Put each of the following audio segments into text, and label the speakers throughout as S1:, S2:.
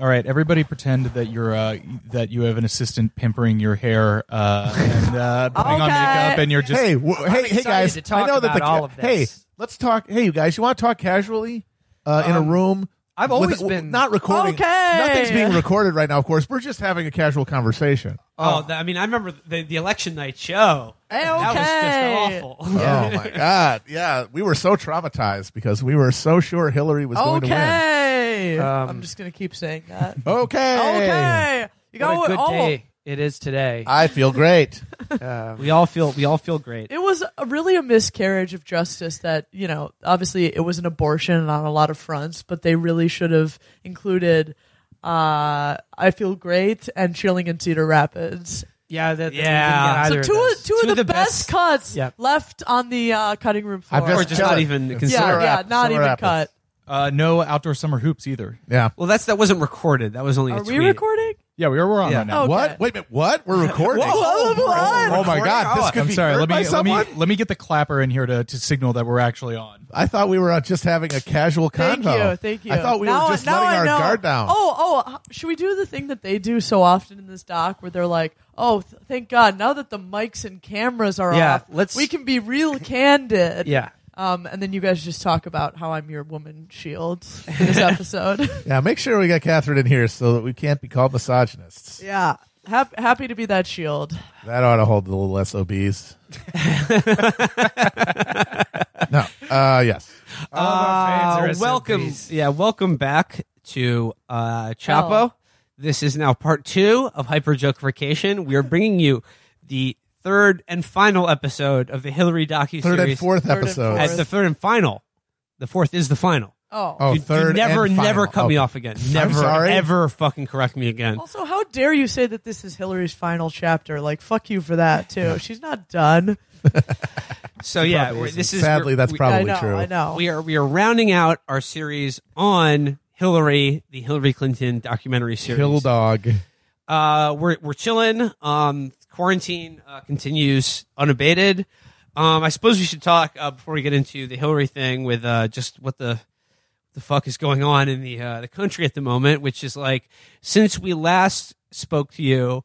S1: All right, everybody, pretend that you're uh, that you have an assistant pimpering your hair uh, and uh, putting on
S2: Okay.
S1: makeup, and you're just
S3: hey, w- hey, hey,
S4: excited
S3: guys!
S4: to talk
S3: I know that the
S4: about all of
S3: hey,
S4: this.
S3: let's talk. Hey, you guys, you want to talk casually uh, in a room?
S4: I've
S3: with-
S4: always
S3: w-
S4: been-
S3: not recording.
S2: Okay.
S3: Nothing's being recorded right now. Of course, we're just having a casual conversation.
S5: Oh, th- I mean, I remember the, the election night show.
S2: Hey,
S5: That was
S2: okay.
S5: just awful.
S3: Oh my god! Yeah, we were so traumatized because we were so sure Hillary was going to win.
S2: Okay.
S4: Um,
S2: I'm just gonna keep saying that.
S3: Okay.
S2: Okay. You got
S4: what a good
S2: all-
S4: day it is today.
S3: I feel great.
S4: Um,
S5: Uh, we all feel we all feel great.
S2: Oh, It was a, really a miscarriage of justice that, you know, obviously it was an abortion on a lot of fronts, but they really should have included uh, I Feel Great and Chilling in Cedar Rapids.
S4: yeah, that,
S5: Yeah.
S4: we
S2: So
S4: didn't get either
S2: two,
S4: of
S2: of,
S4: those.
S2: two, of the, best, cuts
S4: Yep.
S2: left on the uh, cutting room floor.
S3: just-
S5: Or just
S3: Tell
S5: not
S3: it.
S5: even
S2: yeah,
S5: consider.
S3: Cedar
S2: yeah,
S3: Rapids,
S2: not
S3: Cedar
S2: even
S3: Rapids.
S2: cut.
S1: uh, no outdoor summer hoops either.
S3: Yeah.
S5: Well, that's that wasn't recorded. That was only.
S2: Are
S5: a
S2: we
S5: tweet.
S2: recording?
S1: Yeah, we are, we're on
S5: Yeah.
S1: right now.
S2: Okay.
S3: What? Wait a minute. What? We're recording.
S5: Whoa, whoa, whoa, whoa.
S3: Oh my god! This could
S1: I'm
S3: be
S1: sorry.
S3: heard
S1: Let
S3: by
S1: me let me
S3: someone?
S1: let me get the clapper in here to, to signal that we're actually on.
S3: I thought we were uh, just having a casual
S2: Thank
S3: convo.
S2: you, thank you.
S3: I thought we
S2: Now-
S3: were just
S2: now
S3: letting
S2: I
S3: our
S2: know.
S3: guard down.
S2: Oh, oh, h- should we do the thing that they do so often in this doc, where they're like, "Oh, th- thank God, now that the mics and cameras are
S4: Yeah,
S2: off,
S4: let's-
S2: we can be real candid."
S4: Yeah.
S2: Um, and then you guys just talk about how I'm your woman shield in this episode.
S3: Yeah, make sure we got Catherine in here so that we can't be called misogynists.
S2: yeah. Hap- happy to be that shield.
S3: That ought to hold the little SOBs. no. Uh, yes.
S5: Uh,
S1: Ah, fans are
S5: welcome,
S1: SMPs.
S5: yeah, welcome back to uh, Chapo. This is now part two of Hyperjokification. We are bringing you the third and final episode of the Hillary docu
S3: Third and fourth
S2: Third and
S3: episode.
S2: fourth.
S5: At the third and final, the fourth is the final.
S2: Oh.
S3: Oh,
S5: You- you
S3: third.
S5: never,
S3: and final.
S5: never cut
S3: Okay.
S5: me off again. Never,
S3: sorry.
S5: ever fucking correct me again.
S2: Also, how dare you say that this is Hillary's final chapter? Like, fuck you for that too. She's not done.
S5: So yeah, we're- this is
S3: Sadly,
S5: we're-
S3: that's
S5: we-
S3: probably
S2: I know.
S3: true.
S2: I know.
S5: we are we are rounding out our series on Hillary, the Hillary Clinton documentary series.
S3: Kill dog.
S5: Uh, we're we're chilling. Um, quarantine uh, continues unabated. Um, I suppose we should talk uh, before we get into the Hillary thing with uh, just what the the fuck is going on in the uh, the country at the moment, which is like since we last spoke to you,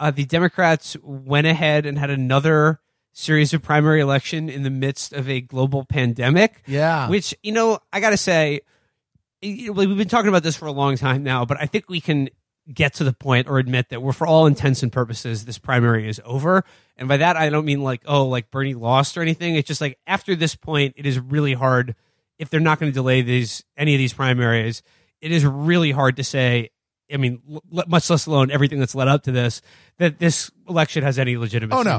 S5: uh, the Democrats went ahead and had another series of primary election in the midst of a global pandemic.
S3: Yeah.
S5: Which, you know, I got to say, you know, we've been talking about this for a long time now, but I think we can get to the point or admit that we're, for all intents and purposes, this primary is over. And by that, I don't mean like, oh, like Bernie lost or anything. It's just like after this point, it is really hard if they're not going to delay these any of these primaries. It is really hard to say. I mean, l- l- much less alone everything that's led up to this. That this election has any legitimacy
S3: Oh no,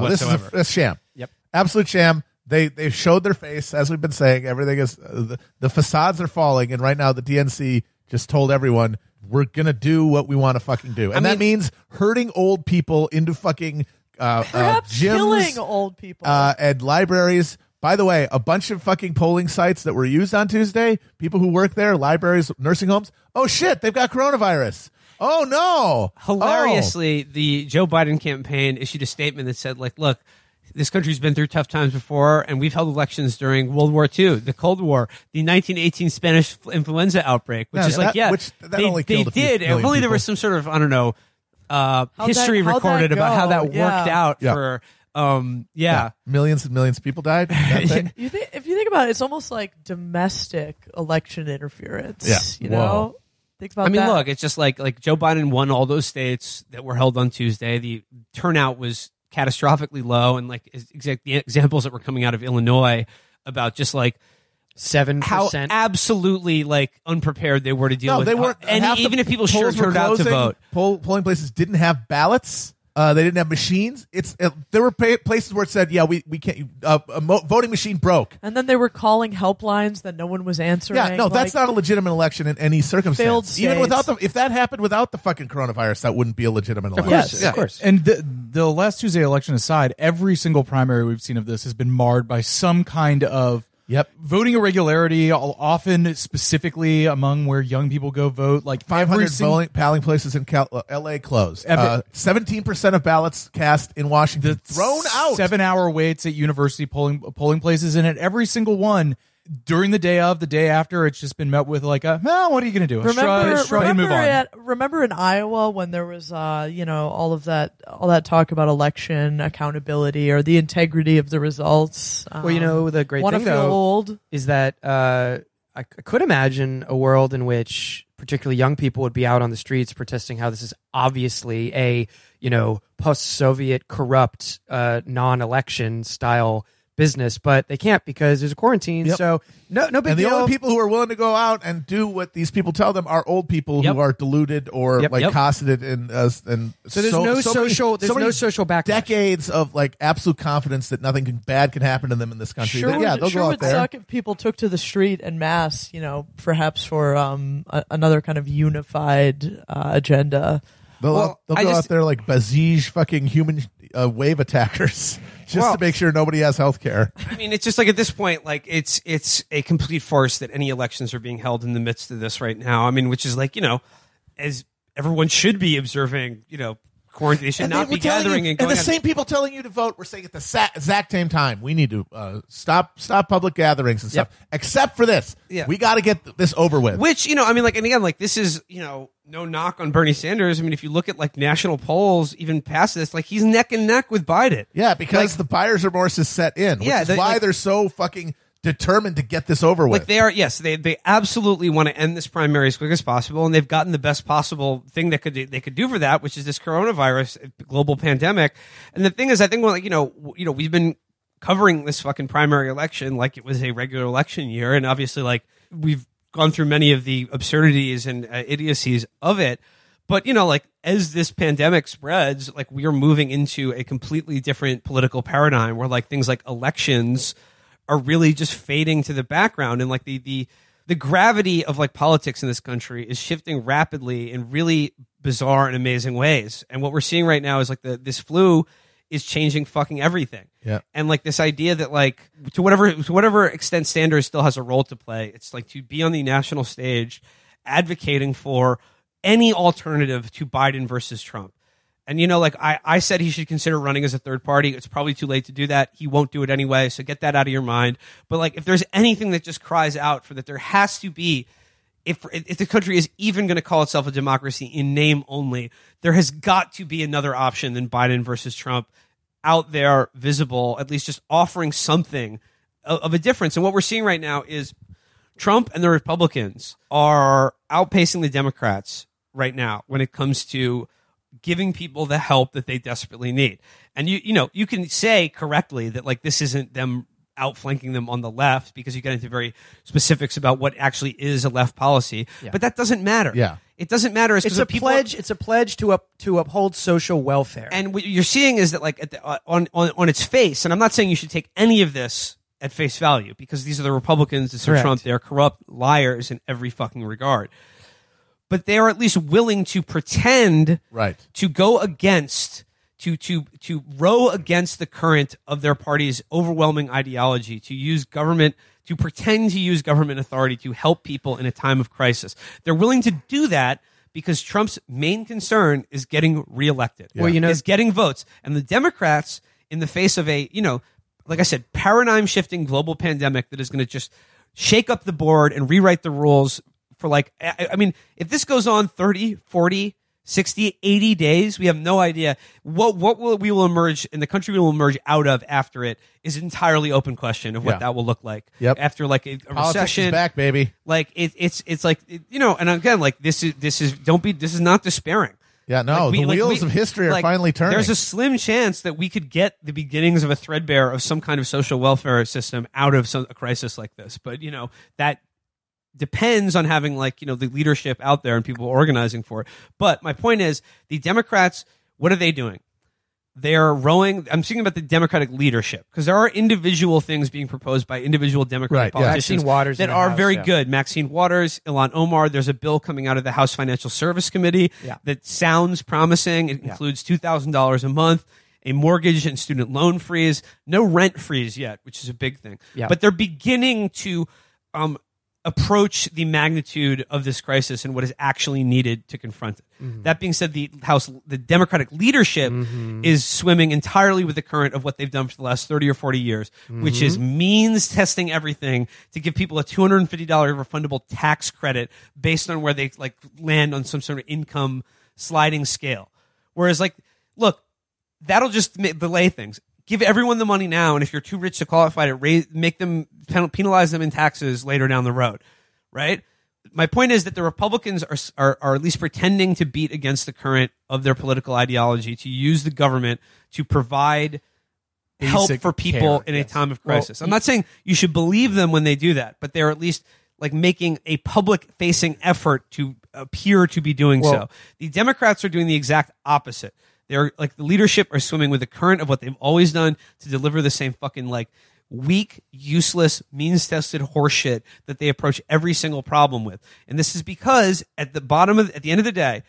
S3: this
S5: whatsoever.
S3: is a, a sham.
S5: Yep.
S3: absolute sham. They they showed their face as we've been saying. Everything is uh, the, the facades are falling, and right now the DNC just told everyone we're gonna do what we want to fucking do, and that means hurting old people into fucking uh, uh,
S2: Perhaps
S3: gyms
S2: killing old people.
S3: uh, and libraries. By the way, a bunch of fucking polling sites that were used on Tuesday. People who work there, libraries, nursing homes. Oh shit, they've got coronavirus. Oh no! Oh.
S5: hilariously the joe biden campaign issued a statement that said like look this country's been through tough times before and we've held elections during world war ii the cold war the 1918 spanish influenza outbreak which
S3: Yeah,
S5: is like
S3: that-
S5: yeah
S3: which- that
S5: they,
S3: only
S5: they
S3: killed a few
S5: did
S3: million
S5: and only there
S3: people.
S5: was some sort of i don't know uh,
S2: How'd that-
S5: history
S2: how'd that
S5: recorded about how
S2: go?
S5: that worked
S2: Yeah.
S5: out
S3: Yeah.
S5: for um yeah,
S3: Oh. millions and millions of people died. That thing?
S2: You think if you think about it, it's almost like domestic election interference.
S3: Yeah.
S2: You
S3: Whoa.
S2: know? Think about
S5: I mean,
S2: that.
S5: look, it's just like like Joe Biden won all those states that were held on Tuesday. The turnout was catastrophically low, and like ex- exact the examples that were coming out of Illinois about just like
S4: seven
S5: how
S4: percent.
S5: absolutely like unprepared they were to deal
S3: No,
S5: with.
S3: they weren't.
S5: And
S3: half the
S5: even if people sure
S3: polls were
S5: turned out to
S3: closing,
S5: vote,
S3: poll, polling places didn't have ballots. Uh, they didn't have machines. It's it, there were pa- places where it said, "Yeah, we we can't." Uh, a mo- voting machine broke.
S2: And then they were calling helplines that no one was answering.
S3: Yeah, no, that's
S2: like,
S3: not a legitimate election in any circumstance.
S2: Failed
S3: Even
S2: states.
S3: without the, if that happened without the fucking coronavirus, that wouldn't be a legitimate election.
S2: course,
S3: Yeah.
S4: of course.
S1: And the, the last Tuesday election aside, every single primary we've seen of this has been marred by some kind of
S3: Yep.
S1: voting irregularity, al- often specifically among where young people go vote. Like
S3: Five
S1: every
S3: hundred
S1: sing-
S3: polling polling places in Cal- uh, L.A. closed. Uh,
S1: Every-
S3: Seventeen percent of ballots cast in Washington thrown out.
S1: Seven hour waits at university polling polling places, and at every single one, during the day of, the day after, it's just been met with like a, "Ah, what are you going to do? A
S2: Remember,
S1: shrug, shrug and
S2: remember,
S1: move on.
S2: at- remember in Iowa when there was, uh, you know, all of that, all that talk about election accountability or the integrity of the results. Um,
S4: Well, you know, the great
S2: want to
S4: thing
S2: feel
S3: uh,
S4: though
S2: old?
S4: is that uh, I, c- I could imagine a world in which particularly young people would be out on the streets protesting how this is obviously a you know post-Soviet corrupt uh, non-election style business, but they can't because there's a quarantine.
S3: Yep.
S4: So no, no big
S3: And the
S4: deal.
S3: only people who are willing to go out and do what these people tell them are old people
S5: Yep.
S3: who are deluded or
S4: Yep.
S3: like
S5: Yep.
S3: cosseted in us. And
S4: so there's no
S3: many-
S4: social. there's
S3: so many
S4: no social backlash.
S3: Decades of like absolute confidence that nothing can, bad can happen to them in this country.
S2: Sure,
S3: Then, yeah,
S2: would,
S3: they'll
S2: sure
S3: go out
S2: would
S3: there.
S2: suck if people took to the street en masse, you know, perhaps for um, a, another kind of unified uh, agenda.
S3: They'll,
S5: Well,
S3: they'll
S5: I
S3: go
S5: just-
S3: out there like Bazige fucking human uh, wave attackers just
S5: Well-
S3: to make sure nobody has health care.
S5: I mean, it's just like at this point, like it's it's a complete farce that any elections are being held in the midst of this right now. I mean, which is like you know, as everyone should be observing, you know, quarantine. They should not be gathering and going.
S3: the
S5: out-
S3: same people telling you to vote were saying at the sa- exact same time, we need to uh, stop stop public gatherings and stuff. Except for this,
S5: Yeah.
S3: we got to get th- this over with.
S5: Which you know, I mean, like, and again, like this is you know, no knock on Bernie Sanders. I mean, if you look at like national polls, even past this, like he's neck and neck with Biden.
S3: yeah, because the buyer's remorse is set in, which
S5: Yeah,
S3: is
S5: they-
S3: why
S5: like-
S3: they're so fucking determined to get this over with.
S5: Like they are, yes, they they absolutely want to end this primary as quick as possible, and they've gotten the best possible thing that could they could do for that, which is this coronavirus uh, global pandemic. And the thing is, I think well, like you know, w- you know, we've been covering this fucking primary election like it was a regular election year, and obviously, like we've gone through many of the absurdities and uh, idiocies of it. But you know, like as this pandemic spreads, like we are moving into a completely different political paradigm where like things like elections are really just fading to the background and like the the the gravity of like politics in this country is shifting rapidly in really bizarre and amazing ways. And what we're seeing right now is like the this flu is changing fucking everything.
S3: Yeah.
S5: And like this idea that like to whatever to whatever extent Sanders still has a role to play, it's like to be on the national stage advocating for any alternative to Biden versus Trump. And you know, like I, I said he should consider running as a third party. It's probably too late to do that. He won't do it anyway, so get that out of your mind. But like if there's anything that just cries out for that there has to be if if the country is even going to call itself a democracy in name only, there has got to be another option than Biden versus Trump out there visible, at least just offering something of, of a difference. And what we're seeing right now is Trump and the Republicans are outpacing the Democrats right now when it comes to giving people the help that they desperately need. And you you know, you can say correctly that like this isn't them outflanking them on the left because you get into very specifics about what actually is a left policy. But that doesn't matter.
S3: Yeah.
S5: It doesn't matter.
S4: It's
S5: 'cause
S4: a
S5: the people-
S4: pledge. It's a pledge to up to uphold social welfare.
S5: and what you're seeing is that like at the, uh, on, on on its face, and I'm not saying you should take any of this at face value because these are the Republicans, this is
S4: Correct.
S5: Trump, they're corrupt liars in every fucking regard. But they are at least willing to pretend
S3: Right.
S5: to go against to to to row against the current of their party's overwhelming ideology to use government to pretend to use government authority to help people in a time of crisis. They're willing to do that because Trump's main concern is getting reelected.
S4: Well, you know-
S5: is getting votes, and the Democrats, in the face of a you know, like I said, paradigm shifting global pandemic that is going to just shake up the board and rewrite the rules for like I, I mean, if this goes on 30, 40, 60, 80 days, we have no idea what what will we will emerge and the country we will emerge out of after it is an entirely open question of what
S3: Yeah.
S5: that will look like.
S3: Yep.
S5: After like a, a
S3: Politics
S5: recession
S3: is back, baby.
S5: like it, it's it's like it- you know and again like this is this is don't be this is not despairing
S3: Yeah, no, the wheels of history are finally turning.
S5: there's a slim chance that we could get the beginnings of a threadbare of some kind of social welfare system out of some, a crisis like this but you know that depends on having like you know the leadership out there and people organizing for it but my point is the democrats what are they doing they're rowing i'm thinking about the democratic leadership because there are individual things being proposed by individual democratic
S3: Right, yeah.
S5: politicians
S4: Maxine Waters
S5: that
S4: in the
S5: are
S4: House,
S5: very
S4: yeah.
S5: good good. Maxine Waters, Ilan Omar. There's a bill coming out of the House Financial Service Committee
S4: Yeah.
S5: that sounds promising. It includes two thousand dollars a month, a mortgage and student loan freeze, no rent freeze yet, which is a big thing.
S4: Yeah.
S5: But they're beginning to um, approach the magnitude of this crisis and what is actually needed to confront it. That being said, the House, the Democratic leadership is swimming entirely with the current of what they've done for the last 30 or 40 years, which is means testing everything to give people a $250 refundable tax credit based on where they like land on some sort of income sliding scale. Whereas like, look, that'll just ma- delay things. Give everyone the money now, and if you're too rich to qualify to raise, make them pen- penalize them in taxes later down the road, right? My point is that the Republicans are, s- are are at least pretending to beat against the current of their political ideology to use the government to provide help
S1: Basic
S5: for people
S1: care,
S5: in a time of crisis. I'm not saying you should believe them when they do that, but they're at least like making a public facing effort to appear to be doing so. The Democrats are doing the exact opposite. They're like the leadership are swimming with the current of what they've always done to deliver the same fucking like weak, useless, means tested horseshit that they approach every single problem with. And this is because at the bottom of at the end of the day,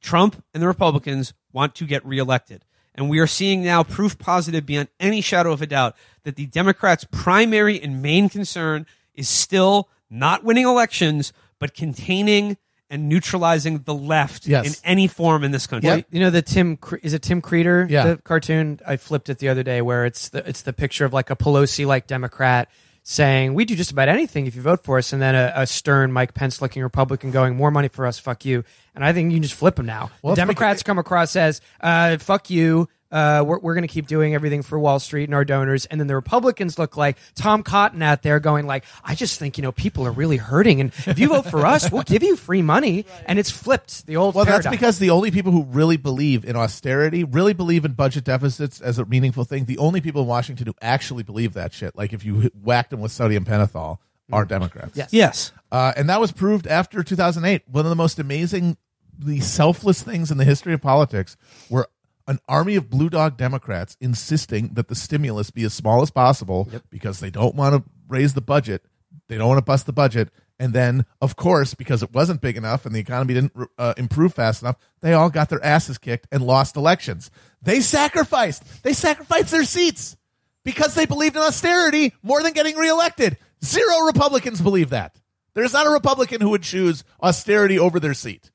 S5: Trump and the Republicans want to get reelected. And we are seeing now proof positive beyond any shadow of a doubt that the Democrats' primary and main concern is still not winning elections, but containing and neutralizing the left
S3: Yes.
S5: in any form in this country.
S4: Well, you know the Tim Cre- is it Tim Creeder?
S3: Yeah.
S4: The cartoon I flipped it the other day where it's the it's the picture of like a Pelosi like Democrat saying we do just about anything if you vote for us, and then a, a stern Mike Pence looking Republican going more money for us, fuck you. And I think you can just flip them now.
S3: Well,
S4: the
S3: that's
S4: Democrats come across as uh, fuck you. Uh, we're we're going to keep doing everything for Wall Street and our donors, and then the Republicans look like Tom Cotton out there going like, I just think you know people are really hurting, and if you vote for us, we'll give you free money, and it's flipped the old.
S3: Well,
S4: paradigm.
S3: that's because the only people who really believe in austerity, really believe in budget deficits as a meaningful thing, the only people in Washington who actually believe that shit, like if you whacked them with sodium pentothal, are Democrats.
S4: Mm. Yes.
S5: Yes.
S3: Uh, and that was proved after 2008. One of the most amazing, the selfless things in the history of politics were an army of blue dog Democrats insisting that the stimulus be as small as possible because they don't want to raise the budget. They don't want to bust the budget. And then, of course, because it wasn't big enough and the economy didn't uh, improve fast enough, they all got their asses kicked and lost elections. They sacrificed. They sacrificed their seats because they believed in austerity more than getting reelected. Zero Republicans believe that. There's not a Republican who would choose austerity over their seat.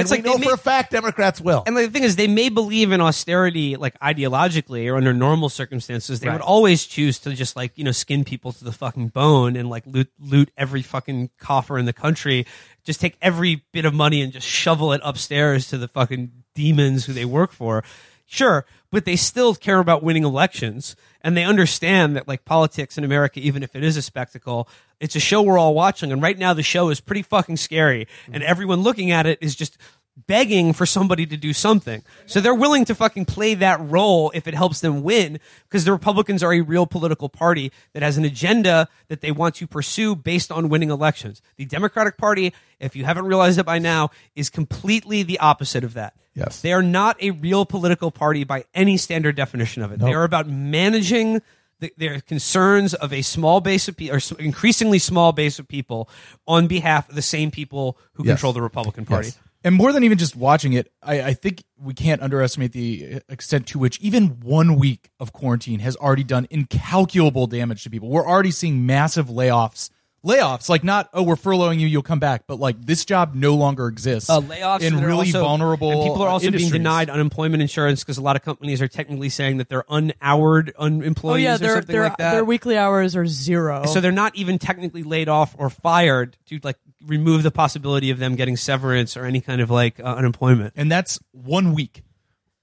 S3: And,
S5: it's
S3: we
S5: like they
S3: know
S5: may-
S3: for a fact Democrats will.
S5: And like, the thing is, they may believe in austerity, like ideologically or under normal circumstances. They would always choose to just like you know skin people to the fucking bone and like loot loot every fucking coffer in the country, just take every bit of money and just shovel it upstairs to the fucking demons who they work for. Sure, but they still care about winning elections, and they understand that like politics in America, even if it is a spectacle, it's a show we're all watching. And right now, the show is pretty fucking scary, and everyone looking at it is just begging for somebody to do something. So they're willing to fucking play that role if it helps them win because the Republicans are a real political party that has an agenda that they want to pursue based on winning elections. The Democratic Party, if you haven't realized it by now, is completely the opposite of that.
S3: Yes.
S5: They are not a real political party by any standard definition of it. They are about managing the, their concerns of a small base of people, or s- increasingly small base of people, on behalf of the same people who
S3: Yes.
S5: control the Republican Party.
S1: And more than even just watching it, I, I think we can't underestimate the extent to which even one week of quarantine has already done incalculable damage to people. We're already seeing massive layoffs. Layoffs, like not, oh, we're furloughing you, you'll come back, but like this job no longer exists.
S5: uh, layoffs
S1: in
S5: and they're
S1: really
S5: also-
S1: vulnerable.
S5: And people are
S1: uh,
S5: also
S1: industries.
S5: being denied unemployment insurance because a lot of companies are technically saying that they're unhoured unemployed
S2: Oh yeah,
S5: or
S2: their
S5: something
S2: their
S5: like that.
S2: their weekly hours are zero.
S5: so they're not even technically laid off or fired to like remove the possibility of them getting severance or any kind of like uh, unemployment.
S1: and that's one week.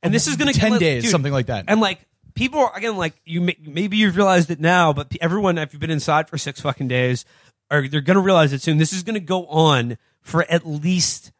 S5: And this is going to
S1: 10 days, something like that.
S5: And like people are again like you may, maybe you've realized it now, but pe- everyone if you've been inside for six fucking days, or they're going to realize it soon. This is going to go on for at least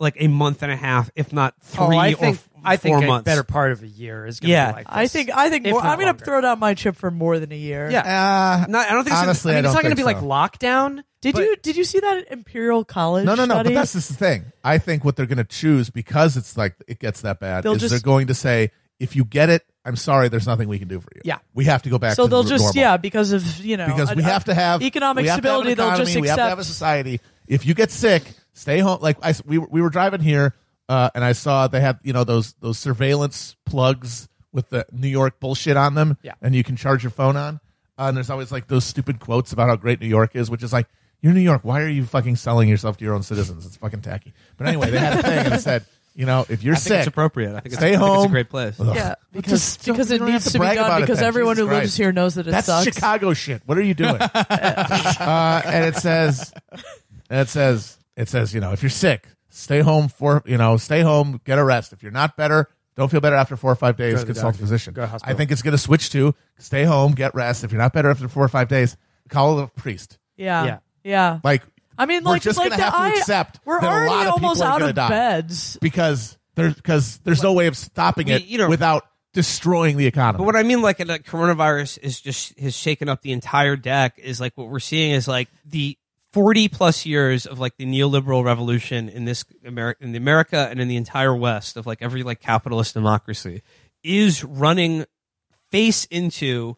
S5: like a month and a half, if not three
S4: Oh, I
S5: or
S4: think,
S5: f-
S4: I think
S5: four
S4: a
S5: months.
S4: better part of a year is going to
S5: Yeah.
S4: be like this.
S2: I think I think
S4: if
S2: more,
S4: not
S2: I'm going
S4: longer.
S2: to throw down my chip for more than a year.
S4: Yeah.
S3: Uh,
S5: Not, I don't think
S3: Honestly,
S5: it's
S4: I mean,
S3: don't
S4: it's not going to
S3: think
S4: be like
S3: so.
S4: lockdown.
S2: Did
S4: but-
S2: you did you see that Imperial College?
S3: no, no, no.
S2: Study?
S3: But that's just the thing. I think what they're going to choose because it's like it gets that bad
S2: They'll
S3: is
S2: just-
S3: they're going to say, if you get it, I'm sorry, there's nothing we can do for you.
S4: Yeah.
S3: we have to go back.
S2: so
S3: to
S2: they'll
S3: the
S2: just
S3: normal.
S2: yeah because of you know
S3: because
S2: an-
S3: we have to have
S2: economic
S3: we have to have an
S2: stability. they'll just
S3: economy, we have to have a
S2: accept.
S3: society. If you get sick, stay home. Like I, s- we were- we were driving here, uh, and I saw they have you know those those surveillance plugs with the New York bullshit on them,
S4: Yeah.
S3: and you can charge your phone on. Uh, and there's always like those stupid quotes about how great New York is, which is like. you're New York. Why are you fucking selling yourself to your own citizens? It's fucking tacky. But anyway, they had a thing and it said, you know, if you're
S5: I think
S3: sick,
S5: it's appropriate. I think it's,
S3: Stay
S5: I think it's
S3: home.
S5: a great place.
S3: Ugh.
S2: Yeah, because
S3: Just don't-
S2: because
S3: you
S2: it
S3: don't have
S2: needs
S3: to
S2: to, be
S3: brag about
S2: done
S3: it
S2: because
S3: then.
S2: everyone
S3: Jesus
S2: who lives
S3: Christ.
S2: here knows that it
S3: That's
S2: sucks.
S3: Chicago shit. What are you doing? uh, and it says, and it says, it says, you know, if you're sick, stay home for, you know, stay home, get a rest. If you're not better, don't feel better after four or five days,
S6: to the
S3: consult a
S6: doctor.
S3: physician.
S6: Go to
S3: I
S6: hospital.
S3: think it's going to switch to stay home, get rest. If you're not better after four or five days, call a priest.
S2: Yeah, yeah,
S6: Yeah.
S3: Like,
S2: I mean,
S3: We're
S2: like
S3: just
S2: like
S3: gonna
S2: the
S3: have to
S2: I,
S3: accept
S2: we're
S3: that a
S2: already
S3: lot of people
S2: almost
S3: are
S2: out
S3: gonna
S2: of
S3: die.
S2: beds.
S3: because there's, because there's no way of stopping
S5: We-
S3: it
S5: you know-
S3: without destroying the economy.
S5: But what I mean, like, uh, like, coronavirus is just has shaken up the entire deck. Is like what we're seeing is like the forty plus years of like the neoliberal revolution in this America, in the America, and in the entire West of like every like capitalist democracy is running face into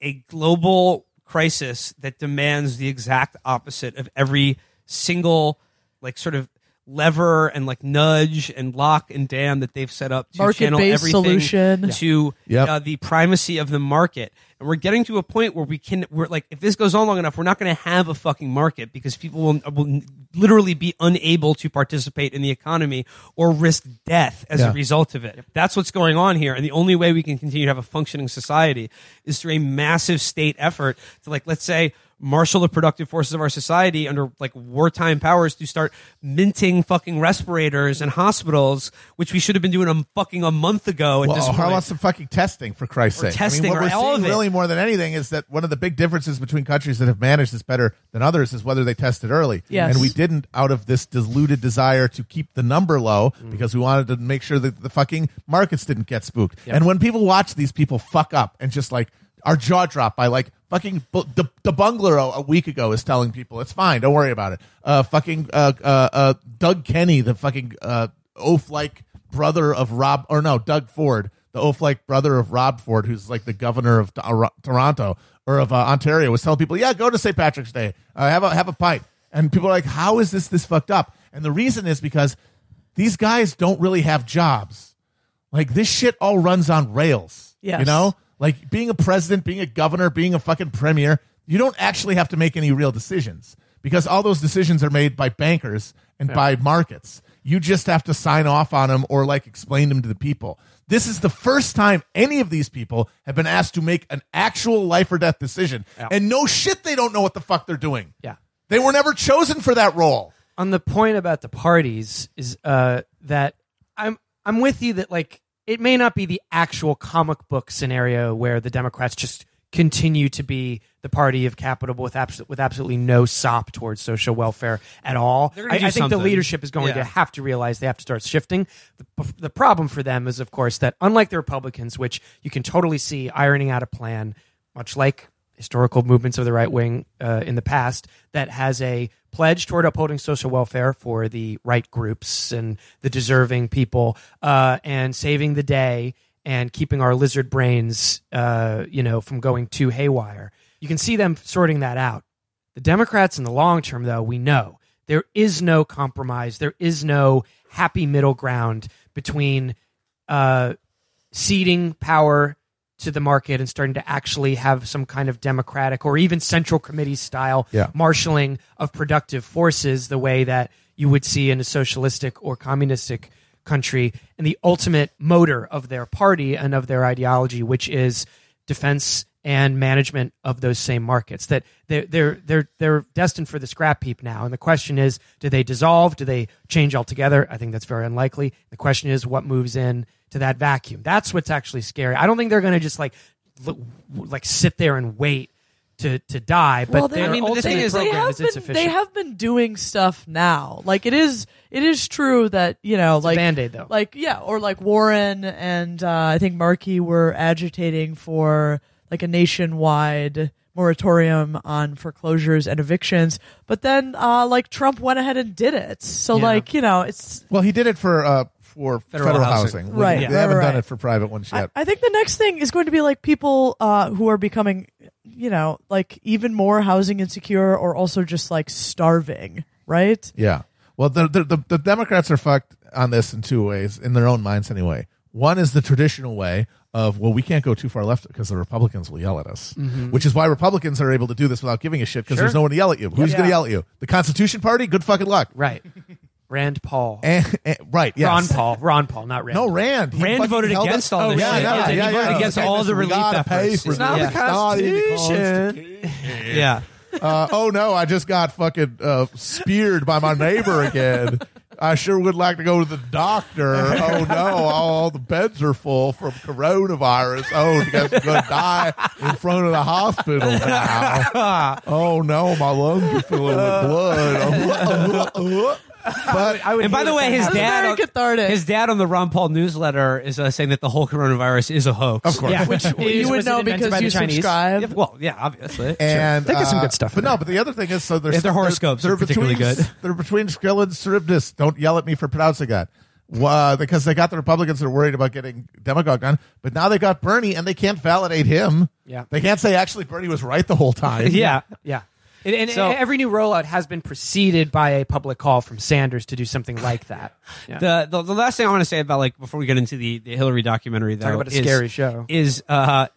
S5: a global crisis that demands the exact opposite of every single like sort of lever and like nudge and lock and dam that they've set up to channel
S2: Market-based
S5: everything
S2: solution.
S5: to
S3: Yep.
S5: uh, the primacy of the market. And we're getting to a point where we can, we're like, if this goes on long enough, we're not going to have a fucking market because people will, will literally be unable to participate in the economy or risk death as
S3: Yeah.
S5: a result of it. That's what's going on here. And the only way we can continue to have a functioning society is through a massive state effort to, like, let's say, marshal the productive forces of our society under like wartime powers to start minting fucking respirators and hospitals, which we should have been doing a fucking a month ago at
S3: Well,
S5: this
S3: how
S5: point.
S3: about some fucking testing for Christ's sake?
S5: testing
S3: I mean,
S5: or
S3: what
S5: all
S3: we're
S5: of
S3: seeing
S5: it.
S3: really more than anything is that one of the big differences between countries that have managed this better than others is whether they tested early.
S2: Yes.
S3: And we didn't out of this diluted desire to keep the number low
S5: Mm.
S3: because we wanted to make sure that the fucking markets didn't get spooked. And when people watch these people fuck up and just like our jaw drop by like fucking bu- the the bungalow a week ago is telling people it's fine, don't worry about it. Uh, fucking uh, uh, uh, Doug Kenny, the fucking uh, oaf like brother of Rob, or no, Doug Ford, the oaf like brother of Rob Ford, who's like the governor of Tor- Toronto or of uh, Ontario, was telling people, yeah, go to St. Patrick's Day, uh, have a have a pint, and people are like, how is this this fucked up? And the reason is because these guys don't really have jobs. Like this shit all runs on rails.
S2: Yes.
S3: You know? Like being a president, being a governor, being a fucking premier, you don't actually have to make any real decisions because all those decisions are made by bankers and by markets. You just have to sign off on them or like explain them to the people. This is the first time any of these people have been asked to make an actual life or death decision. And no shit, they don't know what the fuck they're doing.
S6: Yeah.
S3: They were never chosen for that role.
S6: on the point about the parties is uh, that I'm I'm with you that like it may not be the actual comic book scenario where the Democrats just continue to be the party of capital with abs- with absolutely no sop towards social welfare at all.
S5: They're gonna
S6: I, I
S5: do
S6: think the
S5: something.
S6: leadership is going
S5: Yeah.
S6: to have to realize they have to start shifting. The, the problem for them is, of course, that unlike the Republicans, which you can totally see ironing out a plan, much like historical movements of the right wing uh, in the past, that has a pledge toward upholding social welfare for the right groups and the deserving people uh, and saving the day and keeping our lizard brains, uh, you know, from going too haywire. You can see them sorting that out. The Democrats in the long term, though, we know there is no compromise. There is no happy middle ground between uh, ceding power to the market and starting to actually have some kind of democratic or even central committee style
S3: Yeah.
S6: marshaling of productive forces the way that you would see in a socialistic or communistic country and the ultimate motor of their party and of their ideology which is defense and management of those same markets that they're they're they're, they're destined for the scrap heap now and the question is do they dissolve do they change altogether i think that's very unlikely the question is what moves in to that vacuum that's what's actually scary i don't think they're going to just like l- like sit there and wait to to die but
S2: Well, they-
S6: their
S5: I mean, but the thing
S6: ultimate
S5: is, like,
S2: they
S6: program
S2: have
S6: is
S2: been
S6: insufficient
S2: they have been doing stuff now. Like it is it is true that you know like
S6: Band-Aid, though.
S2: Like yeah, or like Warren and uh, I think Markey were agitating for like a nationwide moratorium on foreclosures and evictions. But then uh, like Trump went ahead and did it. So
S6: Yeah.
S2: like you know it's.
S3: Well, he did it for uh for federal, housing.
S5: housing.
S2: Right,
S3: They
S2: right,
S3: haven't
S2: right.
S3: done it for private ones
S2: I,
S3: yet.
S2: I think the next thing is going to be like people uh, who are becoming, you know, like even more housing insecure or also just like starving, right?
S3: Yeah. Well, the, the the the Democrats are fucked on this in two ways, in their own minds anyway. One is the traditional way of well, we can't go too far left because the Republicans will yell at us,
S5: Mm-hmm.
S3: which is why Republicans are able to do this without giving a shit because there's no one to yell at you. Who's going to
S2: Yeah.
S3: yell at you? The Constitution Party? Good fucking luck.
S4: Right. Rand Paul.
S3: And, and- right? Yes.
S4: Ron Paul. Ron Paul, not Rand.
S3: No, Rand. He
S5: Rand
S3: fucking
S5: voted
S3: held us-
S5: against all this
S3: yeah,
S5: shit.
S3: Yeah,
S5: Yeah,
S3: yeah,
S5: he
S3: yeah,
S5: voted
S3: yeah.
S5: against
S3: Okay,
S5: all
S3: listen,
S5: the
S3: we
S5: relief
S3: gotta
S5: efforts.
S3: pay
S5: It's
S3: for
S5: not
S3: this.
S5: the
S3: Not in the
S5: yeah.
S3: uh, oh no, I just got fucking uh, speared by my neighbor again. I sure would like to go to the doctor. Oh no, all the beds are full from coronavirus. Oh, you guys are going to die in front of the hospital now. Oh no, my lungs are filling with blood. but
S4: I would
S5: And by
S4: hate
S5: the
S4: if
S5: way,
S4: that
S5: his
S2: That's
S4: happened.
S5: dad,
S2: very
S5: on,
S2: cathartic.
S5: his dad on the Ron Paul newsletter is uh, saying that the whole coronavirus is a hoax.
S3: Of course.
S5: yeah.
S3: Which
S5: It
S2: you
S5: was
S2: would know because
S4: invented by the
S2: you
S4: Chinese.
S2: subscribe.
S5: Yeah, well, yeah, obviously.
S3: And uh,
S4: They got some good stuff in
S3: But no,
S4: there.
S3: but the other thing is, so there's
S5: Yeah, their horoscopes are particularly
S3: between,
S5: good.
S3: They're between Skrill and Charybdis. Don't yell at me for pronouncing that. Wha- because they got the Republicans that are worried about getting demagogue on, but now they got Bernie and they can't validate him.
S4: Yeah.
S3: they can't say actually Bernie was right the whole time.
S5: yeah.
S4: Yeah. And, and
S6: E-,
S5: So-
S4: every new rollout has been preceded by a public call from Sanders to do something like that. Yeah.
S5: The, the the last thing I want to say about like before we get into the, the Hillary documentary though
S4: Talk about a
S5: is-
S4: scary show.
S5: is uh,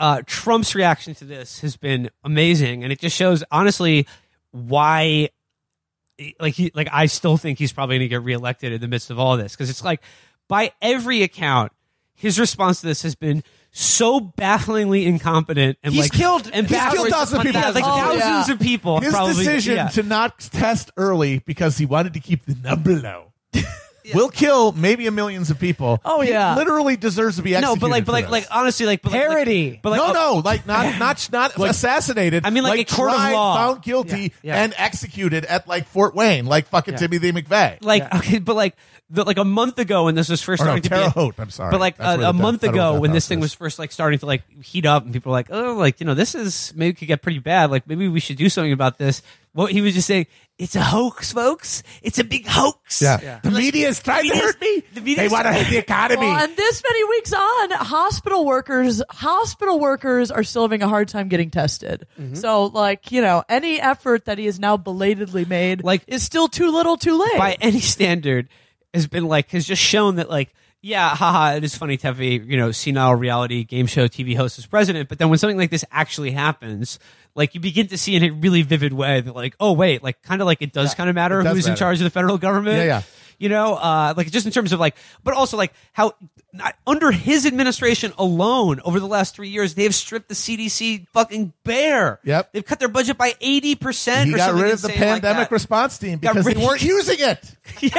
S5: uh, Trump's reaction to this has been amazing, and it just shows honestly why. Like he, like I still think he's probably going to get reelected in the midst of all this because it's like by every account, his response to this has been so bafflingly incompetent and
S4: He's
S5: like
S4: killed-
S5: and
S4: he's
S3: killed
S5: backwards
S3: thousands of
S5: upon
S3: people.
S5: thou- like
S2: Oh,
S5: thousands
S2: yeah.
S5: of people.
S3: his
S5: probably,
S3: decision
S5: yeah.
S3: to not test early because he wanted to keep the number low. Will kill maybe a millions of people.
S2: Oh,
S3: He
S2: yeah.
S3: literally deserves to be
S5: no,
S3: executed.
S5: but like, but
S3: for
S5: like,
S3: this.
S5: like honestly, like but like-
S4: Parody.
S5: but like,
S3: no,
S5: uh,
S3: no, like not not not assassinated.
S5: I mean, like, a court of
S3: tried,
S5: law.
S3: found guilty
S4: Yeah, yeah.
S3: and executed at like Fort Wayne, like fucking Timothy McVeigh.
S5: like
S4: Yeah.
S5: okay, but like the, like a month ago when this was first
S3: Or Oh, no,
S5: starting
S3: Terre
S5: to be,
S3: Haute, I'm sorry.
S5: but like
S3: That's where the
S5: a, a month
S3: federal
S5: ago
S3: death
S5: when this
S3: house
S5: thing
S3: is.
S5: was first like starting to like heat up and people were like oh like you know this is maybe it could get pretty bad like maybe we should do something about this. What he was just saying, it's a hoax, folks. It's a big hoax.
S3: yeah. the media is trying to
S5: media's-
S3: hurt me.
S5: the media's-
S3: they want to hurt the economy.
S2: Well, and this many weeks on, hospital workers hospital workers are still having a hard time getting tested.
S5: Mm-hmm.
S2: So, like you know, any effort that he has now belatedly made,
S5: Like-
S2: is still too little, too late.
S5: by any standard has been like has just shown that like yeah haha it is funny to have a you know senile reality game show tv host as president but then when something like this actually happens like you begin to see in a really vivid way that like oh wait like kind of like it does kind of matter
S3: does
S5: who's in
S3: matter.
S5: charge of the federal government
S3: Yeah, yeah.
S5: you know uh like just in terms of like but also like how not, under his administration alone over the last three years they've stripped the cdc fucking bare
S3: Yep.
S5: they've cut their budget by 80%
S3: he
S5: or
S3: got
S5: something
S3: rid of the
S5: insane like
S3: pandemic
S5: that.
S3: response team because they
S5: rid-
S3: weren't using it.
S5: Yeah,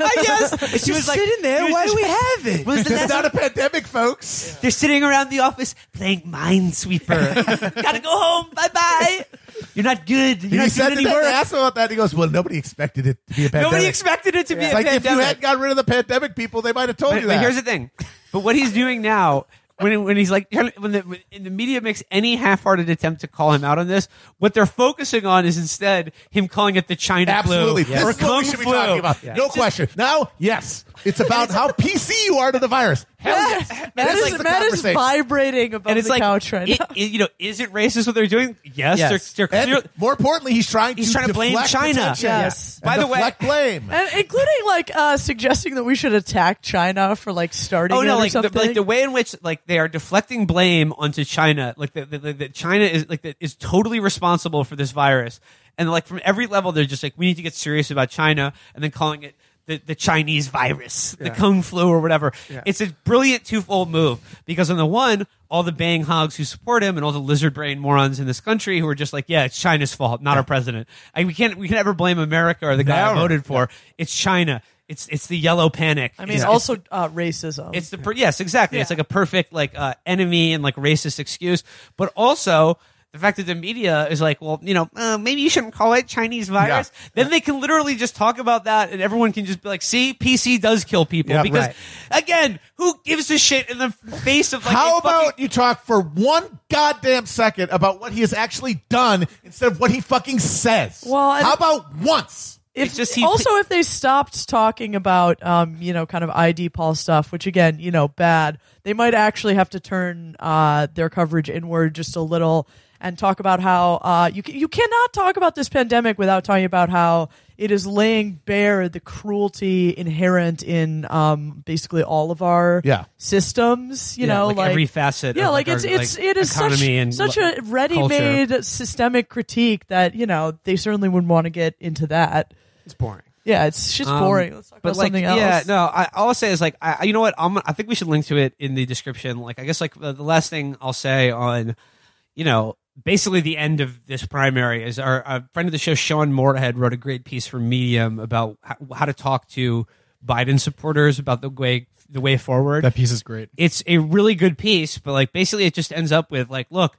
S5: yes. It's
S4: just sitting there. Why do we have it?
S5: Was the
S3: It's
S5: last-
S3: not a pandemic, folks.
S5: they're sitting around the office playing Minesweeper. Gotta go home. Bye bye. You're not good. You're
S3: He
S5: not
S3: said
S5: doing
S3: that
S5: any
S3: they
S5: work.
S3: asked him about that. He goes, "Well, nobody expected it to be a pandemic.
S5: Nobody expected it to be
S3: It's
S5: a
S3: like
S5: pandemic.
S3: if you hadn't got rid of the pandemic, people, they might have told
S5: but,
S3: you
S5: but
S3: that."
S5: here's the thing. But what he's doing now, when when he's like, when the, when the media makes any half-hearted attempt to call him out on this, what they're focusing on is instead him calling it the China
S3: Absolutely.
S5: flu
S3: This
S5: or
S3: is what
S5: Kung
S3: we should be
S5: flu.
S3: talking about.
S5: Yeah.
S3: No question. Now, yes, it's about how PC you are to the virus. Hell
S2: Matt,
S3: yes.
S2: Matt
S3: This
S2: is,
S3: is the
S2: Matt is
S3: conversation.
S2: vibrating above
S5: And it's
S2: the
S5: like,
S2: couch right
S5: it-
S2: now.
S5: it- you know, is it racist what they're doing? Yes,
S4: Yes.
S5: they're, they're
S3: And
S5: clear-
S3: more importantly, he's trying
S5: He's
S3: to
S5: trying to blame
S3: deflect
S5: China.
S3: attention.
S2: Yes.
S3: And
S5: By the way-
S3: deflect blame.
S2: And including like uh, suggesting that we should attack China for like starting
S5: Oh
S2: it
S5: no!
S2: or
S5: Like the,
S2: something.
S5: like the way in which like they are deflecting blame onto China, like that that- that China is like that is totally responsible for this virus, and like from every level they're just like we need to get serious about China, and then calling it the, the Chinese virus, the Kung flu or whatever. It's a brilliant twofold move because on the one, all the bang hogs who support him and all the lizard brain morons in this country who are just like, yeah, it's China's fault, not our president. I, we can't we can never blame America or the guy I
S3: Never.
S5: voted for. It's China. It's it's the yellow panic.
S2: I mean,
S5: It's-
S2: also uh, racism.
S5: it's the per- yes, exactly. It's
S2: Yeah.
S5: like a perfect like uh, enemy and like racist excuse, but also the fact that the media is like, well, you know, uh, maybe you shouldn't call it Chinese virus. Then they can literally just talk about that, and everyone can just be like, see, PC does kill people
S3: Yeah,
S5: because
S4: right.
S5: again, who gives a shit in the face of like
S3: How
S5: a
S3: about
S5: fucking-
S3: you talk for one goddamn second about what he has actually done instead of what he fucking says?
S2: Well, I-
S3: How about once?
S2: if,
S5: It's just he-
S2: also if they stopped talking about um you know kind of ID Paul stuff, which again you know bad, they might actually have to turn uh their coverage inward just a little. and talk about how uh, you ca- you cannot talk about this pandemic without talking about how it is laying bare the cruelty inherent in um, basically all of our
S3: Yeah.
S2: systems. You
S5: Yeah,
S2: know,
S5: like, every facet.
S2: yeah,
S5: of
S2: like
S5: our,
S2: it's it's
S5: like,
S2: it is
S5: economy
S2: such
S5: and
S2: such
S5: lo-
S2: a ready-made
S5: culture.
S2: systemic critique that you know they certainly wouldn't want to get into that.
S6: It's boring.
S2: Yeah, it's shit's
S5: Um,
S2: boring. Let's talk about something else.
S5: Yeah, no. I, all I'll say is like, I, you know what? I'm, I think we should link to it in the description. Like, I guess like the, the last thing I'll say on, you know, basically the end of this primary is our, our friend of the show Sean Moorhead wrote a great piece for Medium about how, how to talk to Biden supporters about the way the way forward
S1: That piece is great.
S5: it's a really good piece, but like basically it just ends up with like, look,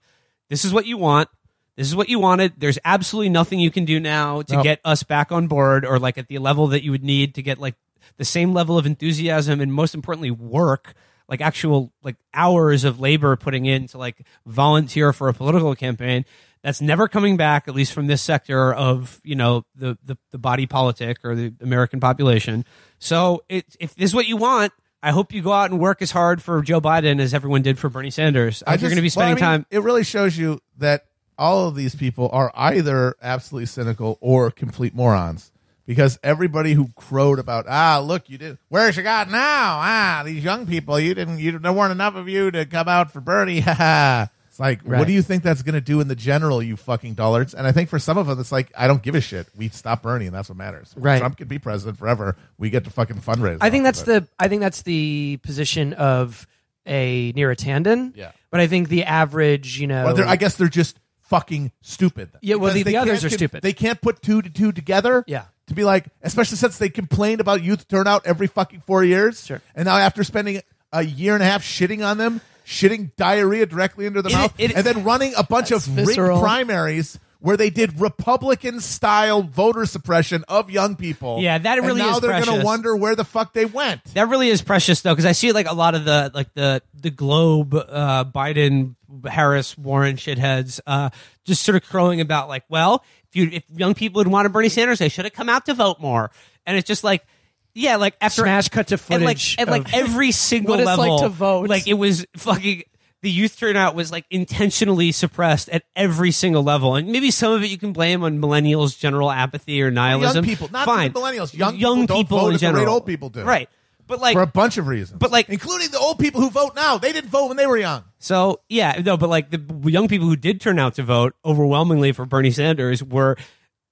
S5: this is what you want. This is what you wanted. There's absolutely nothing you can do now to
S3: No.
S5: get us back on board or like at the level that you would need to get like the same level of enthusiasm and most importantly work, like actual like hours of labor putting in to like volunteer for a political campaign. That's never coming back, at least from this sector of, you know, the the, the body politic or the American population. So it, if this is what you want, I hope you go out and work as hard for Joe Biden as everyone did for Bernie Sanders. I hope you're going to be
S3: well, I
S5: spending
S3: mean,
S5: time.
S3: It really shows you that all of these people are either absolutely cynical or complete morons. Because everybody who crowed about ah look you did where's your God now ah these young people you didn't you there weren't enough of you to come out for Bernie ha ha it's like what
S6: Right.
S3: do you think that's gonna do in the general you fucking dullards and I think for some of them it's like I don't give a shit we stop Bernie and that's what matters
S6: Right.
S3: Trump can be president forever we get to fucking fundraise
S6: I think
S3: off of
S6: that's
S3: it.
S6: the I think that's the position of a Neera Tandon.
S3: Yeah.
S6: But I think the average, you know,
S3: Well, they're, I guess they're just fucking stupid.
S6: Yeah, well,
S3: Because
S6: the-
S3: they
S6: the others
S3: can't
S6: are
S3: con-
S6: stupid.
S3: They can't put two to two together.
S6: Yeah.
S3: To be like, especially since they complained about youth turnout every fucking four years.
S6: Sure.
S3: And now after spending a year and a half shitting on them, shitting diarrhea directly into their
S5: It-
S3: mouth,
S5: it-
S3: and then running a bunch of
S2: That's
S3: rigged
S2: visceral.
S3: primaries where they did Republican style voter suppression of young people.
S5: Yeah, that
S3: And
S5: really
S3: now
S5: is
S3: they're gonna
S5: precious.
S3: wonder where the fuck they went.
S5: That really is precious though, because I see like a lot of the like the the Globe, uh, Biden, Harris, Warren shitheads, uh, just sort of crowing about like, well, if you if young people had wanted Bernie Sanders, they should have come out to vote more. And it's just like, yeah, like after
S6: Smash cut to
S5: and like,
S6: footage
S5: and like
S6: of-
S5: every single
S2: What it's like
S5: level
S2: to vote.
S5: like it was fucking the youth turnout was like intentionally suppressed at every single level and maybe some of it you can blame on millennials general apathy or nihilism
S3: people, not
S5: fine
S3: even millennials. Young
S5: young
S3: people don't
S5: people
S3: vote
S5: in
S3: at the rate
S5: general
S3: old people do.
S5: right but like
S3: for a bunch of reasons.
S5: But, like-
S3: including the old people who vote now, they didn't vote when they were young.
S5: So yeah, no, but like the young people who did turn out to vote overwhelmingly for Bernie Sanders were,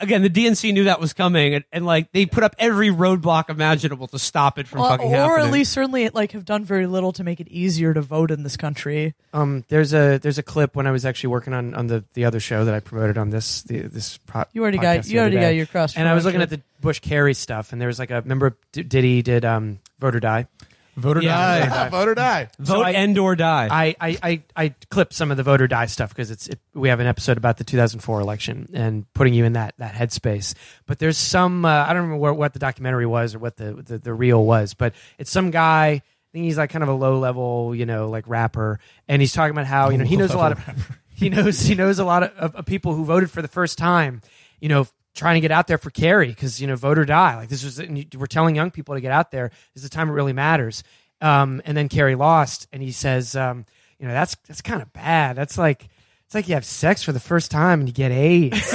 S5: again, the DNC knew that was coming, and, and like they put up every roadblock imaginable to stop it from
S2: Well,
S5: fucking
S2: or
S5: happening.
S2: at least certainly like have done very little to make it easier to vote in this country.
S6: um there's a there's a clip when I was actually working on on the the other show that I promoted on this the, this pro-
S2: You already
S6: podcast
S2: got-
S6: the
S2: you
S6: other
S2: already
S6: day.
S2: got your cross
S6: And I was looking at
S2: promotion.
S6: the Bush Kerry stuff and there was like a remember D- Diddy did um Vote or Die.
S1: Voter
S5: Yeah.
S1: die.
S3: vote or die.
S5: vote
S6: so I-
S5: end or die.
S6: I, I, I, I clipped some of the voter die stuff because it's it, we have an episode about the 2004 election and putting you in that that headspace. But there's some uh, I don't remember what, what the documentary was or what the, the the reel was, but it's some guy. I think he's like kind of a low level, you know, like rapper, and he's talking about how you know he knows a lot of he knows he knows a lot of, of, of people who voted for the first time, you know. Trying to get out there for Kerry because you know vote or die. Like this was, and you- we're telling young people to get out there. This is the time it really matters um, and then Carrie lost, and he says, um, you know, that's that's kind of bad. That's like it's like you have sex for the first time and you get AIDS.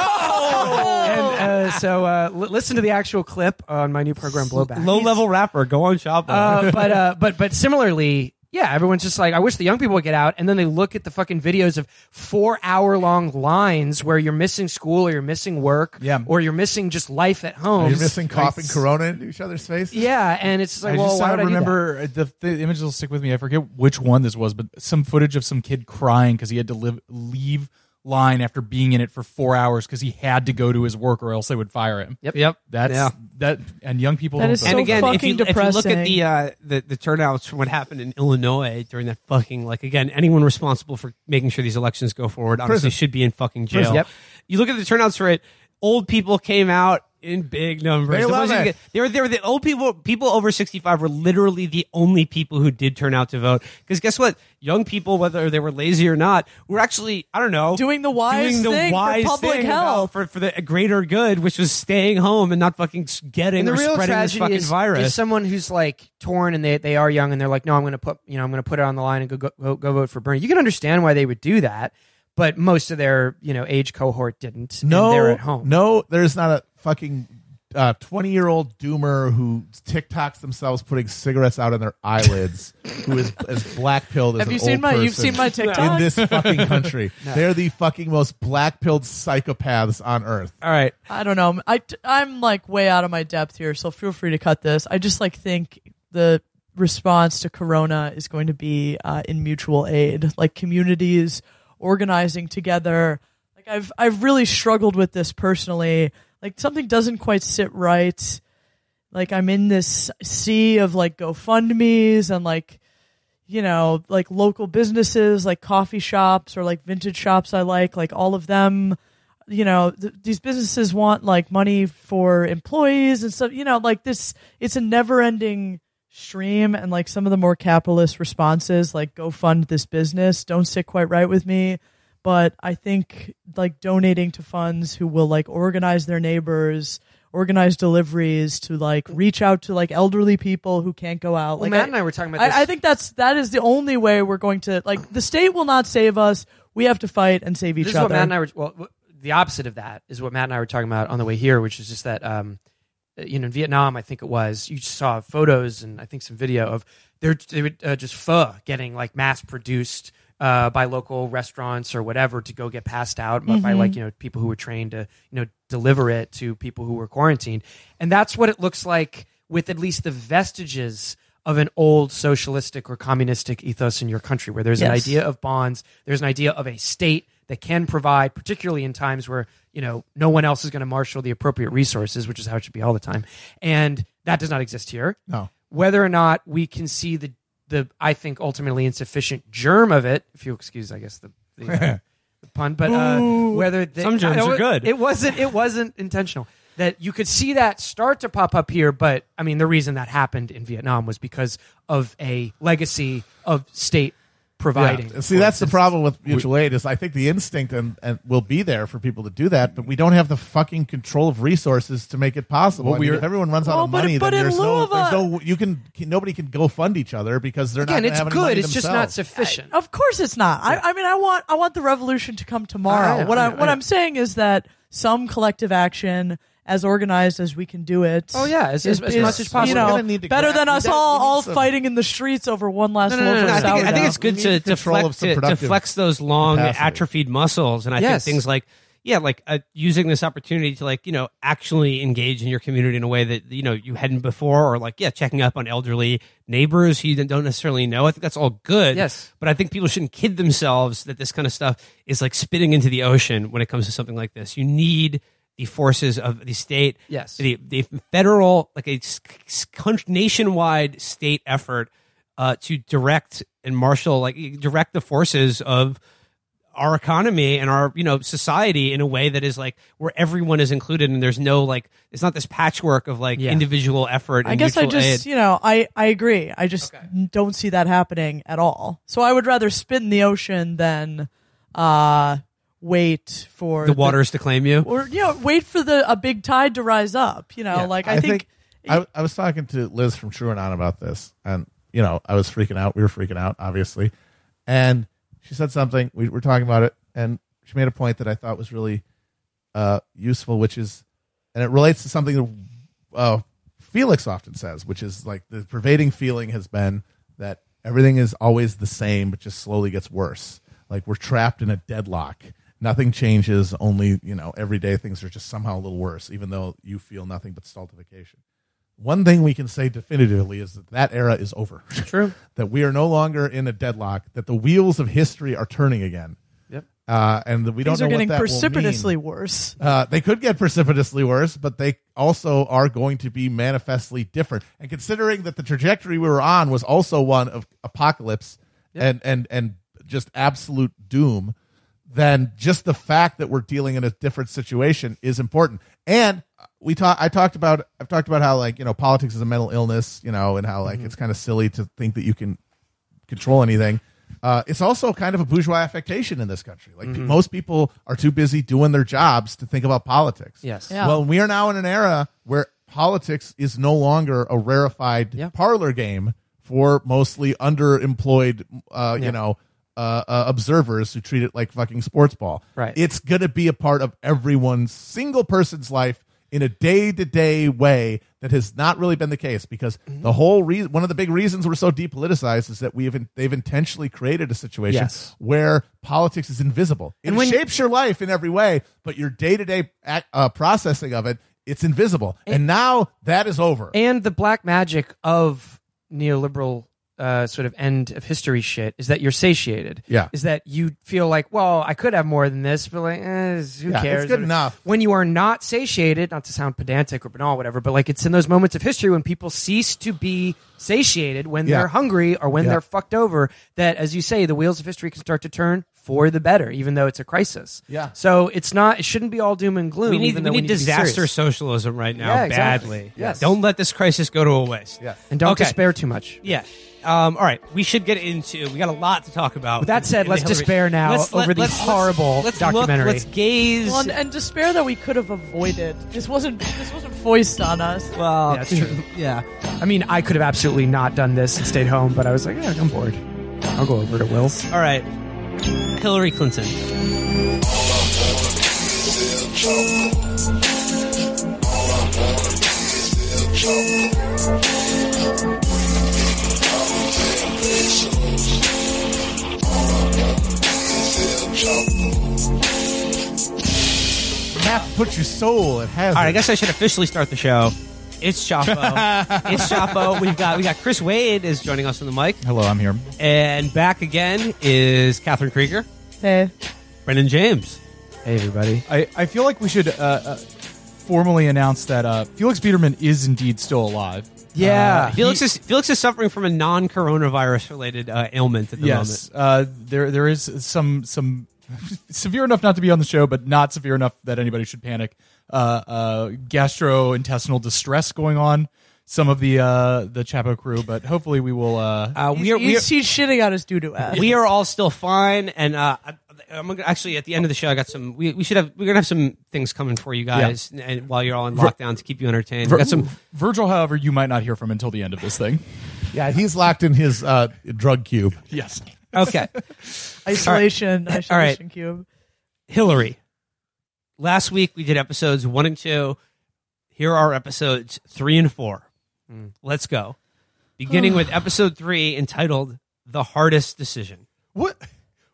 S6: and uh, so uh, l- listen to the actual clip on my new program, Blowback.
S5: Low level rapper, go on shop.
S6: Uh, but uh, but but similarly. Yeah, everyone's just like, I wish the young people would get out, and then they look at the fucking videos of four hour long lines where you're missing school or you're missing work,
S1: Yeah.
S6: or you're missing just life at home.
S3: You're missing coughing Corona into each other's face.
S6: Yeah, and it's just like,
S1: I
S6: well,
S1: just
S6: why
S1: uh,
S6: would I do that?
S1: remember uh, the, the image will stick with me. I forget which one this was, but some footage of some kid crying because he had to live, leave line after being in it for four hours because he had to go to his work or else they would fire him.
S6: Yep.
S5: Yep.
S1: That's
S5: Yeah.
S1: that, and young people.
S2: That
S1: don't
S2: is
S1: vote.
S2: so
S5: and again, if you,
S2: fucking
S5: if you look at the,
S2: depressing.
S5: uh, the the turnouts from what happened in Illinois during that fucking like again, anyone responsible for making sure these elections go forward honestly
S3: Prison.
S5: should be in fucking jail.
S6: Prison. Yep.
S5: You look at the turnouts for it. Old people came out in big numbers.
S3: They
S5: The
S3: love
S5: ones who
S3: it.
S5: get- they were they were the old people. People over sixty five were literally the only people who did turn out to vote. Because guess what? Young people, whether they were lazy or not, were actually I don't know
S2: Doing the wise
S5: doing the
S2: thing for
S5: wise
S2: public
S5: thing about-
S2: health.
S5: for for the greater good, which was staying home and not fucking s- getting
S6: and the
S5: or
S6: real
S5: spreading this
S6: tragedy
S5: fucking
S6: is,
S5: virus.
S6: is someone who's like torn and they, they are young and they're like, no, I'm going to put you know I'm going to put it on the line and go, go go go vote for Bernie. You can understand why they would do that, but most of their you know age cohort didn't. and
S3: No,
S6: they're at home.
S3: No, there's not a fucking twenty year old doomer who TikToks themselves putting cigarettes out on their eyelids, who is as black pilled as
S2: Have
S3: an
S2: you seen
S3: old
S2: my- you've
S3: person
S2: seen my TikTok?
S3: in this fucking country. They're the fucking most black pilled psychopaths on earth.
S5: All right.
S2: I don't know. I I'm like way out of my depth here, so feel free to cut this. I just like think the response to Corona is going to be uh, in mutual aid, like communities organizing together. Like I've I've really struggled with this personally. Like something doesn't quite sit right. Like I'm in this sea of like GoFundmes and like you know, like local businesses, like coffee shops or like vintage shops I like, like all of them, you know, th- these businesses want like money for employees and stuff, you know, like this, it's a never ending stream. And like some of the more capitalist responses, like go fund this business, don't sit quite right with me. But I think like donating to funds who will like organize their neighbors, organize deliveries to like reach out to like elderly people who can't go out.
S6: Well,
S2: like
S6: Matt
S2: I-
S6: and I were talking about this.
S2: I, I think that's that is the only way we're going to like the state will not save us. We have to fight and save each
S6: this is what
S2: other.
S6: Matt and I were. Well, w- the opposite of that is what Matt and I were talking about on the way here, which is just that. Um, you know, in Vietnam, I think it was you saw photos and I think some video of they're they would, uh, just pho getting like mass produced uh, by local restaurants or whatever to go get passed out by like
S2: Mm-hmm.
S6: you know people who were trained to you know deliver it to people who were quarantined, and that's what it looks like with at least the vestiges of an old socialistic or communistic ethos in your country, where there's an
S2: Yes.
S6: idea of bonds, there's an idea of a state that can provide, particularly in times where you know no one else is going to marshal the appropriate resources, which is how it should be all the time, and that does not exist here.
S3: No.
S6: Whether or not we can see the the I think ultimately insufficient germ of it, if you excuse, I guess the. the uh, the Pun, but uh, whether they,
S5: Some germs
S6: I-
S5: are good.
S6: It wasn't. It wasn't intentional. That you could see that start to pop up here, but I mean, the reason that happened in Vietnam was because of a legacy of state providing.
S3: Yeah. See, that's the problem with mutual aid is I think the instinct and, and will be there for people to do that, but we don't have the fucking control of resources to make it possible. I mean,
S1: we're-
S3: if everyone runs out
S2: Well,
S3: of
S2: but-
S3: money,
S2: but
S3: then
S2: in
S3: there's, no,
S2: lieu of
S3: there's
S2: a-
S3: no you can nobody can go fund each other because they're
S6: Again,
S3: not. gonna
S6: it's
S3: have any
S6: good.
S3: money
S6: It's just not
S3: themselves.
S6: sufficient.
S2: Of course, it's not. I, I mean, I want I want the revolution to come tomorrow.
S6: I know,
S2: what
S6: I
S2: I,
S6: know, I
S2: what
S6: know.
S2: I'm saying is that some collective action, as organized as we can do it.
S6: Oh, yeah, as- as- as much as possible.
S2: You
S3: We're
S2: know,
S3: gonna need to
S2: better
S3: grab-
S2: than
S3: we
S2: us
S3: gotta-
S2: all
S3: we need
S2: all
S3: some-
S2: fighting in the streets over one last
S5: No, no,
S2: loaf
S5: no,
S2: of
S5: no. I, think, I
S2: sourdough.
S5: think it's good
S3: We
S5: to,
S3: need
S5: to,
S3: control of
S5: flex,
S3: some
S5: to, to
S3: productive
S5: flex those long
S3: capacity.
S5: atrophied muscles. And I
S6: Yes.
S5: think things like, yeah, like uh, using this opportunity to like, you know, actually engage in your community in a way that, you know, you hadn't before or like, yeah, checking up on elderly neighbors who you don't necessarily know. I think that's all good.
S6: Yes.
S5: But I think people shouldn't kid themselves that this kind of stuff is like spitting into the ocean when it comes to something like this. You need the forces of the state,
S6: Yes.
S5: the, the federal, like a s- s- coun- nationwide state effort uh, to direct and marshal, like direct the forces of our economy and our you know society in a way that is like where everyone is included and there's no like it's not this patchwork of like
S6: Yeah.
S5: individual effort. And
S2: I guess I
S5: mutual
S2: just,
S5: aid.
S2: you know, I, I agree. I just n- don't see that happening at all. So I would rather spin the ocean than uh, wait for
S5: the waters to claim you.
S2: or you know, wait for the a big tide to rise up. You know, like I, think,
S3: I, I was talking to Liz from True and On about this, and you know, I was freaking out. We were freaking out, obviously, and she said something. We were talking about it, and she made a point that I thought was really uh, useful, which is, and it relates to something that uh, Felix often says, which is like the pervading feeling has been that everything is always the same, but just slowly gets worse. Like we're trapped in a deadlock. Nothing changes. Only you know, every day things are just somehow a little worse, even though you feel nothing but stultification one thing we can say definitively is that that era is over.
S6: True.
S3: that we are no longer in a deadlock. That the wheels of history are turning again.
S6: Yep.
S3: Uh, and that we
S2: things
S3: don't
S2: are
S3: know
S2: getting
S3: what that will mean.
S2: precipitously worse.
S3: Uh, they could get precipitously worse, but they also are going to be manifestly different. And considering that the trajectory we were on was also one of apocalypse and and and just absolute doom, then just the fact that we're dealing in a different situation is important. And we talk. I talked about. I've talked about how like you know politics is a mental illness. You know, and how like it's kind of silly to think that you can control anything. Uh, it's also kind of a bourgeois affectation in this country. Like pe- most people are too busy doing their jobs to think about politics.
S6: Yes.
S2: Yeah.
S3: Well, we are now in an era where politics is no longer a rarefied
S6: Yeah.
S3: parlor game for mostly underemployed, uh,
S6: Yeah.
S3: you know, uh, uh, observers who treat it like fucking sports ball.
S6: Right.
S3: It's going to be a part of everyone's single person's life in a day to day way that has not really been the case because
S6: Mm-hmm.
S3: the whole reason, one of the big reasons we're so depoliticized is that we have in- they've intentionally created a situation
S6: Yes.
S3: where politics is invisible. It
S6: And when-
S3: shapes your life in every way, but your day to day processing of it, it's invisible. And, now that is over.
S6: And the black magic of neoliberal uh, sort of end of history shit is that you're satiated.
S3: Yeah.
S6: Is that you feel like, well, I could have more than this, but like, eh, who
S3: Yeah, it's
S6: cares?
S3: good enough.
S6: When you are not satiated, not to sound pedantic or banal, whatever, but like it's in those moments of history when people cease to be satiated, when
S3: Yeah.
S6: they're hungry or when
S3: Yeah.
S6: they're fucked over, that as you say, the wheels of history can start to turn for the better, even though it's a crisis.
S3: Yeah.
S6: So it's not, it shouldn't be all doom and gloom.
S5: We need,
S6: even
S5: we
S6: though
S5: need,
S6: to be
S5: disaster
S6: serious.
S5: socialism right now,
S6: Yeah, exactly.
S5: badly.
S6: Yes.
S5: Don't let this crisis go to a waste.
S3: Yeah.
S6: And don't
S5: Okay.
S6: despair too much.
S5: Yeah. Um, all right. We should get into. We got a lot to talk about.
S6: With that said,
S5: in the
S6: let's
S5: Hillary-
S6: despair now over the horrible
S5: let's
S6: documentary.
S5: Look, let's gaze.
S2: Well, and, and despair that we could have avoided. This wasn't this wasn't foisted on us.
S5: well,
S6: Yeah, it's true.
S5: yeah.
S6: I mean, I could have absolutely not done this and stayed home, but I was like, yeah, I'm bored. I'll go over to Will's.
S5: All right. Hillary Clinton.
S3: You have to put your soul at hazard.
S5: All right. I guess I should officially start the show. It's Chapo. it's Chapo. We've got we got Chris Wade is joining us on the mic,
S1: Hello, I'm here.
S5: and back again is Catherine Krieger,
S2: Hey,
S5: Brendan James.
S6: Hey, everybody.
S1: I, I feel like we should uh, uh, formally announce that uh, Felix Biederman is indeed still alive.
S6: Yeah.
S5: Uh, Felix is Felix is suffering from a non-coronavirus related uh, ailment at the
S1: yes, uh, there there is some some severe enough not to be on the show, but not severe enough that anybody should panic. Uh, uh, gastrointestinal distress going on. Some of the uh, the Chapo crew, but hopefully we will. Uh,
S5: moment. Uh, we
S2: he's,
S5: are we are,
S2: he's, he's shitting on his doo doo ass.
S5: we are all still fine, and uh, I, I'm gonna- actually at the end of the show. I got some. We, we should have. We're gonna have some things coming for you guys, and while you're all in lockdown to keep you entertained. We got some.
S1: Virgil, however, you might not hear from until the end of this thing.
S3: yeah, he's locked in his uh, drug cube.
S1: yes.
S5: Okay,
S2: isolation,
S5: All right.
S2: isolation cube.
S5: Hillary. Last week we did episodes one and two. Here are episodes three and four.
S2: Mm.
S5: Let's go. Beginning with episode three, entitled "The Hardest Decision."
S1: What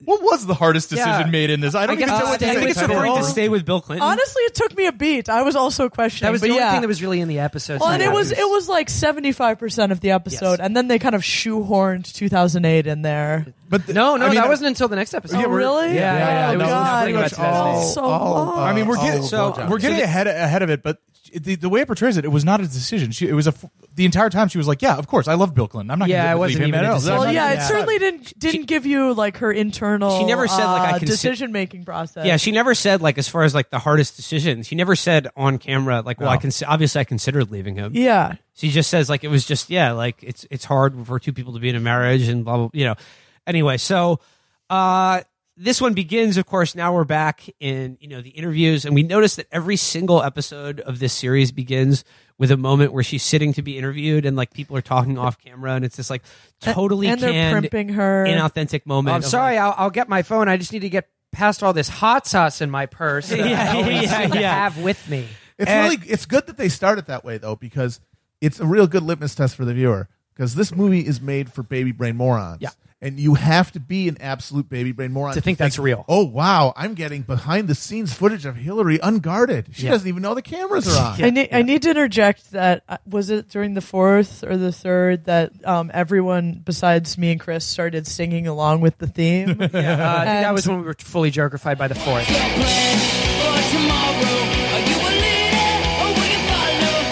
S1: what was the hardest decision
S6: Yeah.
S1: made in this? I don't
S6: I
S1: even
S6: guess
S1: know what
S6: it's- I
S1: the
S6: think
S1: thing
S6: it's
S1: title
S5: referring to
S1: was.
S5: stay with Bill Clinton.
S2: Honestly, it took me a beat. I was also questioning.
S6: That was the
S2: but
S6: only
S2: yeah.
S6: thing that was really in the episode.
S2: Well, and it was it was like seventy five percent of the episode,
S5: Yes.
S2: and then they kind of shoehorned two thousand eight in there.
S3: But
S1: uh,
S3: the-
S6: No, no,
S3: I mean,
S6: that wasn't until the next episode.
S2: oh, really?
S6: Yeah, yeah,
S2: Oh,
S6: it was
S2: God.
S6: pretty much
S2: That's
S6: all-
S2: so
S3: all,
S2: long.
S3: uh,
S1: I mean, we're
S3: all
S1: getting
S3: of
S5: so-
S3: blowjobs.
S1: we're getting ahead ahead of it, but the, the way it portrays it, it was not a decision. She it was a f- the entire time she was like, "Yeah, of course, I love Bill Clinton. I'm not
S6: Yeah, it
S1: going to
S6: wasn't
S1: leave him
S6: even
S1: at
S6: a
S1: all."
S6: decision.
S2: well,
S6: I'm
S2: yeah,
S6: not-
S2: it
S6: yeah.
S2: certainly didn't didn't give you like her internal.
S5: She never said, like, I
S2: uh,
S5: consi-
S2: decision making process.
S5: Yeah, she never said like as far as like the hardest decisions. She never said on camera like, well, I can obviously I considered leaving him.
S2: yeah.
S5: She just says like it was just yeah, like it's it's hard for two people to be in a marriage and blah blah. You know. Anyway, so uh, this one begins. Of course, now we're back in you know the interviews, and we notice that every single episode of this series begins with a moment where she's sitting to be interviewed, and like people are talking off camera, and it's just like totally
S2: and they're
S5: canned,
S2: primping her.
S5: inauthentic moment.
S6: I'm
S5: of,
S6: sorry,
S5: like-
S6: I'll, I'll get my phone. I just need to get past all this hot sauce in my purse that
S5: Yeah,
S6: I always
S5: yeah,
S6: seem to
S5: yeah.
S6: have with me.
S3: It's
S5: And-
S3: really it's good that they start it that way though because it's a real good litmus test for the viewer because this movie is made for baby brain morons.
S6: Yeah.
S3: And you have to be an absolute baby brain moron
S6: To think that's real.
S3: Oh wow, I'm getting behind the scenes footage of Hillary unguarded. She doesn't even know the cameras are on.
S2: I need I need to interject that uh, was it during the fourth or the third that um, everyone besides me and Chris started singing along with the theme.
S6: Uh, I think that
S2: And-
S6: was when we were fully jerkified by the fourth.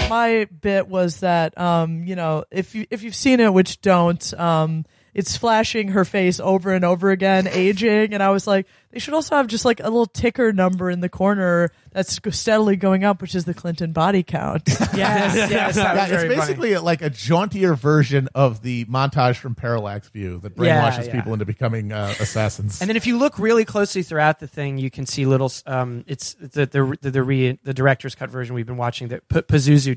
S2: My bit was that um, you know if you if you've seen it, which don't. Um, it's flashing her face over and over again, aging, and I was like, they should also have just like a little ticker number in the corner that's steadily going up, which is the Clinton body count.
S6: Yes, yes, that
S3: Yeah,
S6: was very
S3: it's basically like a jauntier version of the montage from Parallax View that
S6: Yeah,
S3: brainwashes
S6: yeah.
S3: people into becoming uh, assassins.
S6: And then if you look really closely throughout the thing, you can see little. Um, it's the the the, the, re, the director's cut version we've been watching that P- Pazuzu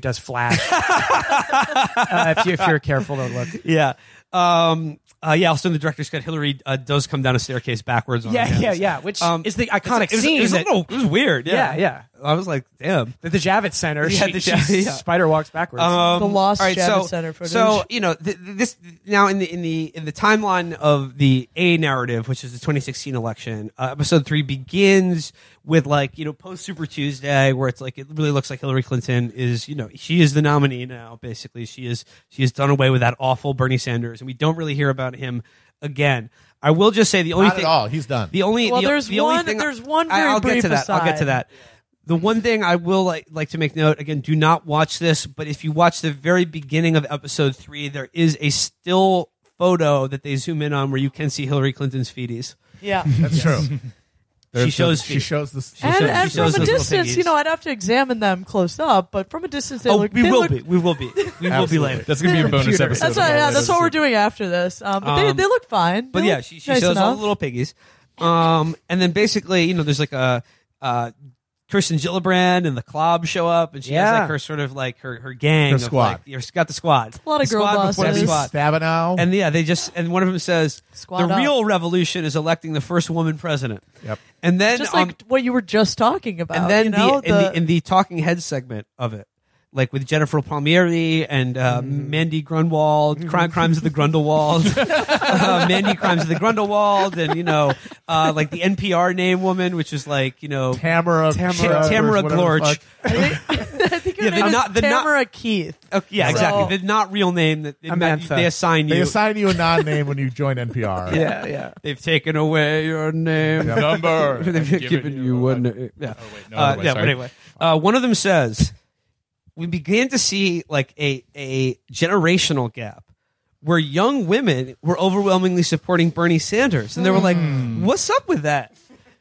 S6: does flash. uh, if, you, if you're careful to look,
S5: yeah. Um, Uh, yeah, also in the director's cut, Hillary uh, does come down a staircase backwards. On
S4: Yeah,
S5: her hands.
S4: yeah, yeah, which
S6: Um,
S4: is the
S5: it's-
S4: iconic
S5: it was-
S4: scene
S5: It was, a
S4: that-
S5: little, it was weird.
S4: Yeah,
S5: Yeah.
S4: yeah.
S5: I was like, damn.
S4: The, the Javits Center.
S5: Yeah,
S4: she,
S5: the
S4: she
S5: Javits- yeah.
S4: Spider walks backwards.
S5: Um,
S2: The lost
S5: all right,
S2: Javits
S5: so,
S2: Center footage.
S5: So you know th- th- this now in the in the in the timeline of the A narrative, which is the 2016 election. Uh, episode three begins with like you know post Super Tuesday, where it's like it really looks like Hillary Clinton is you know she is the nominee now. Basically, she is she has done away with that awful Bernie Sanders, and we don't really hear about him again. I will just say the only
S3: Not
S5: thing
S3: at all. He's done.
S5: the only
S2: Well,
S5: the,
S2: there's
S5: the only
S2: one-
S5: thing-
S2: there's one
S5: I,
S2: very
S5: I'll get
S2: brief
S5: to that. I'll get to
S2: aside.
S5: that. The one thing I will like, like to make note again: do not watch this. But if you watch the very beginning of episode three, there is a still photo that they zoom in on where you can see Hillary Clinton's fetus.
S2: Yeah.
S3: That's true. There's
S5: shows
S3: The, she
S5: feet.
S3: shows this.
S5: She
S2: And,
S5: shows-
S2: and
S5: she shows
S2: from a
S5: those little
S2: distance,
S5: thingies.
S2: you know, I'd have to examine them close up, but from a distance, they
S5: oh,
S2: look.
S5: we
S2: they
S5: will
S2: look-
S5: be. We will be. We will be
S3: Absolutely.
S5: later.
S1: That's gonna be a bonus
S3: Computer.
S1: episode.
S2: That's what, yeah, that's what we're
S1: doing.
S2: doing after this. Um, but they,
S5: Um,
S2: they look fine.
S5: But
S2: They
S5: yeah,
S2: look
S5: she, she
S2: nice
S5: shows all
S2: enough.
S5: the little piggies. Um, and then basically, you know, there's like a uh, Kirsten Gillibrand and the Club show up, and she has
S4: Yeah.
S5: like her sort of like her her gang
S3: Her
S5: of,
S3: squad.
S5: like, you've got the squad,
S2: A lot of
S5: The
S2: girl
S5: squad before the
S2: bosses.
S5: squad.
S3: Stabenow.
S5: And yeah, they just and one of them says
S2: Squad
S5: the
S2: up.
S5: real revolution is electing the first woman president.
S3: Yep.
S5: And then
S2: just
S5: on-
S2: like what you were just talking about.
S5: and then
S2: you know,
S5: the, in the in the talking head segment of it, like with Jennifer Palmieri and uh,
S2: Mm-hmm.
S5: Mandy Grunwald, crime crimes of the Grundlewald, uh, Mandy crimes of the Grundlewald, and you know, uh, like the NPR name woman, which is like you know.
S3: Tamara.
S5: Tamara, Tamara
S3: whatever the
S5: Glorch.
S3: fuck.
S2: I think her
S5: yeah, the
S2: name is
S5: not- the not-
S2: Tamara Keith.
S5: Oh, yeah,
S2: So-
S5: exactly. The not real name that that
S4: Amantha.
S5: they assign you.
S3: They assign you a non-name when you join NPR.
S5: Uh,
S4: yeah, yeah.
S5: They've taken away your name.
S1: number.
S5: They've
S1: I've
S5: given, you
S1: a-
S5: one. Yeah.
S1: Oh, wait, no,
S5: Uh,
S1: other way,
S5: yeah, but
S1: sorry.
S5: anyway, uh, one of them says we began to see like a a generational gap where young women were overwhelmingly supporting Bernie Sanders, and they were like, "What's up with Hmm. that?"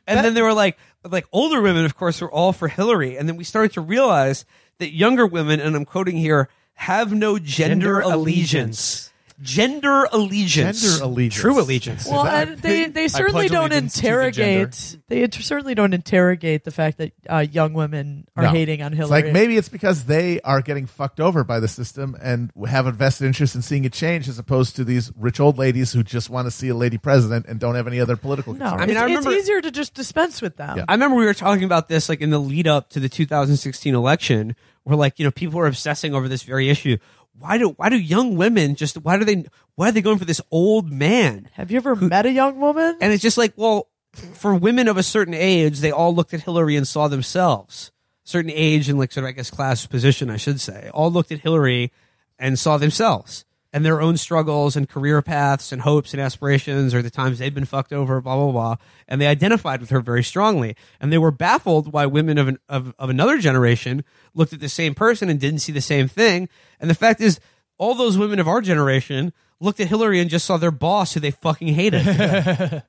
S5: And then they were like, like older women, of course, were all for Hillary, and then we started to realize that younger women, and I'm quoting here, have no gender,
S4: Gender
S5: allegiance. Gender allegiance.
S3: Gender allegiance.
S4: True allegiance.
S2: Well,
S3: that-
S2: and they they certainly
S1: pledge
S2: don't
S1: allegiance to the gender.
S2: interrogate. They inter- certainly don't interrogate the fact that uh, young women are
S3: No.
S2: hating on Hillary.
S3: It's like maybe it's because they are getting fucked over by the system and have a vested interest in seeing it change, as opposed to these rich old ladies who just want to see a lady president and don't have any other political.
S2: no.
S3: concerns.
S5: mean,
S2: it's,
S5: I
S2: it's
S5: remember-
S2: easier to just dispense with them.
S3: Yeah.
S5: I remember we were talking about this like in the lead up to the 2016 election, where like you know people were obsessing over this very issue. Why do why do young women just why do they why are they going for this old man?
S2: Have you ever met a young woman?
S5: And it's just like well, for women of a certain age, they all looked at Hillary and saw themselves. Certain age and like sort of I guess class position, I should say, all looked at Hillary and saw themselves and their own struggles and career paths and hopes and aspirations or the times they've been fucked over, blah blah blah. And they identified with her very strongly, and they were baffled why women of an, of, of another generation looked at the same person and didn't see the same thing. And the fact is, all those women of our generation looked at Hillary and just saw their boss who they fucking hated.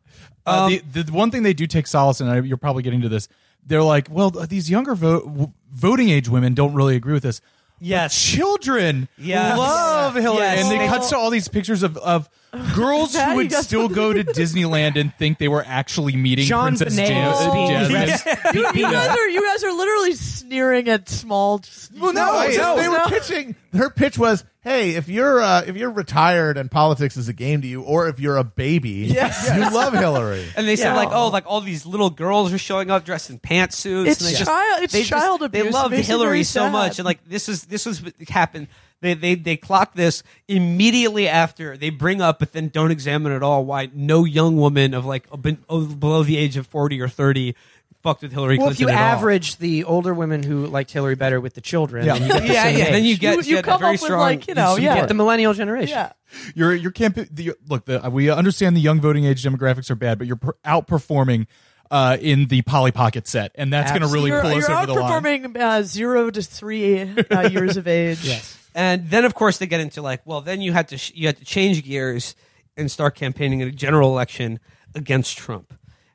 S1: Uh, the, the one thing they do take solace in, and you're probably getting to this, they're like, well, th- these younger vo- w- voting age women don't really agree with this.
S5: yes.
S1: Children
S5: Yes.
S1: love Hillary.
S5: Yes.
S1: And
S5: They-
S1: it cuts to all these pictures of, of girls
S2: That
S1: who
S2: you
S1: would
S2: just-
S1: still go to Disneyland and think they were actually meeting
S4: John
S1: Princess
S4: Bonet
S1: Jas-
S4: is being
S1: Jasmine.
S2: Oh, you, you guys are you guys are literally sneering at small.
S3: Well, no,
S1: No,
S3: no,
S1: no.
S3: they were pitching. Her pitch was, "Hey, if you're uh, if you're retired and politics is a game to you, or if you're a baby,
S2: Yes.
S3: you love Hillary."
S5: And they said
S2: Yeah.
S5: like, oh, like all these little girls are showing up dressed in pantsuits.
S2: It's
S5: and they
S2: child-
S5: Just,
S2: it's
S5: they just-
S2: child abuse.
S5: They
S2: It
S5: loved
S2: makes it very
S5: Hillary so
S2: sad.
S5: much, and like this is this was what happened. They they they clock this immediately after they bring up, but then don't examine at all why no young woman of like a ben- of below the age of forty or thirty fucked with Hillary
S4: Well, if
S5: Clinton.
S4: you
S5: at all.
S4: average the older women who liked Hillary better with the children, then you get the
S5: yeah,
S4: same
S5: yeah, then
S4: age.
S5: you get
S2: You- you
S5: get a
S2: come
S5: very
S2: up with,
S5: strong-
S2: like, you know,
S5: see-
S2: yeah.
S4: get the millennial generation.
S2: Yeah.
S1: your your campaign. The, look, the, we understand the young voting age demographics are bad, but you're per- outperforming uh, in the Polly Pocket set, and that's going to really
S2: you're,
S1: pull
S2: you're
S1: us over the line.
S2: outperforming uh, zero to three uh, years of age.
S5: And then, of course, they get into like, well, then you had to sh- you had to change gears and start campaigning in a general election against Trump.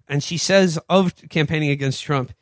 S5: And she says of campaigning against Trump,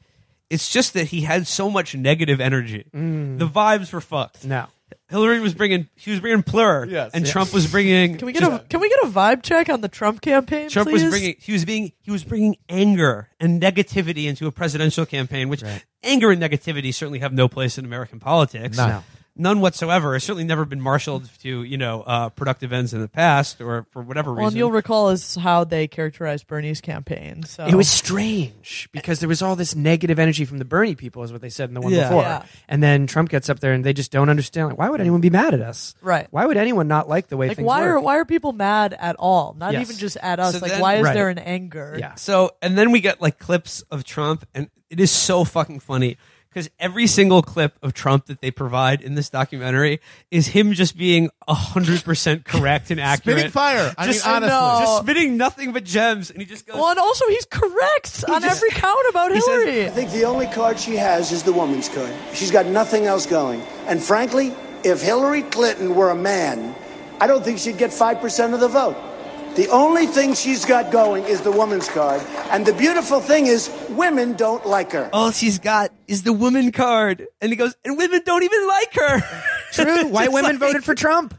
S5: it's just that he had so much negative energy.
S2: Mm.
S5: The vibes were fucked.
S4: No.
S5: Hillary was bringing she was bringing plur,
S1: Yes.
S5: and Trump was bringing.
S2: Can we get a Can we get a vibe check on the Trump campaign?
S5: Trump
S2: please?
S5: was bringing he was being he was bringing anger and negativity into a presidential campaign, which anger and negativity certainly have no place in American politics.
S4: No.
S5: none whatsoever. It's certainly never been marshaled to you know uh, productive ends in the past or for whatever
S2: Well, and
S5: reason.
S2: you'll recall is how they characterized Bernie's campaign. So
S4: It was strange because there was all this negative energy from the Bernie people, is what they said in the one
S5: Yeah.
S4: before.
S2: Yeah.
S4: And then Trump gets up there and they just don't understand. Like, why would anyone be mad at us?
S2: Right.
S4: Why would anyone not like the way
S2: like
S4: things
S2: why are
S4: work?
S2: why are people mad at all? Not
S4: Yes.
S2: even just at us.
S5: So
S2: like
S5: then-
S2: why is
S4: Right.
S2: there an anger?
S4: Yeah.
S5: So, and then we get like clips of Trump, and it is so fucking funny because every single clip of Trump that they provide in this documentary is him just being hundred percent correct and accurate,
S3: Spitting fire. I
S5: Just-
S3: mean, honestly.
S2: no.
S5: just spitting nothing but gems, and he just goes.
S2: Well, and also he's correct on every count about
S5: says-
S2: Hillary.
S7: I think the only card she has is the woman's card. She's got nothing else going. And frankly, if Hillary Clinton were a man, I don't think she'd get 5% of the vote. The only thing she's got going is the woman's card. And the beautiful thing is, women don't like her.
S5: all she's got is the woman card, and he goes, and women don't even like her.
S4: True. Why women voted for Trump?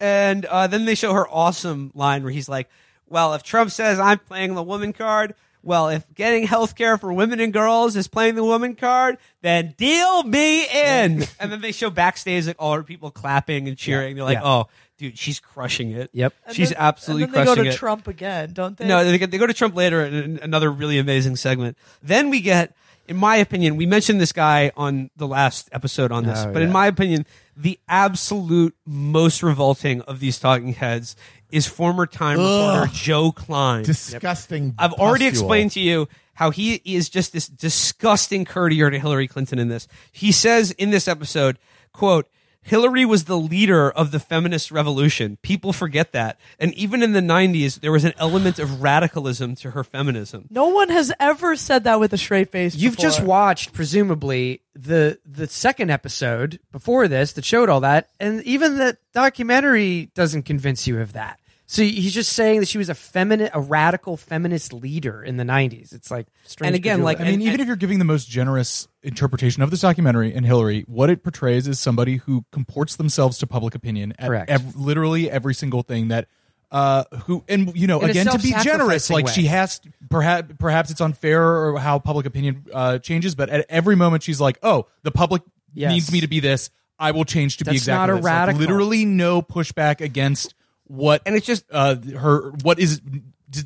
S5: And uh, then they show her awesome line where he's like, "Well, if Trump says I'm playing the woman card, well, if getting health care for women and girls is playing the woman card, then deal me in." and then they show backstage like all her people clapping and cheering. They're like,
S4: Yeah.
S5: "Oh, dude, she's crushing it.
S4: Yep.
S2: And
S5: she's
S2: then-
S5: absolutely
S2: and then
S5: crushing
S2: they go to
S5: it."
S2: Trump again, don't they?
S5: No, they, get- they go to Trump later in an- another really amazing segment. Then we get, in my opinion, we mentioned this guy on the last episode on this,
S4: Oh,
S5: but in
S4: yeah.
S5: my opinion, the absolute most revolting of these talking heads is former Time reporter Joe Klein.
S3: Disgusting.
S5: I've already
S3: pustule.
S5: explained to you how he is just this disgusting courtier to Hillary Clinton in this. He says in this episode, quote, Hillary was the leader of the feminist revolution. People forget that. And even in the 90s, there was an element of radicalism to her feminism.
S2: No one has ever said that with a straight face.
S4: You've
S2: before.
S4: just watched, presumably, the the second episode before this that showed all that, and even the documentary doesn't convince you of that. So he's just saying that she was a feminine, a radical feminist leader in the '90s. It's like strange.
S5: And again, like-
S1: I mean,
S5: And-
S1: even
S5: and-
S1: if you're giving the most generous interpretation of this documentary and Hillary, what it portrays is somebody who comports themselves to public opinion at
S4: Correct.
S1: ev- literally every single thing that. Uh, who and you know
S4: In a
S1: again to be generous,
S4: self-sacrificing
S1: like
S4: way.
S1: she has perhaps perhaps it's unfair or how public opinion uh, changes, but at every moment she's like, oh, the public
S4: Yes.
S1: needs me to be this. I will change to be
S4: That's
S1: exactly
S4: not a
S1: this. Like,
S4: radical.
S1: literally, no pushback against what
S5: And it's just-
S1: uh, her what is d-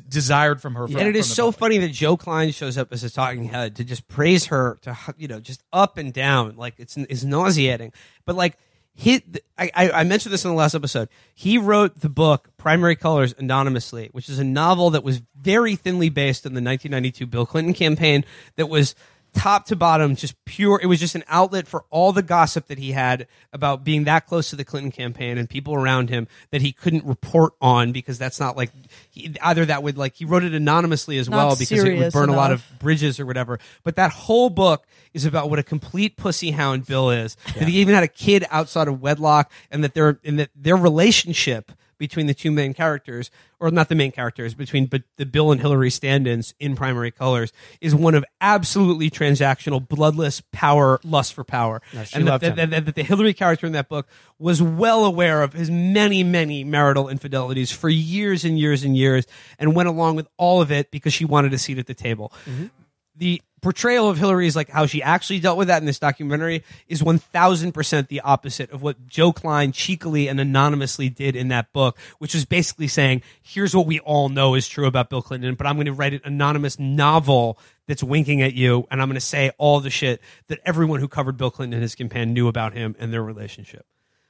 S1: desired from her. From,
S5: and it
S1: from
S5: is
S1: the
S5: so
S1: public.
S5: funny that Joe Klein shows up as a talking head to just praise her to you know just up and down like it's it's nauseating. But like he, I, I I mentioned this in the last episode. He wrote the book Primary Colors anonymously, which is a novel that was very thinly based on the 1992 Bill Clinton campaign that was top to bottom just pure it was just an outlet for all the gossip that he had about being that close to the clinton campaign and people around him that he couldn't report on because that's not like he, either that would like he wrote it anonymously as
S2: Not
S5: well because it would
S2: serious
S5: burn a lot of
S2: enough.
S5: bridges or whatever but that whole book is about what a complete pussy hound bill is that he even had a kid outside of wedlock and that their and that their relationship between the two main characters, or not the main characters, between but the Bill and Hillary stand-ins in primary colors is one of absolutely transactional, bloodless power, lust for power,
S4: she
S5: and that,
S4: loved
S5: that,
S4: him.
S5: that- that the Hillary character in that book was well aware of his many, many marital infidelities for years and years and years, and went along with all of it because she wanted a seat at the table
S4: Mm-hmm.
S5: the portrayal of Hillary is like how she actually dealt with that in this documentary is 1000% the opposite of what Joe Klein cheekily and anonymously did in that book, which was basically saying, here's what we all know is true about Bill Clinton, but I'm going to write an anonymous novel that's winking at you, and I'm going to say all the shit that everyone who covered Bill Clinton and his campaign knew about him and their relationship.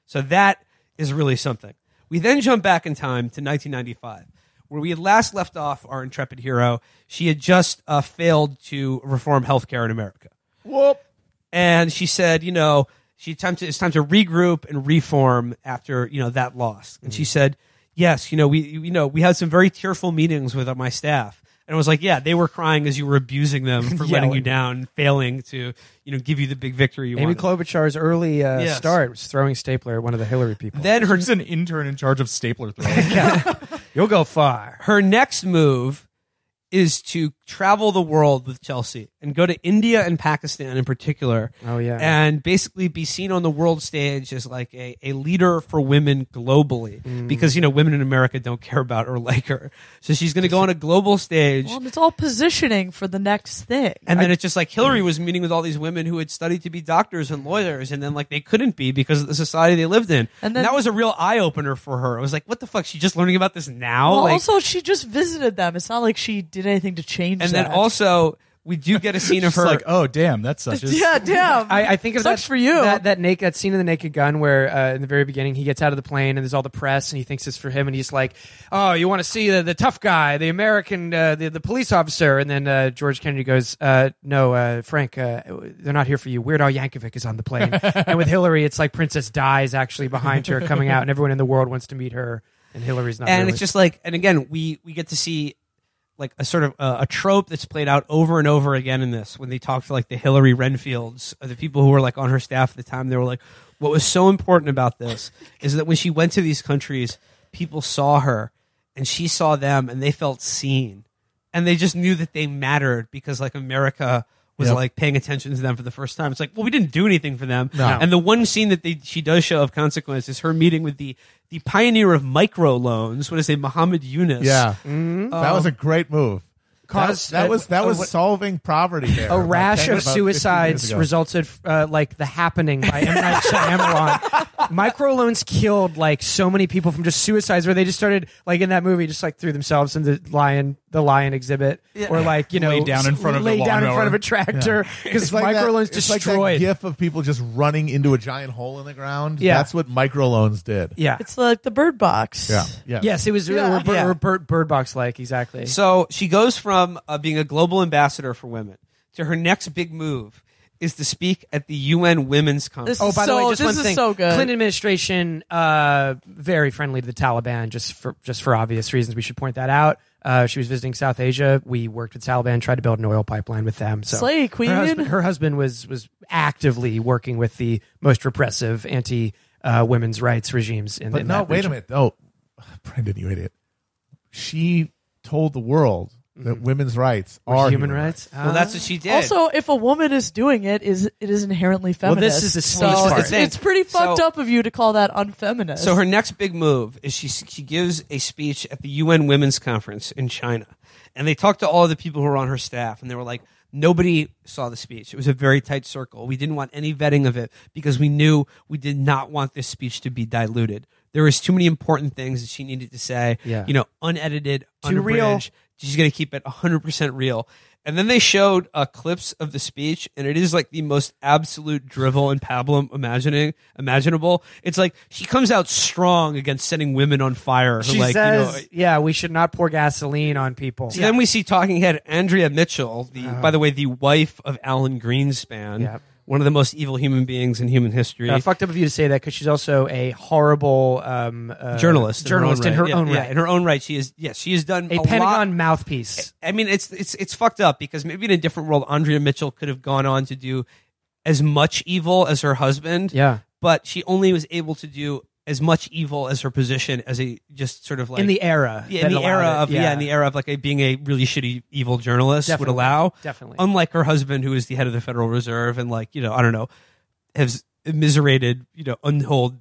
S5: So that is really something. We then jump back in time to 1995, where we had last left off our intrepid hero. She had just uh, failed to reform healthcare in America.
S3: Whoop.
S5: And she said, you know, she time to, it's time to regroup and reform after, you know, that loss. And she said, yes, you know, we, you know, we had some very tearful meetings with uh, my staff. And I was like, yeah, they were crying as you were abusing them for letting you
S4: Yelling.
S5: down, failing to, you know, give you the big victory you
S4: Amy
S5: wanted.
S4: Klobuchar's early uh,
S5: Yes.
S4: start was throwing stapler at one of the Hillary people.
S5: then her
S1: She's an intern in charge of stapler throwing.
S4: You'll go far.
S5: her next move is to travel the world with Chelsea and go to India and Pakistan in particular.
S4: Oh, yeah.
S5: And basically be seen on the world stage as like a, a leader for women globally
S2: Mm.
S5: because, you know, women in America don't care about or like her. So she's going to go on a global stage.
S2: Well, it's all positioning for the next thing.
S5: And then it's just like Hillary was meeting with all these women who had studied to be doctors and lawyers, and then like they couldn't be because of the society they lived in.
S2: And
S5: And,
S2: then-
S5: that was a real eye opener for her. It was like, what the fuck? She just learning about this now?
S4: Oh,
S2: well,
S5: Like-
S2: also, she just visited them. It's not like she did anything to change
S5: and
S2: that.
S5: then also we do get a scene of
S1: It's
S5: her.
S1: like, oh damn, that sucks.
S2: yeah, damn.
S4: I, I think of
S2: Sucks
S4: that,
S2: for you.
S4: That that, naked, that scene in the Naked Gun where uh, in the very beginning he gets out of the plane and there's all the press and he thinks it's for him and he's like, "Oh, you want to see the, the tough guy, the American, uh, the the police officer?" And then uh, George Kennedy goes, uh, "No, uh, Frank, uh, they're not here for you. Weird Al Yankovic is on the plane." and with Hillary, it's like Princess Di is actually behind her coming out, and everyone in the world wants to meet her, and Hillary's not.
S5: and
S4: really.
S5: it's just like, and again, we we get to see like a sort of uh, a trope that's played out over and over again in this when they talk to like the Hillary Renfields, or the people who were like on her staff at the time. They were like, what was so important about this is that when she went to these countries, people saw her and she saw them, and they felt seen, and they just knew that they mattered because like America. Was
S1: Yep.
S5: like paying attention to them for the first time. It's like, well, we didn't do anything for them.
S4: No.
S5: And the one scene that they, she does show of consequence is her meeting with the the pioneer of micro loans. What is it, Muhammad Yunus?
S3: Yeah, that was a great move.
S4: Caused-
S3: that, that was that
S4: Mm-hmm. uh,
S3: was
S4: what-
S3: solving poverty. There,
S4: a
S3: about
S4: rash
S3: 10
S4: of
S3: about 15 years
S4: suicides
S3: ago.
S4: resulted, uh, like the happening by M Night Shyamalan. Microloans killed like so many people from just suicides, where they just started like in that movie, just like threw themselves in the lion, the lion exhibit, or like you know,
S1: Lay down in front of the
S4: lay down in
S1: lawnmower.
S4: front of a tractor because
S3: It's like that-
S4: microloans
S3: it's like that
S4: destroyed.
S3: gif of people just running into a giant hole in the ground.
S4: Yeah.
S3: that's what microloans did.
S4: yeah.
S2: it's like the bird box.
S3: yeah, yeah.
S4: Yes, it was
S2: Yeah.
S4: or Bird,
S5: Yeah.
S4: or bird, bird Box like exactly.
S5: So she goes from uh, being a global ambassador for women to her next big move is to speak at the UN Women's Conference.
S2: This is
S4: Oh, by the
S2: So
S4: way, just
S2: this
S4: one
S2: is
S4: thing.
S2: so good.
S4: Clinton administration uh, very friendly to the Taliban, just for just for obvious reasons. We should point that out. Uh, she was visiting South Asia. We worked with Taliban, tried to build an oil pipeline with them. So
S2: Slay, queen.
S4: Her husband, her husband was was actively working with the most repressive anti uh, women's rights regimes. In,
S3: but
S4: in
S3: no,
S4: that
S3: wait
S4: region.
S3: a minute. Oh, Brendan, you idiot. She told the world that women's rights
S4: Were
S3: are
S4: Mm-hmm. human rights.
S5: Oh, well, that's what she did.
S2: Also, if a woman is doing it, is it is inherently feminist?
S4: this is the
S2: so
S4: sneeze part.
S2: It's, it's pretty
S5: So-
S2: fucked up of you to call that unfeminist.
S5: So her next big move is she she gives a speech at the UN Women's Conference in China, and they talked to all the people who were on her staff, and they were like, nobody saw the speech. It was a very tight circle. We didn't want any vetting of it because we knew we did not want this speech to be diluted. There was too many important things that she needed to say.
S4: Yeah.
S5: you know, unedited,
S4: Too real.
S5: unabridged. She's going to keep it 100% real. And then they showed uh, clips of the speech, and it is like the most absolute drivel and pablum imagining imaginable. It's like she comes out strong against setting women on fire. who,
S4: She
S5: like,
S4: says,
S5: you know,
S4: "Yeah, we should not pour gasoline on people."
S5: so then we see talking head Andrea Mitchell, the
S4: Uh-huh.
S5: by the way, the wife of Alan Greenspan,
S4: Yeah.
S5: one of the most evil human beings in human history.
S4: Uh, fucked up of you to say that because she's also a horrible um, uh,
S5: journalist,
S4: Journalist in her
S5: Yeah,
S4: own
S5: yeah,
S4: right.
S5: in her own right. She is yes, she has done
S4: a,
S5: lot-
S4: Pentagon mouthpiece.
S5: I mean, it's it's it's fucked up because maybe in a different world, Andrea Mitchell could have gone on to do as much evil as her husband.
S4: Yeah.
S5: but she only was able to do as much evil as her position as a just sort of like
S4: in the era.
S5: Yeah, in
S4: that
S5: the
S4: allowed
S5: era
S4: it.
S5: of yeah. in the era of like a, being a really shitty evil journalist
S4: Definitely.
S5: would allow.
S4: Definitely.
S5: Unlike her husband, who is the head of the Federal Reserve, and like you know, I don't know, has immiserated you know untold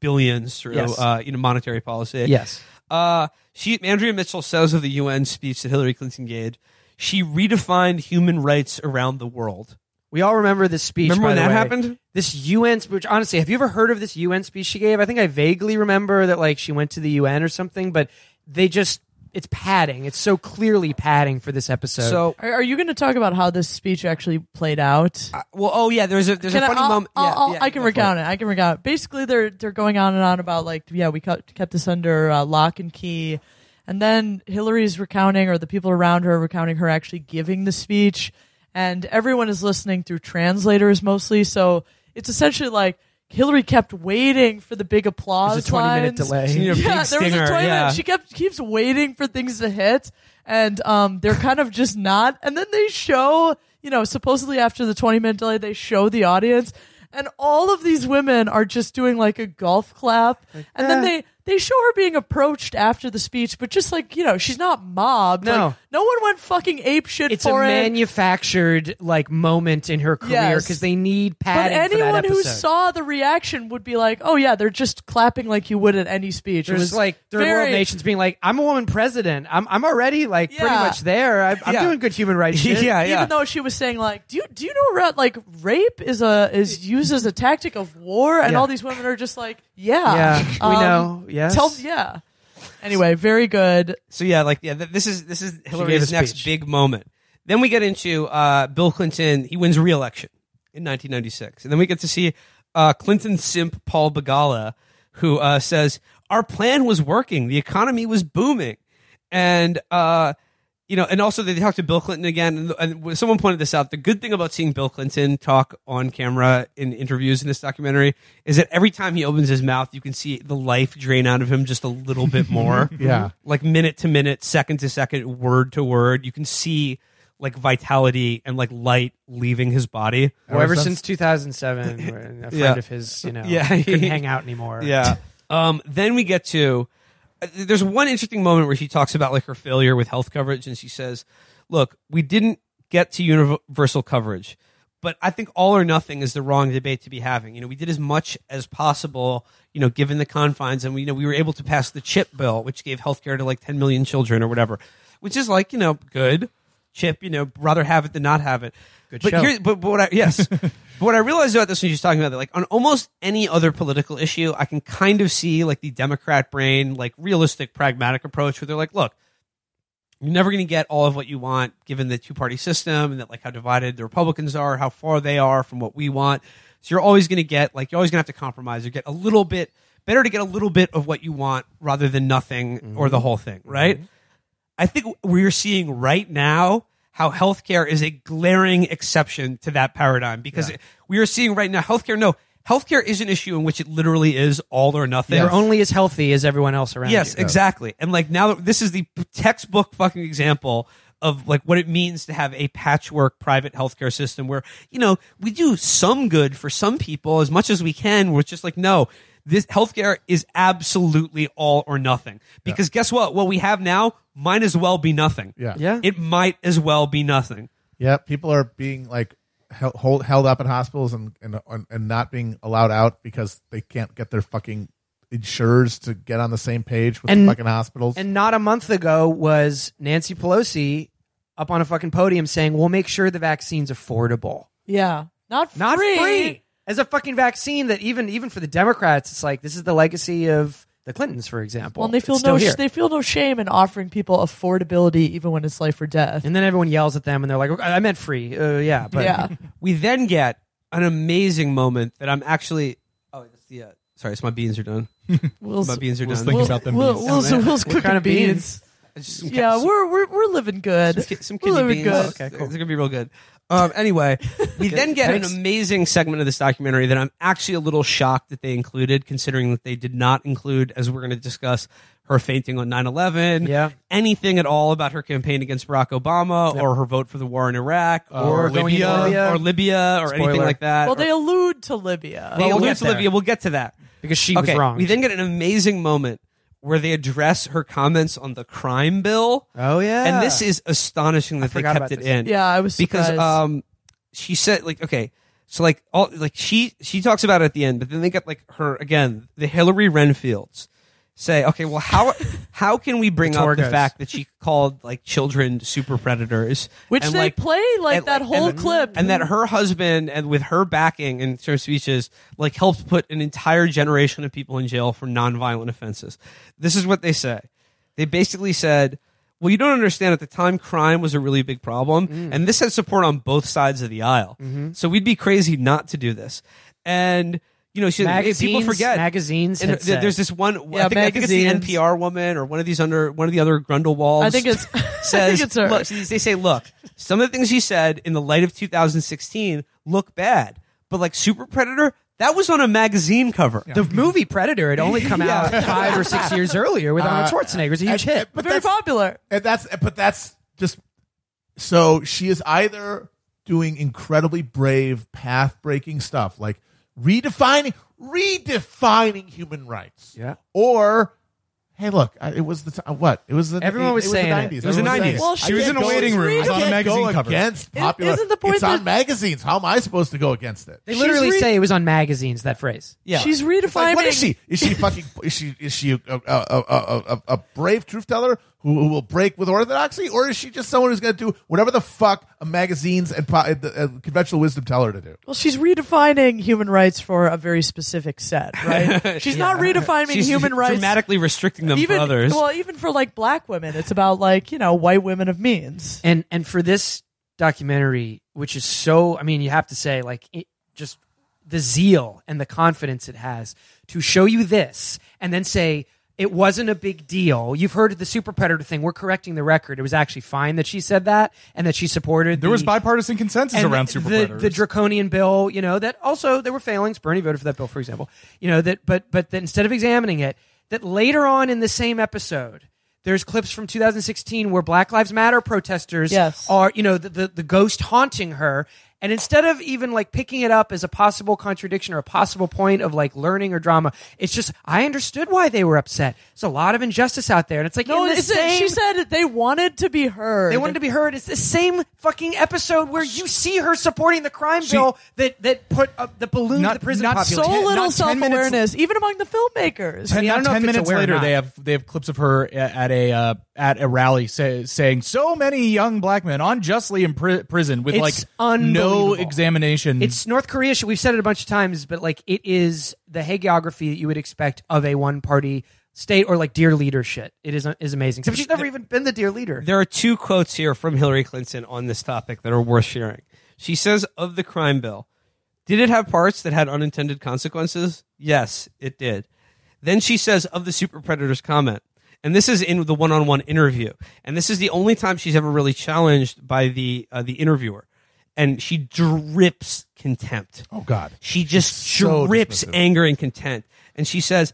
S5: billions through
S4: Yes.
S5: uh, you know monetary policy.
S4: yes.
S5: Uh, she Andrea Mitchell says of the UN speech that Hillary Clinton gave, she redefined human rights around the world.
S4: We all remember this speech.
S5: Remember
S4: by
S5: when
S4: the
S5: that
S4: way.
S5: happened?
S4: This UN speech. Honestly, have you ever heard of this UN speech she gave? I think I vaguely remember that, like she went to the UN or something. But they just—it's padding. It's so clearly padding for this episode.
S5: So,
S2: are, are you going to talk about how this speech actually played out?
S5: well, oh yeah, there's a there's
S2: Can
S5: a
S2: I-
S5: funny
S2: I'll-
S5: moment.
S2: I'll-
S5: yeah,
S2: I'll-
S5: yeah,
S2: I can
S5: go for it.
S2: recount it. I can recount it. Basically, they're they're going on and on about like, yeah, we kept kept this under uh, lock and key, and then Hillary's recounting, or the people around her recounting her actually giving the speech, and everyone is listening through translators mostly. So it's essentially like Hillary kept waiting for the big applause.
S4: there's a twenty-minute
S2: lines
S4: delay.
S5: She needed a
S2: yeah,
S5: big
S2: there was
S5: stinger,
S2: a 20
S5: yeah.
S2: minute. She kept keeps waiting for things to hit, and um, they're kind of just not. And then they show, you know, supposedly after the twenty minute delay, they show the audience, and all of these women are just doing like a golf clap, and then they They show her being approached after the speech, but just like you know, she's not mobbed.
S4: No.
S2: Like, no one went fucking ape shit
S4: It's a
S2: for it.
S4: manufactured like moment in her career
S2: Yes.
S4: because they need
S2: But
S4: padding for
S2: anyone
S4: that
S2: who
S4: episode.
S2: saw the reaction would be like, "Oh yeah, they're just clapping like you would at any speech." it
S4: There's
S2: was
S4: like third
S2: very-
S4: world nations being like, "I'm a woman president. I'm I'm already like pretty
S2: Yeah.
S4: much there. I, I'm
S5: Yeah.
S4: doing good human rights." shit."
S5: yeah, yeah.
S2: Even though she was saying like, "Do you do you know about like rape is a is used as a tactic of war?" And
S4: Yeah.
S2: all these women are just like, "Yeah,
S4: Yeah, we
S2: um,
S4: know. Yes.
S2: Tell yeah. Anyway, very good.
S5: So yeah, like yeah, th- this is this is
S4: gave a
S5: Hillary's next
S4: speech.
S5: big moment. Then we get into uh, Bill Clinton. He wins re-election in 1996, and then we get to see uh, Clinton simp Paul Begala, who uh, says our plan was working, the economy was booming, and uh, you know, and also they talked to Bill Clinton again. And, and when someone pointed this out. The good thing about seeing Bill Clinton talk on camera in interviews in this documentary is that every time he opens his mouth, you can see the life drain out of him just a little bit more.
S3: Yeah.
S5: like minute to minute, second to second, word to word. You can see like vitality and like light leaving his body.
S4: Well, ever
S3: Ever
S4: since 2007, when a friend
S5: Yeah.
S4: of his, you know,
S5: Yeah.
S4: couldn't hang out anymore.
S5: Yeah. Um, then we get to uh, there's one interesting moment where she talks about like her failure with health coverage, and she says, "Look, we didn't get to universal coverage, but I think all or nothing is the wrong debate to be having. You know, we did as much as possible, you know, given the confines, and we you know we were able to pass the chip bill, which gave health care to like 10 million children or whatever, which is like you know good." Chip, you know, rather have it than not have it. Good but
S4: show.
S5: here- but, but what I yes, but what I realized about this when she was talking about it, like on almost any other political issue, I can kind of see like the Democrat brain, like realistic, pragmatic approach, where they're like, look, you're never going to get all of what you want given the two party system and that like how divided the Republicans are, how far they are from what we want. So you're always going to get like you're always going to have to compromise or get a little bit better to get a little bit of what you want rather than nothing or the whole thing, right? I think we're seeing right now how healthcare is a glaring exception to that paradigm because we are seeing right now healthcare no healthcare is an issue in which it literally is all or nothing
S4: You're only as healthy as everyone else around
S5: Yes,
S4: you.
S5: exactly. And like now, that- this is the textbook fucking example of like what it means to have a patchwork private healthcare system where you know we do some good for some people as much as we can. We're just like no. This healthcare is absolutely all or nothing because guess what? What we have now might as well be nothing.
S3: Yeah.
S4: Yeah.
S5: it might as well be nothing.
S3: Yeah, people are being like hel- hold, held up in hospitals and, and and not being allowed out because they can't get their fucking insurers to get on the same page with
S4: And-
S3: the fucking hospitals.
S4: And not a month ago was Nancy Pelosi up on a fucking podium saying, "We'll make sure the vaccine's affordable,
S2: Yeah, not
S4: not free. As a fucking vaccine that even even for the Democrats, it's like this is the legacy of the Clintons, for example.
S2: Well, and they feel
S4: It's still
S2: no
S4: here.
S2: sh- they feel no shame in offering people affordability even when it's life or death.
S4: and then everyone yells at them, and they're like, "I I meant free." Uh, yeah, but
S2: yeah,
S5: We then get an amazing moment that I'm actually. Oh, that's the. Uh, sorry, it's my beans are done.
S2: Will's,
S5: My beans are
S1: Will's
S5: done.
S1: thinking
S2: Will-
S1: about them
S2: Will-
S1: beans.
S2: Will's,
S5: Oh, man.
S2: Will's
S4: What
S2: cooking
S4: kind of beans?
S5: I just-
S2: Yeah, we're, we're we're living good.
S5: Some, ki- some
S2: we're
S5: kidney
S2: living
S5: beans.
S2: good.
S5: okay, It's gonna be real good. Um, anyway, we then get
S4: Thanks.
S5: an amazing segment of this documentary that I'm actually a little shocked that they included, considering that they did not include, as we're going to discuss, her fainting on 9/11.
S4: Yeah.
S5: anything at all about her campaign against Barack Obama or her vote for the war in Iraq
S4: Or going to Uh, Libya.
S5: or Libya or anything
S4: Spoiler.
S5: like that.
S2: Well,
S5: Or-
S2: they allude to Libya.
S5: they
S4: we'll
S5: allude
S4: get
S5: to
S4: there.
S5: Libya. We'll get to that
S4: because she was wrong.
S5: we then get an amazing moment where they address her comments on the crime bill.
S4: oh yeah,
S5: And this is astonishing that they
S4: forgot
S5: kept
S4: about
S5: it
S4: this.
S5: in.
S2: yeah, I was
S5: Because
S4: uh,
S2: surprised.
S5: um she said like okay, so like all like she she talks about it at the end, but then they got like her again, the Hillary Renfields say, okay, well how how can we bring
S4: The
S5: up the
S4: Torgos.
S5: fact that she called like children super predators?
S2: which
S5: and,
S2: they
S5: like,
S2: play like
S5: and,
S2: that
S5: like,
S2: whole
S5: and-
S2: clip,
S5: and that her husband and with her backing in terms of speeches like helped put an entire generation of people in jail for nonviolent offenses this is what they say they basically said well you don't understand at the time crime was a really big problem
S2: Mm.
S5: and this had support on both sides of the aisle
S2: Mm-hmm.
S5: so we'd be crazy not to do this and you know she, people
S4: Magazines-
S5: forget
S4: magazines
S5: and
S4: had
S5: there- there's
S4: said.
S5: this one
S2: Yeah,
S5: I, think, I think it's the
S2: magazines.
S5: npr woman or one of these under one of the other grundlewalds
S2: I think it's I
S5: says
S2: think it's her.
S5: look, they say look some of the things he said in the light of 2016 look bad but like super predator that was on a magazine cover
S4: The movie Predator had only come out five or six years earlier with Arnold Schwarzenegger. It was a huge hit.
S3: but
S2: very
S3: that's,
S2: popular.
S3: and that's but that's just so she is either doing incredibly brave path breaking stuff like redefining redefining human rights.
S4: Yeah.
S3: Or hey, look, I, it was the time. What it was the
S4: Everyone
S3: it,
S4: was saying it.
S3: the 90s.
S4: It was
S5: the
S3: Everyone
S5: 90s.
S2: Well,
S3: saying it.
S2: She
S3: I
S2: was in
S3: can't
S2: a
S3: go-
S2: waiting room. It was
S3: I
S1: on a
S3: can't
S1: magazine
S3: go
S1: cover.
S3: Against popular.
S2: isn't the point
S3: it's on
S2: that-
S3: magazines. How am I supposed to go against it?
S4: They
S2: She's
S4: literally
S2: re-
S4: say it was on magazines. That phrase.
S5: Yeah.
S2: She's
S3: It's like,
S2: redefining.
S3: what is she? Is she fucking? Is she? Is she a, a, a, a, a, a brave truth teller who, who will break with orthodoxy, or is she just someone who's going to do whatever the fuck a magazines and po- uh, the, uh, conventional wisdom tell her to do?
S2: Well, she's redefining human rights for a very specific set, right? She's not redefining
S5: She's
S2: human rights.
S5: dramatically restricting them
S2: even
S5: for others.
S2: well, even for like black women, it's about like you know white women of means.
S4: And and for this documentary, which is so, I mean, you have to say like it, just the zeal and the confidence it has to show you this, and then say it wasn't a big deal. You've heard of the super predator thing. We're correcting the record. It was actually fine that she said that and that she supported.
S1: There was
S4: the-
S1: bipartisan consensus
S4: and
S1: around
S4: the-
S1: super
S4: the,
S1: predators.
S4: the draconian bill, you know, that also there were failings. Bernie voted for that bill, for example. You know that, but but that instead of examining it, that later on in the same episode, there's clips from 2016 where Black Lives Matter protesters
S2: Yes.
S4: are, you know, the, the the ghost haunting her, and instead of even like picking it up as a possible contradiction or a possible point of like learning or drama, it's just I understood why they were upset. There's a lot of injustice out there, and it's like
S2: No,
S4: in the
S2: it's a-
S4: same
S2: she said they wanted to be heard.
S4: they wanted to be heard. It's the same fucking episode where you see her supporting the crime bill that that put up the balloon
S1: Not-
S4: the prison
S1: not
S2: so
S4: population.
S1: Ten-
S2: little
S1: not ten
S2: self
S1: minutes-
S2: awareness, even among the filmmakers.
S1: Ten,
S4: mean, I don't know
S1: ten
S4: if it's
S1: minutes
S4: aware or
S1: later,
S4: not.
S1: they have they have clips of her a- at a uh, at a rally say, saying so many young black men unjustly in pri- prison with
S4: It's
S1: like no
S4: unbelievable.
S1: examination.
S4: It's North Korea. We've said it a bunch of times, but like it is the hagiography that you would expect of a one party state or like dear leader shit. It is is amazing. Except she's never even been the dear leader.
S5: there are two quotes here from Hillary Clinton on this topic that are worth sharing. She says of the crime bill, did it have parts that had unintended consequences? Yes, it did. Then she says of the super predators comment, and this is in the one-on-one interview, and this is the only time she's ever really challenged by the uh, the interviewer, and she drips contempt.
S3: Oh God,
S5: She just
S3: so
S5: drips
S3: dismissive.
S5: anger and contempt. And she says,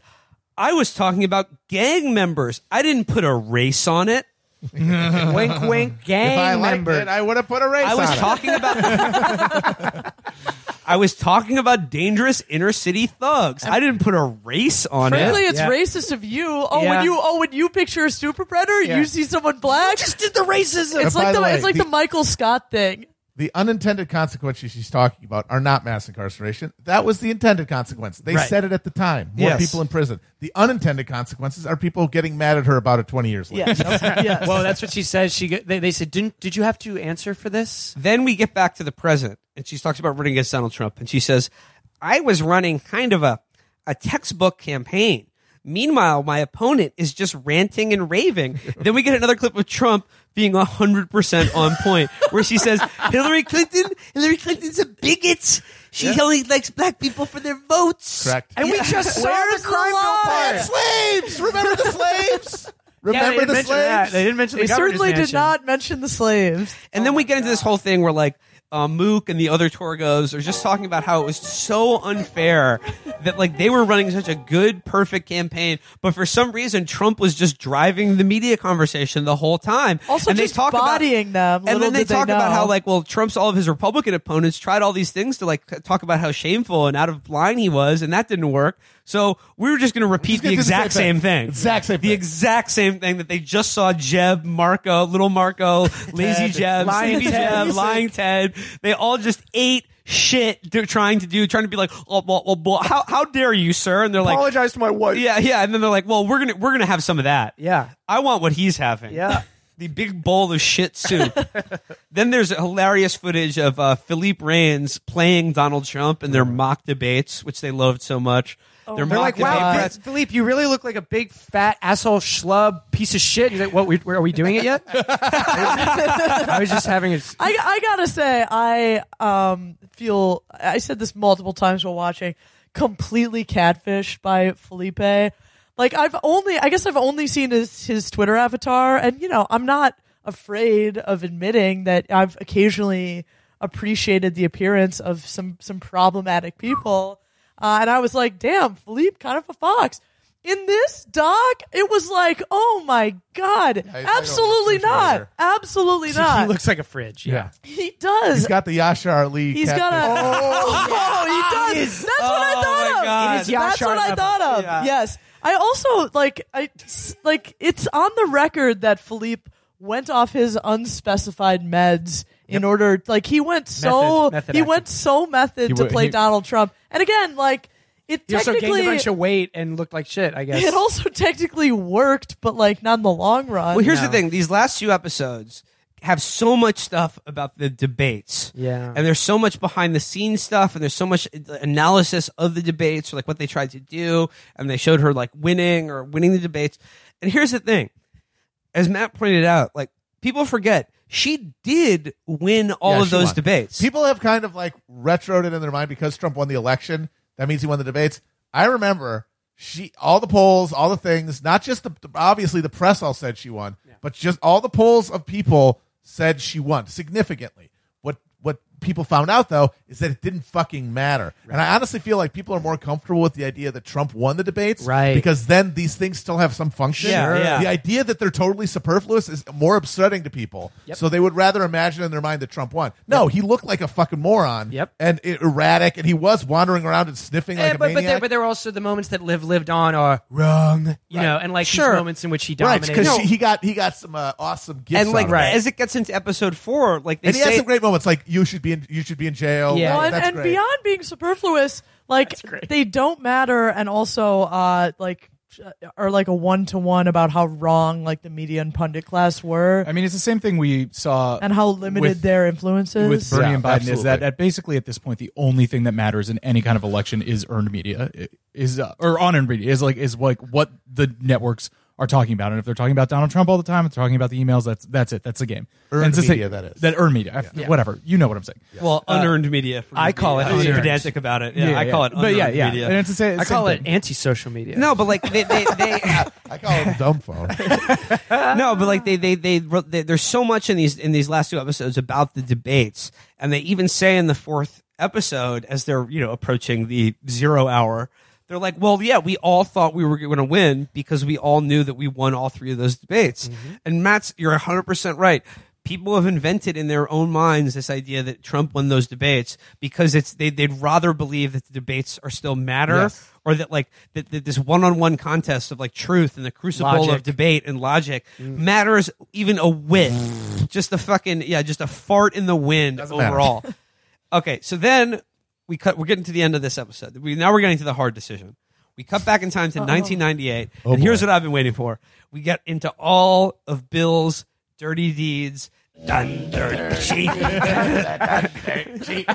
S5: I was talking about gang members. I didn't put a race on it.
S4: wink, wink, gang
S3: if I liked
S4: member.
S3: it, I would have put a race
S5: I was
S3: on it.
S5: talking about I was talking about dangerous inner city thugs. I didn't put a race on
S2: Frankly,
S5: it.
S2: it's racist of you. Oh,
S4: Yeah.
S2: when you oh when you picture a super predator,
S4: Yeah.
S2: you see someone black.
S4: just did the racism.
S2: It's
S3: And by
S2: like the,
S3: the way,
S2: it's like the,
S3: the-
S2: Michael Scott thing.
S3: the unintended consequences she's talking about are not mass incarceration. That was the intended consequence. They
S4: Right.
S3: said it at the time. More
S5: Yes.
S3: people in prison. The unintended consequences are people getting mad at her about it 20 years later.
S2: Yes. yes.
S4: well, that's what she says. She they, they said, didn't did you have to answer for this?
S5: Then we get back to the present and she talks about running against Donald Trump and she says, I was running kind of a, a textbook campaign. Meanwhile, my opponent is just ranting and raving. then we get another clip of Trump being 100% on point where she says, Hillary Clinton, Hillary Clinton's a bigot. She only likes black people for their votes.
S3: Correct.
S4: And we just saw
S2: Where's
S4: the
S2: the
S4: crime bill
S2: lie?
S4: part.
S3: And slaves! Remember the slaves? Remember the slaves?
S4: didn't mention
S2: they certainly did not mention the slaves.
S5: And then we get into this whole thing where like um, Mook and the other Torgos are just talking about how it was so unfair that like they were running such a good, perfect campaign, but for some reason Trump was just driving the media conversation the whole time.
S2: Also
S5: and
S2: just
S5: they talk
S2: bodying them.
S5: about,
S2: Little
S5: and then they
S2: did they
S5: talk about
S2: know.
S5: how like well Trump's all of his Republican opponents tried all these things to like c- talk about how shameful and out of line he was, and that didn't work. So we were just going to
S3: just
S5: repeat
S3: gonna
S5: the
S3: do the same
S5: exact
S3: thing.
S5: same thing,
S3: Exact same
S5: the
S3: thing.
S5: exact same thing that they just saw Jeb, Marco, Little Marco, Lazy Jeb,
S4: Lying
S5: Sleepy
S4: Ted.
S5: Jeb, Lying Ted. They all just ate shit. They're trying to do, trying to be like, oh, well, well, well, how how dare you, sir? And they're like,
S4: apologize to my wife.
S5: yeah, yeah. And then they're like, well, we're gonna we're gonna have some of that.
S4: Yeah.
S5: I want what he's having.
S4: Yeah.
S5: The big bowl of shit soup. then there's hilarious footage of uh, Philippe Rains playing Donald Trump in their
S4: Mm.
S5: mock debates, which they loved so much. They're
S4: Oh They're like, wow,
S2: God.
S4: Fritz, Philippe, you really look like a big fat asshole schlub piece of shit. He's like, what? We, where- are we doing it yet? I was just having a.
S2: I, I gotta say, I um, feel I said this multiple times while watching, completely catfished by Felipe. Like I've only, I guess I've only seen his his Twitter avatar, and you know, I'm not afraid of admitting that I've occasionally appreciated the appearance of some some problematic people, uh, and I was like, damn, Felipe, kind of a fox. In this doc, it was like, oh my god,
S3: I- I don't
S2: absolutely
S3: appreciate
S2: not,
S3: her.
S2: absolutely not.
S4: he looks like a fridge. Yeah.
S2: He does.
S3: He's got the Yashar Lee.
S2: He's got a.
S3: catfish.
S2: Oh, he does. That's what I
S5: Oh,
S2: thought
S5: my
S2: of.
S5: God. It is
S2: That's
S4: Yashar
S2: what I
S4: level.
S2: thought of.
S5: Yeah.
S2: Yes. I also like I s- like it's on the record that Philippe went off his unspecified meds in order like he went so
S4: Method, method
S2: he
S4: acting.
S2: went so method to
S1: wa-
S2: play
S1: he-
S2: Donald Trump. And again, like it
S4: He also gained
S2: technically
S4: a bunch of weight and looked like shit. I guess.
S2: it also technically worked, but like not in the long run.
S5: Well, here's
S4: No.
S5: the thing: these last few episodes have so much stuff about the debates,
S4: Yeah.
S5: and there's so much behind the scenes stuff, and there's so much analysis of the debates, or like what they tried to do, and they showed her like winning or winning the debates. And here's the thing: as Matt pointed out, like people forget she did win all
S3: Yeah,
S5: of
S3: she
S5: those
S3: won.
S5: debates.
S3: People have kind of like retroed it in their mind because Trump won the election. That means he won the debates. I remember she all the polls, all the things, not just the obviously the press all said she won, but just all the polls of people said she won significantly. What what people found out though is that it didn't fucking matter. And I honestly feel like people are more comfortable with the idea that Trump won the debates
S4: Right.
S3: because then these things still have some function.
S5: Yeah, yeah.
S3: The idea that they're totally superfluous is more upsetting to people. So they would rather imagine in their mind that Trump won. No, he looked like a fucking moron.
S4: Yep.
S3: And erratic, and he was wandering around and sniffing
S4: Eh,
S3: like
S4: but,
S3: a
S4: but,
S3: maniac.
S4: there, but there were also the moments that Liv lived on are wrong, you know, and like
S5: Sure.
S4: these moments in which he
S3: right,
S4: dominated.
S3: because
S4: No,
S3: he got he got some uh, awesome gifts.
S5: and like
S3: out of it.
S5: as it gets into episode four, like they
S3: and he had
S5: say-
S3: some great moments, like you should be in you should be in jail. Like,
S4: Yeah.
S2: Well, and,
S3: that's
S2: and
S3: great.
S2: beyond being superfluous, like they don't matter, and also uh, like are like a one to one about how wrong like the media and pundit class were,
S1: I mean, it's the same thing we saw
S2: and how limited
S1: with-
S2: their influences.
S1: with Bernie
S3: Yeah,
S1: and Biden is that,
S3: absolutely.
S1: that basically at this point the only thing that matters in any kind of election is earned media is uh, or on earned media is like is like what the networks are talking about and if they're talking about Donald Trump all the time and talking about the emails that's that's it that's the game
S3: Earned
S1: And it's the same-
S3: media, that is.
S1: that earned media whatever you know what I'm saying
S5: well unearned media. For
S4: I call it
S5: I'm
S4: unearned.
S5: pedantic about it. Yeah, I call it.
S1: but yeah
S5: unearned
S1: yeah
S5: media.
S1: and it's the same,
S4: I call
S1: same
S4: it
S1: thing.
S4: anti-social media.
S5: no, but like they they. they
S3: I call him dumb phone.
S5: no, but like they, they they they there's so much in these in these last two episodes about the debates, and they even say in the fourth episode as they're you know approaching the zero hour, they're like, well, yeah, we all thought we were going to win because we all knew that we won all three of those debates. And Matt's, you're 100 percent right. People have invented in their own minds this idea that Trump won those debates because it's they, they'd rather believe that the debates are still matter
S3: Yes.
S5: or that like that, that this one-on-one contest of like truth and the crucible of
S4: Logic.
S5: debate and logic matters even a whit. just a fucking yeah, just a fart in the wind
S3: matter.
S5: overall. okay, so then we cut. We're getting to the end of this episode. We now we're getting to the hard decision. We cut back in time to 1998, and here's what I've been waiting for. We get into all of Bill's dirty deeds. Dun, dirt, cheat.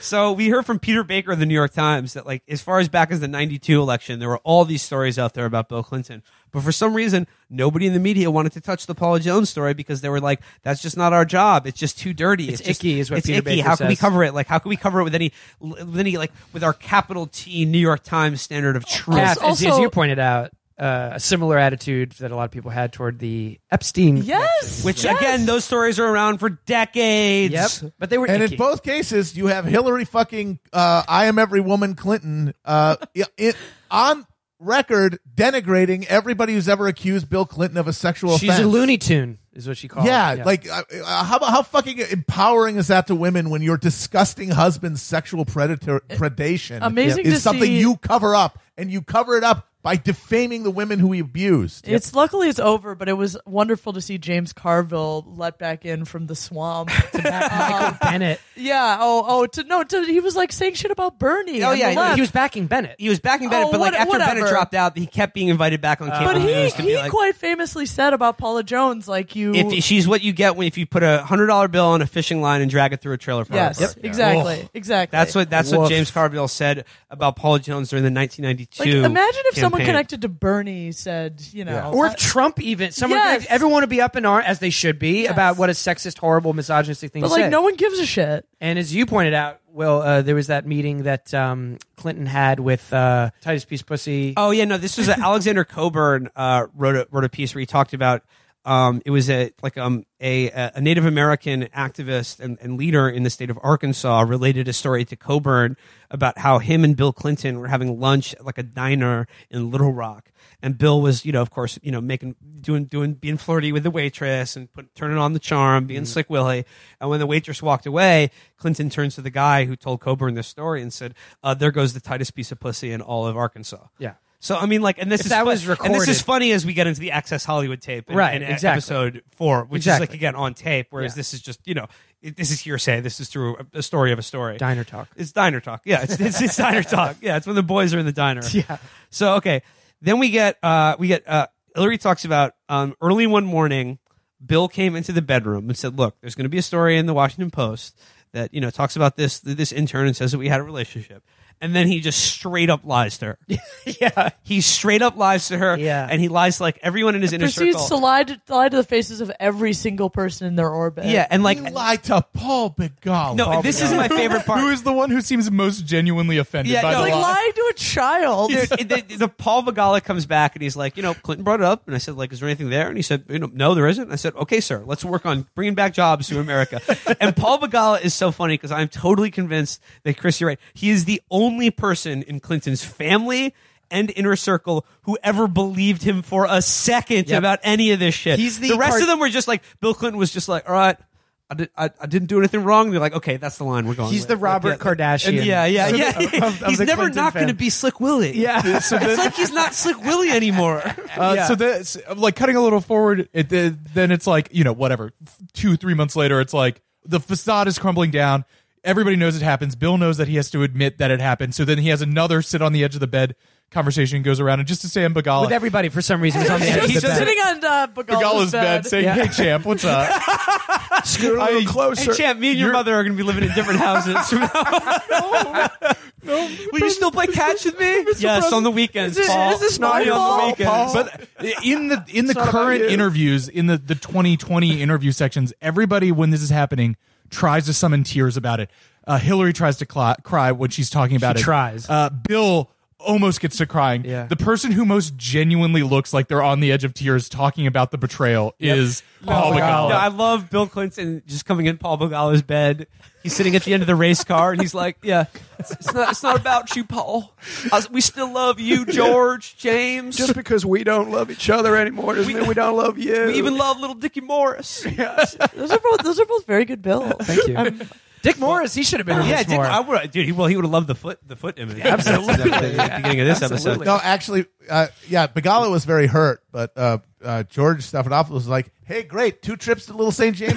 S5: So we heard from Peter Baker of the New York Times that like as far as back as the 92 election there were all these stories out there about Bill Clinton. But for some reason nobody in the media wanted to touch the Paula Jones story because they were like that's just not our job. It's just too dirty. It's, just-
S4: icky is what
S5: it's
S4: Peter
S5: icky.
S4: Baker
S5: How can we
S4: says.
S5: cover it? Like how can we cover it with any with any like with our capital T New York Times standard of truth?
S4: Kath, as- as,
S2: also-
S4: you pointed out, uh, a similar attitude that a lot of people had toward the Epstein.
S2: yes,
S5: Which
S2: yes.
S5: again those stories are around for decades.
S4: Yep. But they were
S3: And
S4: icky.
S3: in both cases, you have Hillary fucking uh, "I am every woman" Clinton uh, i- it, on record denigrating everybody who's ever accused Bill Clinton of a sexual
S4: She's
S3: offense.
S4: a Looney Tune, is what she called.
S3: Yeah, like uh, uh, how how fucking empowering is that to women when your disgusting husband's sexual predator predation
S2: amazing
S3: is
S2: to
S3: something
S2: see-
S3: you cover up and you cover it up by defaming the women who he abused.
S2: It's luckily it's over, but it was wonderful to see James Carville let back in from the swamp.
S4: Michael Bennett.
S2: yeah. Oh. Oh. To no. To, he was like saying shit about Bernie.
S5: Oh,
S2: on the
S5: yeah, he
S2: left.
S4: He was backing Bennett.
S5: He was backing Bennett,
S2: Oh,
S5: but like
S2: what-
S5: after Bennett
S2: whatever.
S5: dropped out, he kept being invited back on
S2: But
S5: cable
S2: he
S5: news to be
S2: he
S5: like-
S2: quite famously said about Paula Jones, like you.
S5: if she's what you get when if you put a hundred dollar bill on a fishing line and drag it through a trailer park.
S2: yes. Exactly. Exactly.
S5: That's what that's what
S4: Woof.
S5: James Carville said about Paula Jones during the 1992.
S2: Like, imagine if someone
S5: campaign.
S2: connected to Bernie said, you know,
S4: or
S2: I-
S4: if Trump even someone
S2: Yes.
S4: everyone would be up in arms as they should be
S2: Yes.
S4: about what a sexist, horrible, misogynistic thing.
S2: but
S4: to
S2: like
S4: say.
S2: no one gives a shit.
S4: And as you pointed out, well, uh, there was that meeting that um, Clinton had with uh, Titus Peace Pussy.
S5: Oh yeah, no, this was uh, Alexander Coburn uh, wrote a, wrote a piece where he talked about Um, it was a like um a a Native American activist and, and leader in the state of Arkansas related a story to Coburn about how him and Bill Clinton were having lunch at like a diner in Little Rock, and Bill was you know of course you know making doing doing being flirty with the waitress and put, turning on the charm, being slick Willie, and when the waitress walked away, Clinton turns to the guy who told Coburn this story and said, uh, "There goes the tightest piece of pussy in all of Arkansas."
S4: Yeah.
S5: So I mean, like, and this
S4: If
S5: is
S4: that
S5: fu-
S4: was
S5: and this is
S4: recorded-
S5: funny as we get into the Access Hollywood tape, in,
S4: Right,
S5: in e-
S4: exactly.
S5: Episode four, which is like
S4: Exactly.
S5: again on tape, whereas
S4: Yeah.
S5: this is just you know, it, this is hearsay. This is through a, a story of a story.
S4: Diner talk.
S5: It's diner talk. Yeah, it's it's, it's diner talk. Yeah, it's when the boys are in the diner.
S4: Yeah.
S5: So okay, then we get uh we get uh Hillary talks about um early one morning, Bill came into the bedroom and said, "Look, there's going to be a story in the Washington Post that you know talks about this this intern and says that we had a relationship." And then he just straight up lies to her. yeah, he straight up lies to her.
S4: Yeah.
S5: and he lies to like everyone in his inner
S2: Proceeds
S5: circle.
S2: to lie, to lie to the faces of every single person in their orbit.
S5: yeah, and like
S3: He lied to Paul Begall.
S5: no, this is my favorite part.
S1: Who is the one who seems most genuinely offended
S5: Yeah,
S1: by
S5: no,
S1: the
S2: It's like
S1: law?
S2: lying to a child.
S5: Dude, the, the- the Paul Begala comes back and he's like, you know, Clinton brought it up, and I said, like, is there anything there? And he said, you know, no, there isn't. I said, okay, sir, let's work on bringing back jobs to America. and Paul Begala is so funny because I'm totally convinced that Chris, you're right. He is the only person in Clinton's family and inner circle who ever believed him for a second
S4: Yep.
S5: about any of this shit.
S4: He's the
S5: rest
S4: part-
S5: of them were just like Bill Clinton was just like, all right. I, did, I, I didn't do anything wrong. They're like, okay, that's the line we're going.
S4: He's
S5: with.
S4: the Robert
S5: Like, yeah,
S4: Kardashian
S5: and- Yeah, yeah,
S4: of-
S5: yeah.
S4: of- of
S5: he's
S4: the
S5: never
S4: Clinton
S5: not going to
S4: fam.
S5: be Slick Willie.
S4: Yeah.
S5: it's like he's not Slick Willie anymore.
S1: Uh, So that's like cutting a little forward. It, the- then it's like you know whatever. Two three months later, it's like the facade is crumbling down. Everybody knows it happens. Bill knows that he has to admit that it happened. So then he has another sit on the edge of the bed conversation goes around and just to Sam Bagala.
S4: With everybody, for some reason, was on the edge of
S5: He's
S4: the
S2: He's
S5: just
S4: bed.
S2: sitting on uh, Begala's
S1: Bagala's bed,
S2: bed.
S1: saying, "Hey champ, what's up?"
S3: Scoot a
S1: I-
S3: little
S8: Oh,
S3: closer.
S5: Hey, champ, me and your mother are going to be living in different houses. from now on. Will you still play catch with me? yes, on the weekends.
S2: Is it-
S5: Paul.
S2: is this
S5: Not
S2: my
S5: on the
S2: fault?
S5: weekends.
S1: but in the in the
S3: not about
S1: current
S3: you.
S1: interviews in the the 2020 interview sections everybody when this is happening tries to summon tears about it uh, hillary tries to cl- cry when she's talking about
S4: She
S1: it
S4: tries.
S1: uh, bill almost gets to crying
S4: Yeah.
S1: the person who most genuinely looks like they're on the edge of tears talking about the betrayal is paul
S4: my
S1: Begala.
S4: God.
S5: No, I love Bill Clinton just coming in Paul Begala's bed. He's sitting at the end of the race car, and he's like, "Yeah, it's, it's not. It's not about you, Paul. I was- we still love you, George, James.
S8: Just because we don't love each other anymore doesn't mean we don't love you.
S5: we even love little Dickie Morris.
S2: Those are both. Those are both very good bills.
S4: Thank you. Dick Morris, he should have been in
S5: Yeah,
S4: this
S5: dude,
S4: more.
S5: I would, dude. He, well, he would have loved the foot, the foot image. Absolutely, at the beginning of this episode.
S4: Absolutely.
S3: No, actually, uh, yeah, Begala was very hurt, but uh, uh, George Stephanopoulos was like, "Hey, great, two trips to Little St. James."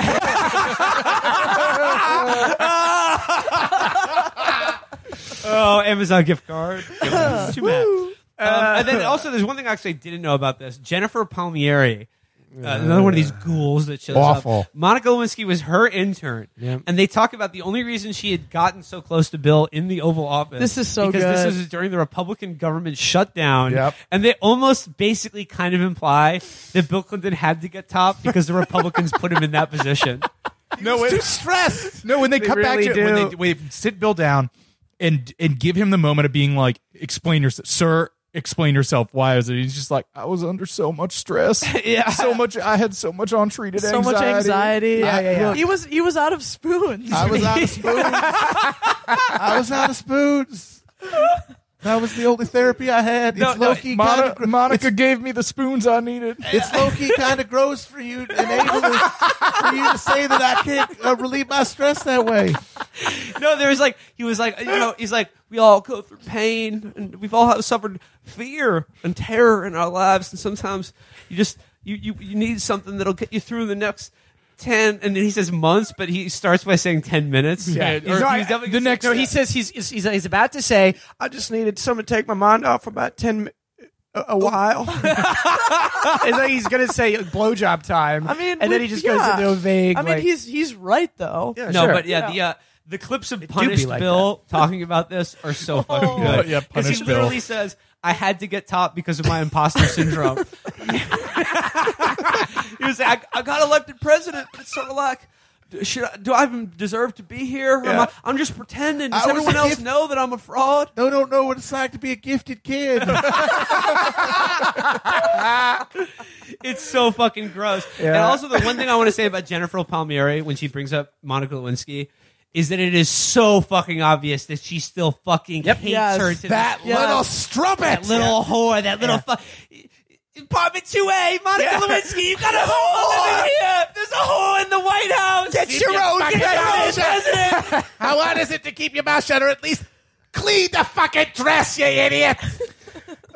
S5: Oh, Amazon gift card. Too bad.
S2: Uh,
S5: Um, and then also, there's one thing I actually didn't know about this. Jennifer Palmieri, uh, another one of these ghouls that shows
S3: Awful.
S5: up. Monica Lewinsky was her intern,
S4: Yeah.
S5: and they talk about the only reason she had gotten so close to Bill in the Oval Office.
S2: This is so
S5: because
S2: good.
S5: this is during the Republican government shutdown,
S3: Yep.
S5: and they almost basically kind of imply that Bill Clinton had to get top because the Republicans put him in that position.
S1: no, when, too stressed. No, when they, cut
S8: really
S1: back to when they,
S8: do.
S1: when they sit Bill down and and give him the moment of being like, explain yourself, sir. Explain yourself. Why is it? He's just like I was under so much stress.
S5: Yeah.
S1: so much. I had so much untreated
S2: so
S1: anxiety.
S2: much anxiety.
S3: Yeah, yeah, yeah.
S2: He was. He was out of spoons.
S3: I was out of spoons. I was out of spoons. That was the only therapy I had. It's
S5: No, no,
S3: low key
S1: Moni-
S3: kind of gr-
S1: Monica gave me the spoons I needed.
S3: it's low key kind of gross for you and able to, for you to say that I can't uh, relieve my stress that way.
S5: No, there was like he was like you know he's like we all go through pain and we've all suffered fear and terror in our lives and sometimes you just you you, you need something that'll get you through the next. 10 and then he says months but he starts by saying 10 minutes yeah
S1: No, I- the next-
S4: No, he says he's, he's, he's, he's about to say,
S8: I just needed someone to take my mind off about ten mi- a, a while.
S4: it's like he's going to say blowjob time.
S2: I mean,
S4: and then
S2: we-
S4: he just
S2: yeah.
S4: goes into a vague.
S2: I mean,
S4: like,
S2: he's he's right though.
S8: Yeah,
S5: no
S4: sure.
S5: but yeah the uh the clips of
S4: be
S5: punished
S4: like
S5: bill talking about this are so fucking good
S1: Yeah,
S5: because he
S1: Punished Bill.
S5: literally says i had to get top because of my imposter syndrome he was like I, I got elected president but it's sort of like d- should I, do I even deserve to be here? Or am
S8: Yeah.
S5: I, am just pretending. Does
S3: I was
S5: everyone else
S3: gift-
S5: know that I'm a fraud?
S3: They don't know what it's like to be a gifted kid.
S5: It's so fucking gross. And also, the one thing I want to say about Jennifer Palmieri when she brings up Monica Lewinsky is that it is so fucking obvious that she still fucking hates
S2: Yes,
S5: her. To
S3: that
S5: this-
S3: little strumpet.
S5: that little whore, that little fuck. Apartment 2A, Monica Lewinsky, you got a whore living here. There's a whore in the White House.
S3: Get your own
S5: fucking
S3: president.
S5: president.
S3: How hard is it to keep your mouth shut or at least clean the fucking dress, you idiot?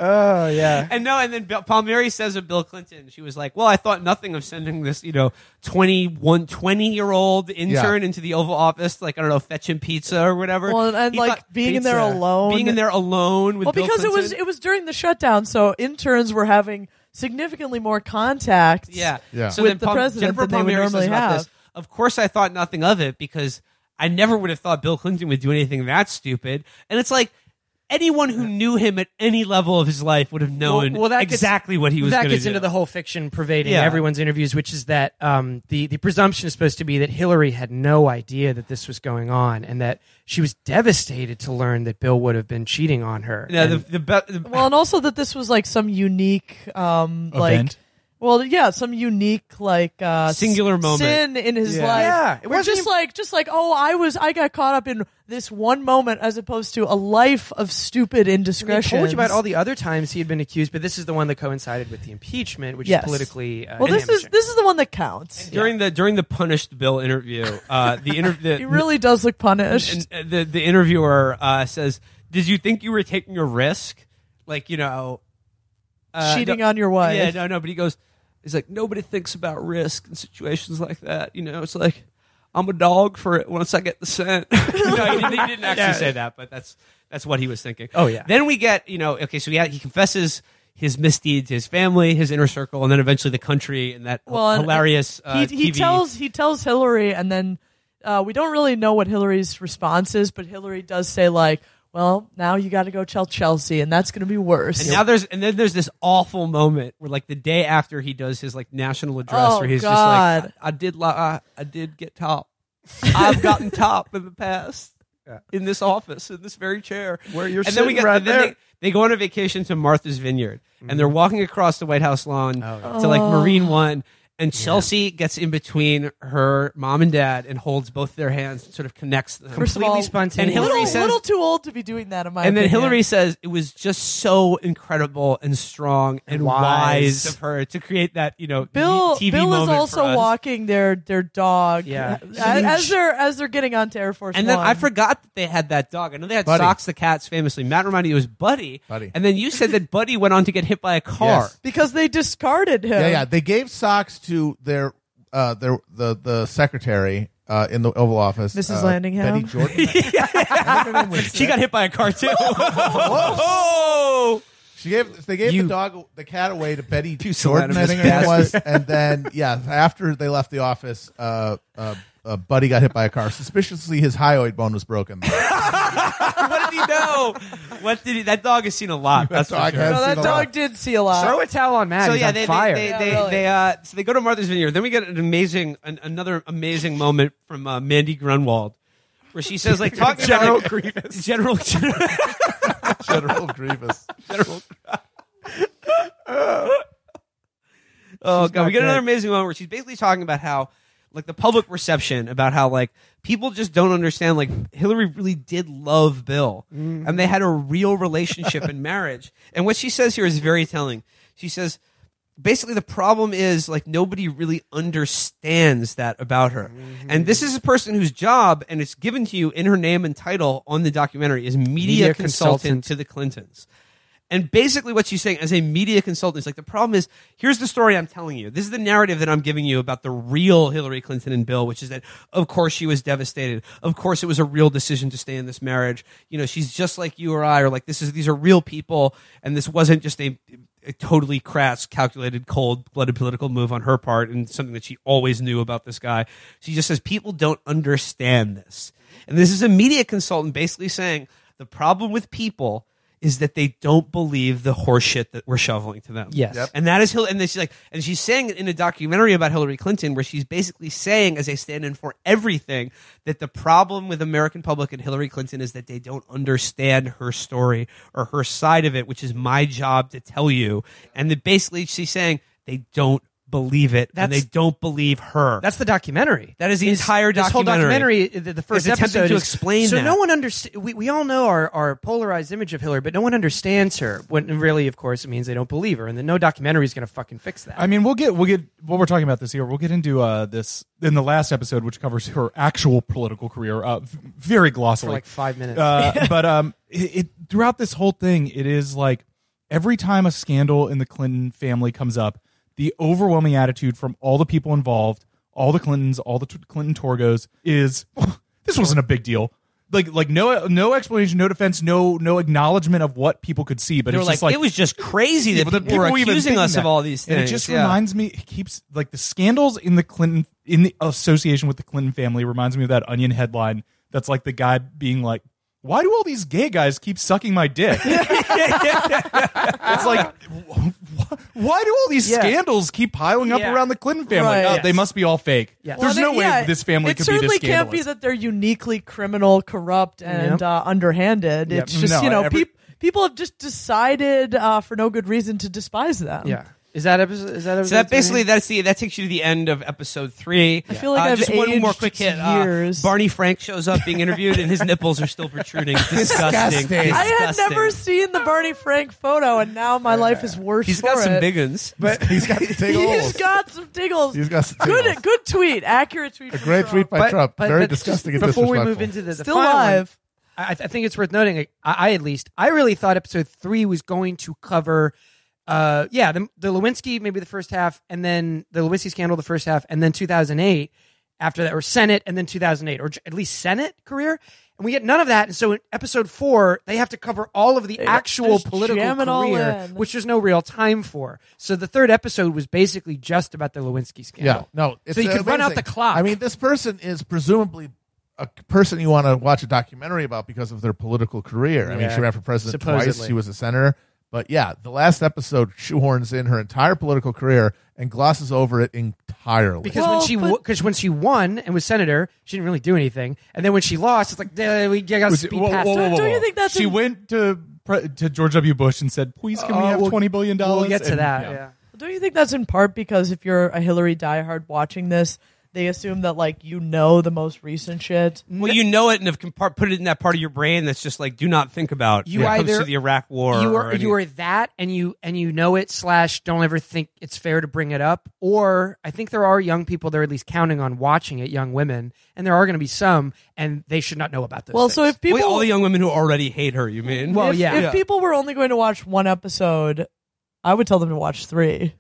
S4: Oh yeah.
S5: and no, and then Bill, Palmieri says of Bill Clinton, she was like, "Well, I thought nothing of sending this, you know, 21, 20 year old intern
S3: Yeah.
S5: into the Oval Office, like I don't know, fetching pizza or whatever."
S2: Well, and, and,
S5: He
S2: like
S5: thought
S2: being in there
S4: pizza.
S2: alone,
S5: being in there alone with
S2: Well,
S5: Bill
S2: because it was
S5: Clinton.
S2: it was during the shutdown, so interns were having significantly more contact.
S5: Yeah.
S3: Yeah.
S5: So
S2: With
S5: then
S2: the
S5: Pal-
S2: president
S5: Jennifer
S2: than they would
S5: Palmieri says
S2: normally
S5: about
S2: have.
S5: this. Of course, I thought nothing of it because I never would have thought Bill Clinton would do anything that stupid. And it's like anyone who knew him at any level of his life would have known
S4: Well- well, that gets-
S5: exactly what he was.
S4: that
S5: gonna
S4: gets
S5: do.
S4: into the whole fiction pervading
S5: Yeah.
S4: everyone's interviews, which is that um, the the presumption is supposed to be that Hillary had no idea that this was going on, and that she was devastated to learn that Bill would have been cheating on her.
S5: No,
S4: And-
S5: the, the, be- the
S2: Well, and also that this was like some unique, um, like,
S1: Event?
S2: well, yeah, some unique like uh,
S5: Singular
S2: s-
S5: moment.
S2: sin in his
S5: Yeah.
S2: life.
S4: Yeah, it
S2: We're
S4: wasn't
S2: just
S4: even-
S2: like, just like, oh, I was, I got caught up in this one moment as opposed to a life of stupid
S4: I
S2: indiscretion.
S4: told you about all the other times he had been accused, but this is the one that coincided with the impeachment, which
S2: Yes.
S4: is politically. Uh,
S2: Well, this is
S4: damaging.
S2: this is the one that counts.
S5: during the during the punished Bill interview, uh, the interview
S2: He really does look punished.
S5: and uh, the the interviewer uh, says, "Did you think you were taking a risk, like you know, uh,
S2: Cheating
S5: no-
S2: on your wife.
S5: Yeah, no, no. But he goes, he's like, nobody thinks about risk in situations like that. You know, it's like I'm a dog for it once I get the scent. no, he didn't, he didn't actually say that, but that's that's what he was thinking.
S4: Oh, yeah.
S5: Then we get you know, okay, so he had, he confesses. His misdeed to his family, his inner circle, and then eventually the country, and that
S2: Well, and
S5: hilarious. Uh,
S2: he, he
S5: TV
S2: tells he tells Hillary, and then uh, we don't really know what Hillary's response is, but Hillary does say like, "Well, now you got to go tell Chelsea, and that's going to be worse."
S5: And now there's and then there's this awful moment where like the day after he does his like national address
S2: Oh,
S5: where he's just
S2: God.
S5: like I, I did like I, I did get top. I've gotten top in the past in this office in this very chair
S8: Where you're
S5: and then we
S8: sitting
S5: get
S8: right
S5: and then
S8: there.
S5: They, they go on a vacation to Martha's Vineyard and they're walking across the White House lawn
S8: Oh,
S5: to like Marine One. And Chelsea gets in between her mom and dad and holds both their hands and sort of connects them.
S2: First of
S4: completely
S2: all,
S4: spontaneous.
S5: And Hillary
S2: little,
S5: says-
S2: little too old to be doing that in my
S5: And then
S2: opinion.
S5: Hillary says it was just so incredible and strong and, wise.
S4: wise.
S5: of her to create that, you know,
S2: Bill
S5: TV
S2: Bill
S5: moment
S2: is
S5: for
S2: also
S5: us.
S2: walking their their dog
S4: Yeah.
S2: as, as they're as they're getting onto Air Force
S5: And then
S2: One.
S5: I forgot that they had that dog. I know they had
S3: Buddy.
S5: Socks the Cats famously. Matt reminded you it was Buddy.
S3: Buddy.
S5: And then you said that Buddy went on to get hit by a car.
S3: Yes.
S2: because they discarded him.
S3: Yeah, yeah. They gave socks to their uh their the the secretary uh in the Oval Office,
S2: Mrs.
S3: uh,
S2: Landingham?
S3: Betty Jordan. I think her name was
S5: She got hit by a car too. Oh!
S3: She gave they gave
S5: You-
S3: the dog the cat away to Betty
S5: solanimous
S3: Jordan, I think her name was, and then yeah, after they left the office, uh, uh, uh, Buddy got hit by a car. Suspiciously, his hyoid bone was broken. That
S5: what did he know? What did he, that dog has seen a lot. That's
S3: dog
S5: for sure.
S3: has
S2: No, that
S3: seen a lot.
S2: dog did see a lot.
S4: Throw a towel on Matt.
S5: so
S4: He's
S5: yeah,
S4: on
S5: they,
S4: fire.
S5: they they
S2: Yeah,
S5: they,
S2: really.
S5: they, uh, so they go to Martha's Vineyard. Then we get an amazing an, another amazing moment from uh, Mandy Grunwald, where she says like talking
S8: General
S5: about, like, General General
S3: General Grievous.
S5: Oh god, we
S4: not
S5: get another
S4: good.
S5: amazing moment where she's basically talking about how like the public reception about how like people just don't understand like Hillary really did love Bill
S4: Mm-hmm.
S5: and they had a real relationship and marriage. And what she says here is very telling. She says basically the problem is like nobody really understands that about her.
S4: Mm-hmm.
S5: And this is a person whose job and it's given to you in her name and title on the documentary is media,
S4: Media
S5: consultant
S4: consultant.
S5: to the Clintons. And basically, what she's saying as a media consultant is like the problem is here's the story I'm telling you. This is the narrative that I'm giving you about the real Hillary Clinton and Bill, which is that of course she was devastated. Of course it was a real decision to stay in this marriage. You know, she's just like you or I, or like this is these are real people, and this wasn't just a, a totally crass, calculated, cold blooded political move on her part, and something that she always knew about this guy. She just says people don't understand this, and this is a media consultant basically saying the problem with people is that they don't believe the horseshit that we're shoveling to them.
S4: Yes. Yep.
S5: And that is Hil- and then she's like and she's saying it in a documentary about Hillary Clinton where she's basically saying as a stand-in for everything that the problem with American public and Hillary Clinton is that they don't understand her story or her side of it, which is my job to tell you. And that basically she's saying They don't believe it, and
S4: That's-
S5: they don't believe her.
S4: That's the documentary.
S5: That is the
S4: Is-
S5: entire
S4: This whole
S5: documentary.
S4: documentary, the, the
S5: Is
S4: first
S5: attempting
S4: episode
S5: to
S4: is-
S5: explain
S4: So
S5: that.
S4: no one understands. We, we all know our, our polarized image of Hillary, but no one understands her. When really, of course, it means they don't believe her, and that no documentary is going to fucking fix that.
S1: I mean, we'll get we'll get what we're talking about this year. We'll get into uh, this in the last episode, which covers her actual political career, uh, v- very glossily,
S4: for like five minutes.
S1: Uh, but um, it, it throughout this whole thing, it is like every time a scandal in the Clinton family comes up, the overwhelming attitude from all the people involved, all the Clintons, all the t- Clinton Torgos, is this wasn't a big deal. Like like no no explanation, no defense, no no acknowledgement of what people could see. But
S5: They're
S1: it's
S5: like,
S1: just like
S5: it was just crazy that
S1: yeah, but
S5: people were
S1: even
S5: accusing
S1: think
S5: us
S1: that.
S5: of all these things.
S1: And it just
S5: Yeah.
S1: reminds me, it keeps like the scandals in the Clinton in the association with the Clinton family reminds me of that Onion headline that's like the guy being like, "Why do all these gay guys keep sucking my dick?" it's like, wh- wh- why do all these
S4: Yeah.
S1: scandals keep piling up
S4: Yeah.
S1: around the Clinton family?
S2: Right.
S1: Oh, They
S2: Yes.
S1: must be all fake.
S4: Yeah.
S1: There's
S2: Well,
S1: no
S2: then,
S1: way
S2: yeah,
S1: this family
S2: it
S1: could be
S2: certainly
S1: this
S2: can't
S1: scandalous.
S2: be that they're uniquely criminal, corrupt, and uh, underhanded.
S4: Yep.
S2: It's just
S1: No,
S2: you know
S1: every-
S2: peop people have just decided uh, for no good reason to despise them.
S4: yeah, is that episode? Is that episode?
S5: So that basically
S4: three?
S5: that's the that takes you to the end of episode three. I
S2: feel like I've
S5: just one more
S2: aged
S5: quick hit. Uh,
S2: years.
S5: Barney Frank shows up being interviewed, and his nipples are still protruding. Disgusting.
S3: Disgusting.
S2: I had
S5: Disgusting.
S2: never seen the Barney Frank photo, and now my life is worse
S5: He's
S2: for
S5: got some
S2: it.
S5: big ones.
S3: But he's got to take
S2: He's
S3: holes.
S2: got some tingles.
S3: He's got some tingles.
S2: good, good tweet, accurate tweet.
S3: A
S2: from
S3: great
S2: Trump.
S3: tweet by
S4: But-
S3: Trump.
S4: but-
S3: Very
S4: but just
S3: disgusting. and
S4: Before we move
S3: disrespectful.
S4: into the, the
S2: Still
S4: final one,
S2: live.
S4: I, I think it's worth noting. like, I, I at least I really thought episode three was going to cover, uh, yeah, the, the Lewinsky maybe the first half, and then the Lewinsky scandal the first half, and then 2008 after that, or Senate, and then 2008, or j- at least Senate career. And we get none of that. And so in episode four, they have to cover all of the actual
S2: just
S4: political
S2: jam it all
S4: career,
S2: in.
S4: which there's no real time for. So the third episode was basically just about the Lewinsky
S3: Yeah,
S4: scandal.
S3: no. It's
S4: so you could run out
S3: amazing.
S4: the clock.
S3: I mean, this person is presumably a person you want to watch a documentary about because of their political career. I mean,
S4: Yeah.
S3: she ran for president twice.
S4: Supposedly.
S3: She was a senator. But yeah, the last episode shoehorns in her entire political career and glosses over it entirely.
S4: Because
S2: Well,
S4: when she
S2: but-
S4: because when she won and was senator, she didn't really do anything. And then when she lost, it's like "Eh, we got to
S1: Was it-
S4: speed
S1: whoa,
S4: past
S1: whoa,
S4: that."
S1: whoa,
S2: Don't you
S1: whoa.
S2: think that's
S1: she
S2: in-
S1: went to pre- to George W. Bush and said, "Please, can we
S4: Uh,
S1: have
S4: we'll-
S1: twenty billion dollars?"
S4: We'll get to
S1: And-
S4: that.
S1: yeah.
S4: Yeah.
S2: Don't you think that's in part because if you're a Hillary diehard watching this, they assume that like you know the most recent shit.
S5: Well, you know it, and have compart- put it in that part of your brain that's just like do not think about.
S4: You
S5: when it comes
S4: either-
S5: to the Iraq War.
S4: you
S5: or
S4: are
S5: any-
S4: you are that, and you and you know it. Slash, don't ever think it's fair to bring it up. Or I think there are young people that are at least counting on watching it, young women, and there are going to be some, and they should not know about this.
S2: Well, so if people
S5: Wait, all the young women who already hate her. You mean?
S4: Well,
S2: if,
S4: yeah.
S2: if people were only going to watch one episode, I would tell them to watch three.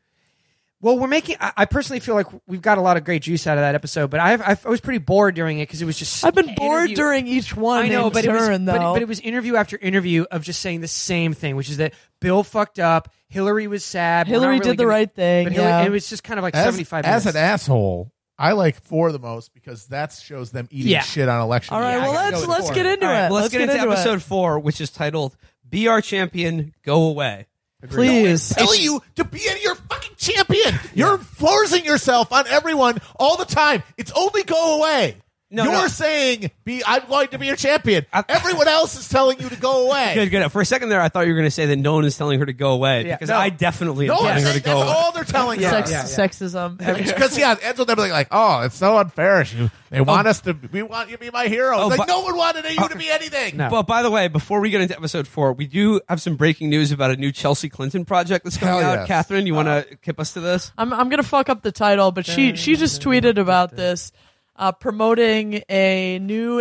S4: Well, we're making. I, I personally feel like we've got a lot of great juice out of that episode, but I've, I've, I was pretty bored during it because it was just.
S2: I've been bored
S4: interview-
S2: during each one.
S4: I know,
S2: in
S4: but it was,
S2: turn,
S4: but,
S2: though.
S4: but it was interview after interview of just saying the same thing, which is that Bill fucked up, Hillary was sad, we're not
S2: Hillary
S4: really
S2: did the
S4: gonna-
S2: right thing,
S4: but Hillary-
S2: yeah.
S4: it was just kind of like
S3: as,
S4: seventy-five.
S3: as an
S4: minutes.
S3: asshole, I like four the most because that shows them eating
S4: Yeah.
S3: shit on election.
S2: All right,
S3: day.
S2: well
S3: I gotta
S2: let's
S3: go
S2: let's
S3: with
S2: get
S3: four.
S2: into
S5: All right,
S2: it.
S5: well, let's, get, into,
S2: it.
S5: episode four, which is titled "Be Our Champion, Go Away."
S2: Please,
S3: tell you to be in your fucking champion. You're forcing yourself on everyone all the time. It's only go away.
S5: No,
S3: You're
S5: no.
S3: saying be I'm going to be your champion.
S5: I-
S3: everyone else is telling you to go away.
S5: Good, good. For a second there, I thought you were going to say that no one is telling her to go away
S4: Yeah,
S5: because
S4: no.
S5: I definitely am
S3: No, I'm
S5: telling her to
S3: saying
S5: go
S3: that's
S5: away.
S3: all they're telling
S4: Yeah.
S2: sex,
S3: us.
S2: sexism.
S3: Because yeah, it ends with them being like, "Oh, it's so unfair. She- They want us to. We want you to be my hero." It's
S5: Oh,
S3: like
S5: but-
S3: no one wanted you to be anything.
S4: No.
S5: But by the way, before we get into episode four, we do have some breaking news about a new Chelsea Clinton project that's coming
S3: Hell
S5: out.
S3: yes.
S5: Catherine, you want
S2: Uh,
S5: to kip us to this?
S2: I'm I'm gonna fuck up the title, but she she just tweeted about this, uh, promoting a new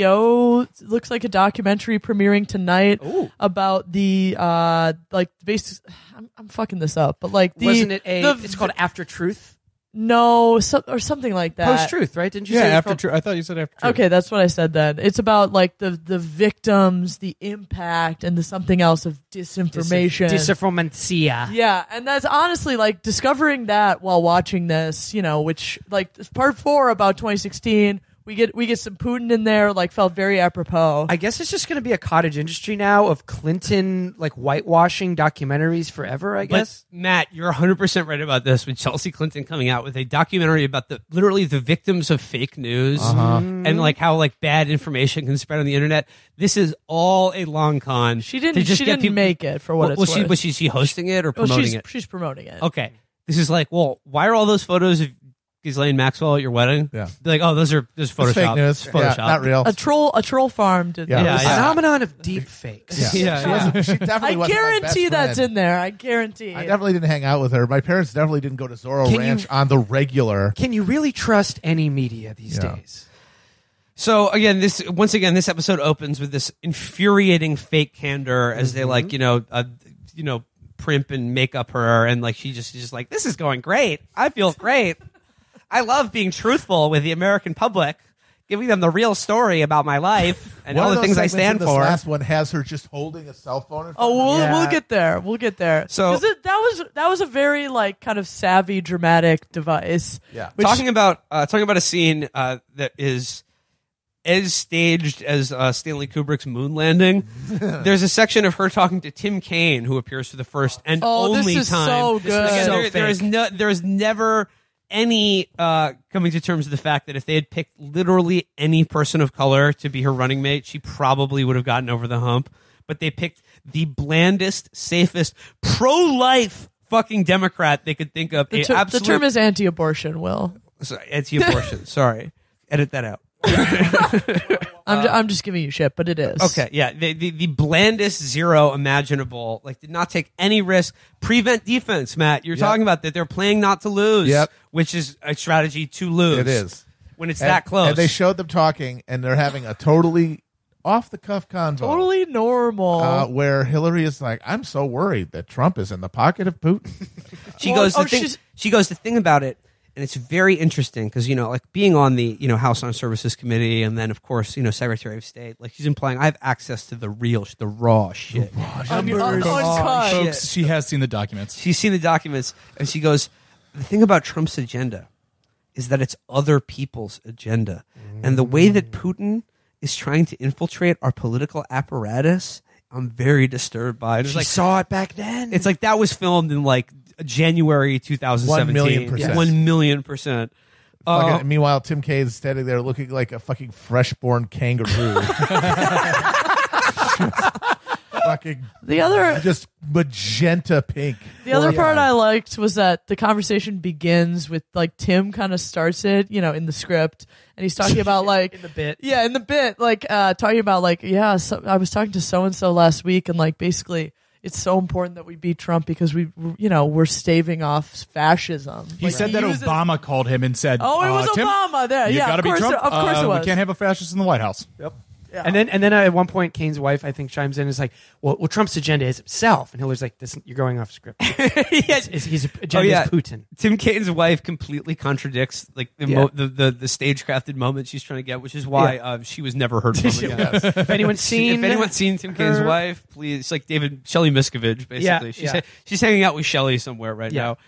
S2: HBO looks like a documentary premiering tonight about the uh like basic. I'm, I'm fucking this up, but like the
S4: Wasn't it a?
S2: the-
S4: it's called After Truth,
S2: no so, or something like that.
S4: Post Truth, right? Didn't you
S1: Yeah,
S4: say it was
S1: after
S4: called-
S1: tru- I thought you said after. Truth.
S2: Okay, that's what I said then. It's about like the the victims, the impact, and the something else of disinformation.
S4: Disinformancia.
S2: Yeah, and that's honestly like discovering that while watching this, you know, which like this part four about 2016, we get we get some Putin in there, like felt very apropos.
S4: I guess it's just going to be a cottage industry now of Clinton like whitewashing documentaries forever. I guess.
S5: But Matt, you're 100% right about this with Chelsea Clinton coming out with a documentary about the literally the victims of fake news
S2: Uh-huh.
S5: and like how like bad information can spread on the internet. This is all a long con.
S2: she
S5: to
S2: didn't
S5: just
S2: she
S5: get
S2: didn't
S5: people-
S2: make it for what
S5: Well,
S2: it's
S5: was she
S2: worth.
S5: was she, she hosting it or
S2: Well,
S5: promoting
S2: she's
S5: it?
S2: she's promoting it.
S5: Okay. This is like, well, why are all those photos of Ghislaine Maxwell at your wedding?
S3: Yeah.
S5: They're like, oh, those are those
S3: It's
S5: Photoshop.
S3: fake news.
S5: It's
S3: Yeah,
S5: Photoshop.
S3: not real.
S2: A troll, a troll farm did
S3: Yeah.
S2: that.
S5: Yeah,
S4: The
S5: yeah.
S4: phenomenon of deep fakes.
S3: Yeah.
S5: Yeah, yeah.
S3: wasn't- she
S2: I
S3: definitely wasn't my best
S2: guarantee that's
S3: friend.
S2: in there. I guarantee.
S3: I
S2: it.
S3: definitely didn't hang out with her. My parents definitely didn't go to Zorro
S4: Can you-
S3: Ranch on the regular.
S4: Can you really trust any media these
S3: Yeah.
S4: days?
S5: So again, this once again, this episode opens with this infuriating fake candor as they
S3: Mm-hmm.
S5: like, you know, uh, you know, primp and make up her, and like she just she's just like, this is going great. I feel great. I love being truthful with the American public, giving them the real story about my life and
S3: One
S5: all
S3: of
S5: the
S3: those
S5: things I
S3: segments in
S5: stand
S3: this
S5: for.
S3: Last one has her just holding a cell phone. In front
S2: Oh,
S3: of her.
S2: we'll,
S4: Yeah.
S2: we'll get there. We'll get there.
S5: So-
S2: 'Cause it, that was that was a very like kind of savvy, dramatic device.
S3: Yeah.
S2: which-
S5: talking about uh, talking about a scene uh, that is as staged as uh, Stanley Kubrick's moon landing. there's a section of her talking to Tim Kaine, who appears for the first and
S2: Oh, this
S5: only
S2: is
S5: time.
S2: so good.
S5: Again,
S2: So
S5: there- there is no, there is never any uh, coming to terms with the fact that if they had picked literally any person of color to be her running mate, she probably would have gotten over the hump. But they picked the blandest, safest, pro-life fucking Democrat they could think of.
S2: The,
S5: A
S2: ter- the
S5: absolute
S2: term is anti-abortion. Will
S5: Sorry, anti-abortion. Sorry, edit that out.
S2: I'm ju- I'm just giving you shit, but it is
S5: Okay, yeah, the, the the blandest zero imaginable. Like, did not take any risk. Prevent defense, Matt. You're talking about that they're playing not to lose,
S3: Yep.
S5: which is a strategy to lose.
S3: It is.
S5: when it's
S3: And-
S5: that close.
S3: And they showed them talking, and they're having a totally off the cuff convo.
S2: Totally normal.
S3: Uh, where Hillary is like, I'm so worried that Trump is in the pocket of Putin.
S5: she
S2: Well,
S5: goes. The
S2: oh,
S5: thing,
S2: she's-
S5: she goes. The thing about it, and it's very interesting because you know, like being on the you know House Armed Services Committee, and then of course you know Secretary of State. Like she's implying, I have access to the real, sh- the raw shit.
S2: Un- un- uncut.
S1: Folks, she has seen the documents.
S5: she's seen the documents and she goes the thing about trump's agenda is that it's other people's agenda and the way that putin is trying to infiltrate our political apparatus i'm very disturbed by it it's
S4: She
S5: like
S4: saw it back then.
S5: it's like that was filmed in like january 2017
S3: One million percent.
S5: Yeah, one million percent Uh,
S3: Fucking- meanwhile, Tim Kane's standing there looking like a fucking fresh-born kangaroo. fucking
S2: The other
S3: just magenta pink.
S2: the other part I liked was that the conversation begins with like Tim kind of starts it, you know, in the script, and he's talking about like in the
S4: bit.
S2: yeah, in the bit, like uh, talking about like yeah, so, I was talking to so and so last week, and like basically. It's so important that we beat Trump because we, you know, we're staving off fascism.
S1: He
S2: Like,
S1: said that
S2: uses-
S1: Obama called him and said,
S2: Oh, it
S1: uh,
S2: was
S1: Tim,
S2: Obama there.
S1: You
S2: Yeah,
S1: gotta
S2: of course,
S1: be Trump.
S2: it- of course
S1: Uh,
S2: it was.
S1: We can't have a fascist in the White House. Yep.
S4: And then, and then at one point, Kane's wife, I think, chimes in and is like, well, well, Trump's agenda is himself. And Hillary's like, this, you're going off script.
S5: yeah, Oh,
S4: His, his agenda
S5: yeah.
S4: is Putin.
S5: Tim Kaine's wife completely contradicts like the, mo- the, the the stagecrafted moment she's trying to get, which is why uh, she was never heard from again.
S4: If anyone's seen,
S5: if anyone's seen Tim Kaine's
S4: her-
S5: wife, please it's like David Shelly Miskovich, basically.
S4: Yeah,
S5: she's
S4: yeah.
S5: she's hanging out with Shelly somewhere right
S4: Yeah.
S5: now.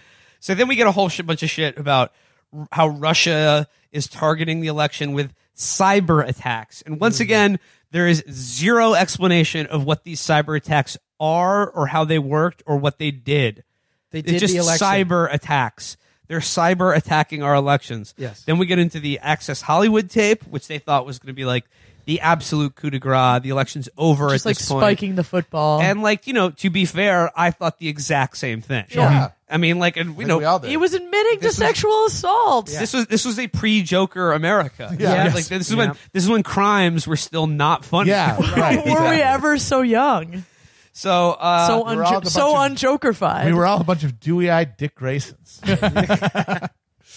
S5: So then we get a whole shit bunch of shit about r- how Russia is targeting the election with cyber attacks. And
S4: Mm-hmm.
S5: once again, there is zero explanation of what these cyber attacks are or how they worked or what they did.
S4: they did
S5: It's just
S4: the election.
S5: cyber attacks. They're cyber attacking our elections.
S4: Yes.
S5: Then we get into the Access Hollywood tape, which they thought was going to be like the absolute coup de grace. The election's over
S2: just
S5: at
S2: like
S5: this point.
S2: spiking the football.
S5: And like you know, to be fair, I thought the exact same thing.
S3: Yeah.
S5: I mean, like, and you
S3: Like
S5: know,
S3: we all did.
S2: he was admitting to
S5: This was-
S2: sexual assault.
S5: this was this was a pre Joker America.
S3: Yeah.
S5: Like this is
S4: Yeah.
S5: when this is when crimes were still not funny.
S3: yeah, right.
S2: Were we
S3: exactly.
S2: ever so young?
S5: So uh,
S2: so
S3: we're all
S2: unjo-
S3: the
S2: so
S3: bunch
S2: unjokerfied.
S3: We were all a bunch of dewy-eyed Dick Graysons.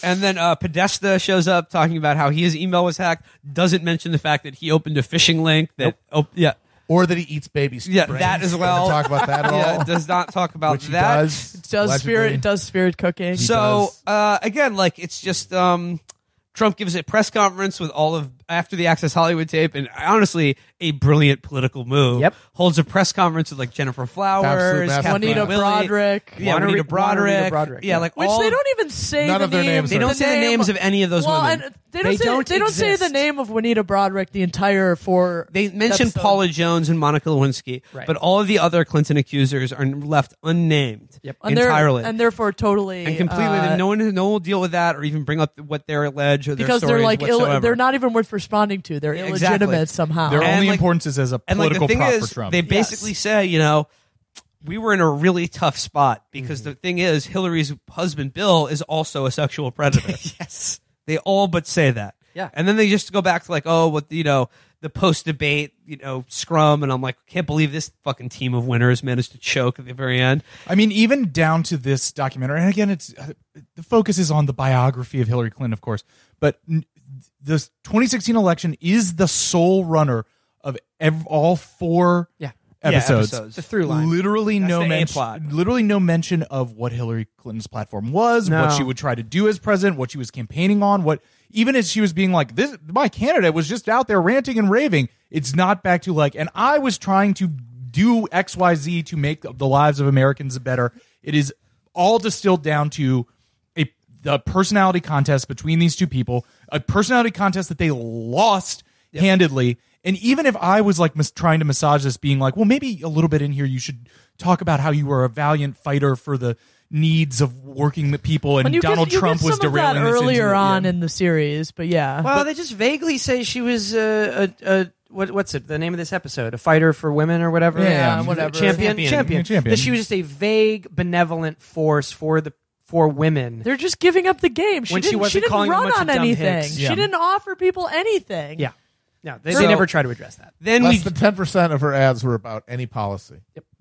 S5: And then uh, Podesta shows up talking about how his email was hacked. Doesn't mention the fact that he opened a phishing link. That oh yeah
S3: or that he eats babies.
S5: Yeah, that as well.
S3: Talk about that at all.
S5: yeah does not talk about
S3: which he
S5: that.
S3: does.
S2: It does spirit
S3: allegedly.
S2: it does spirit cooking.
S5: So
S3: does.
S5: uh, again, like it's just um, Trump gives a press conference with all of after the Access Hollywood tape, and honestly, a brilliant political move.
S4: Yep.
S5: holds a press conference with like Jennifer Flowers,
S3: masterpiece.
S5: Kathleen
S2: Juanita
S5: Willey.
S2: Broderick.
S5: yeah, Juanita,
S4: Juanita-
S5: Broderick.
S4: Juanita Broderick,
S5: yeah,
S4: yeah.
S5: like
S2: which
S5: all
S2: they don't even say
S3: None
S2: the
S3: of their
S2: name-
S3: names
S5: They
S3: are-
S5: don't say the names of any of those
S2: well,
S5: women.
S2: and they don't
S4: They
S2: say
S4: don't
S2: they don't say the
S4: exist.
S2: name of Juanita Broderick the entire four.
S5: They mentioned
S2: episode.
S5: Paula Jones and Monica Lewinsky,
S4: Right.
S5: but all of the other Clinton accusers are left unnamed
S4: Yep.
S2: and they're-
S5: entirely
S2: and therefore totally
S5: And completely.
S2: uh,
S5: no one, no one will deal with that or even bring up what they're alleged or
S2: because they're
S5: their stories
S2: like
S5: whatsoever.
S2: Ill, they're not even worth responding to. They're
S5: Yeah,
S2: illegitimate
S5: exactly.
S2: somehow.
S1: Their
S5: And,
S1: only
S5: like-
S1: importance is as a
S5: And like
S1: political
S5: the thing
S1: prop
S5: is,
S1: for Trump.
S5: they
S2: Yes.
S5: basically say, you know, we were in a really tough spot because the thing is, Hillary's husband Bill is also a sexual predator.
S4: Yes.
S5: They all but say that.
S4: Yeah.
S5: And then they just go back to like, oh, what you know, the post debate, you know, scrum, and I'm like, can't believe this fucking team of winners managed to choke at the very end.
S1: I mean, even down to this documentary, and again, it's uh, the focus is on the biography of Hillary Clinton, of course, but n- the 2016 election is the sole runner of ev- all four
S4: Yeah.
S1: episodes.
S5: Yeah, episodes. The through line.
S1: Literally
S5: That's
S1: no
S5: the A
S1: mention.
S5: plot.
S1: Literally no mention of what Hillary Clinton's platform was,
S4: No.
S1: what she would try to do as president, what she was campaigning on, what even as she was being like this, my candidate was just out there ranting and raving. It's not back to like, and I was trying to do X Y Z to make the lives of Americans better. It is all distilled down to a the personality contest between these two people, a personality contest that they lost handedly. And even if I was like mis- trying to massage this, being like, well, maybe a little bit in here, you should talk about how you were a valiant fighter for the needs of working the people, and
S2: And you
S1: Donald
S2: get, you
S1: Trump
S2: get
S1: was
S2: some of that
S1: derailing this into
S2: earlier
S1: the-
S2: on
S1: yeah.
S2: in the series, but yeah.
S4: Well, they just vaguely say she was uh, a, a what, what's it? The name of this episode? A fighter for women or whatever? Um,
S1: Yeah, Yeah,
S2: whatever.
S4: Champion,
S5: Champion.
S4: champion,
S1: Champion.
S4: That she was just a vague benevolent force for the for women.
S2: They're just giving up the game. She
S4: When she
S2: didn't,
S4: wasn't
S2: didn't
S4: calling them a
S2: run
S4: bunch
S2: on
S4: of dumb
S2: anything.
S4: hicks.
S1: Yeah.
S2: She didn't offer people anything.
S4: Yeah, yeah. They,
S5: So-
S4: they never try to address that.
S5: Then we
S3: Less than ten percent of her ads were about any policy.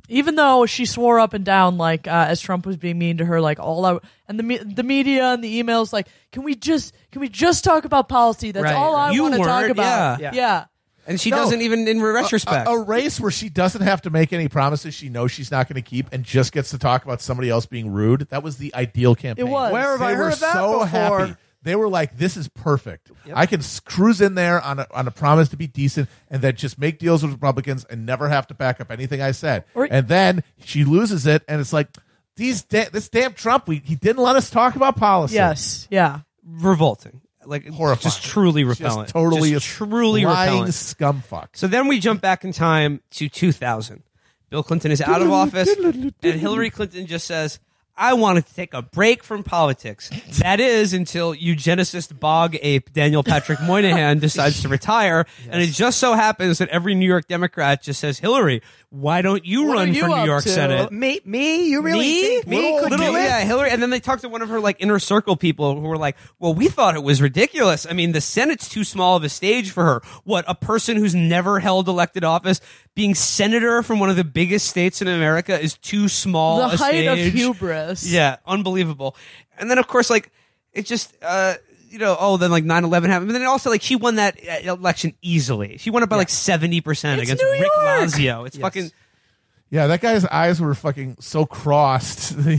S2: Even though she swore up and down, like uh, as Trump was being mean to her, like all out, and the me- the media and the emails, like, can we just can we just talk about policy? That's
S4: Right,
S2: all
S4: right.
S2: I
S5: You
S2: want to talk
S5: weren't,
S2: about.
S4: yeah. Yeah.
S5: and she
S3: No.
S5: doesn't even in retrospect.
S3: A, a race where she doesn't have to make any promises she knows she's not going to keep, and just gets to talk about somebody else being rude. That was the ideal campaign.
S2: It was. Where have
S3: they
S8: I
S3: were
S8: heard that
S3: so
S8: before?
S3: happy. They were like, "This is perfect. I can s- cruise in there on a, on a promise to be decent, and then just make deals with Republicans and never have to back up anything I said."
S2: Or-
S3: and then she loses it, and it's like. These da- this damn Trump, we, he didn't let us talk about policy.
S2: Yes. Yeah.
S5: revolting. Like
S3: Horrifying.
S5: just truly
S3: just
S5: repellent.
S3: totally,
S5: Just
S3: a
S5: truly
S3: lying
S5: repellent.
S3: scumfuck.
S5: So then we jump back in time to 2000. Bill Clinton is out of office, and Hillary Clinton just says, I wanted to take a break from politics. That is until eugenicist bog ape Daniel Patrick Moynihan decides to retire. And it just so happens that every New York Democrat just says, Hillary, why don't you
S2: What
S5: run
S2: are you
S5: for New
S2: up
S5: York
S2: to?
S5: Senate?
S4: Me, me, you really
S5: me,
S4: think me
S5: Little-
S4: could
S5: little-
S4: do it?
S5: Yeah, Hillary. And then they talked to one of her like inner circle people who were like, "Well, we thought it was ridiculous. I mean, the Senate's too small of a stage for her. What a person who's never held elected office being senator from one of the biggest states in America is too small.
S2: The
S5: a
S2: height of
S5: stage."
S2: hubris.
S5: Yeah, unbelievable. And then of course, like it just. uh you know, oh, then like 9 11 happened. But then also, like, she won that uh, election easily. She won it by like 70%
S2: It's
S5: against
S2: New
S5: Rick
S2: York.
S5: Lazio. It's fucking,
S3: Yeah, that guy's eyes were fucking so crossed. he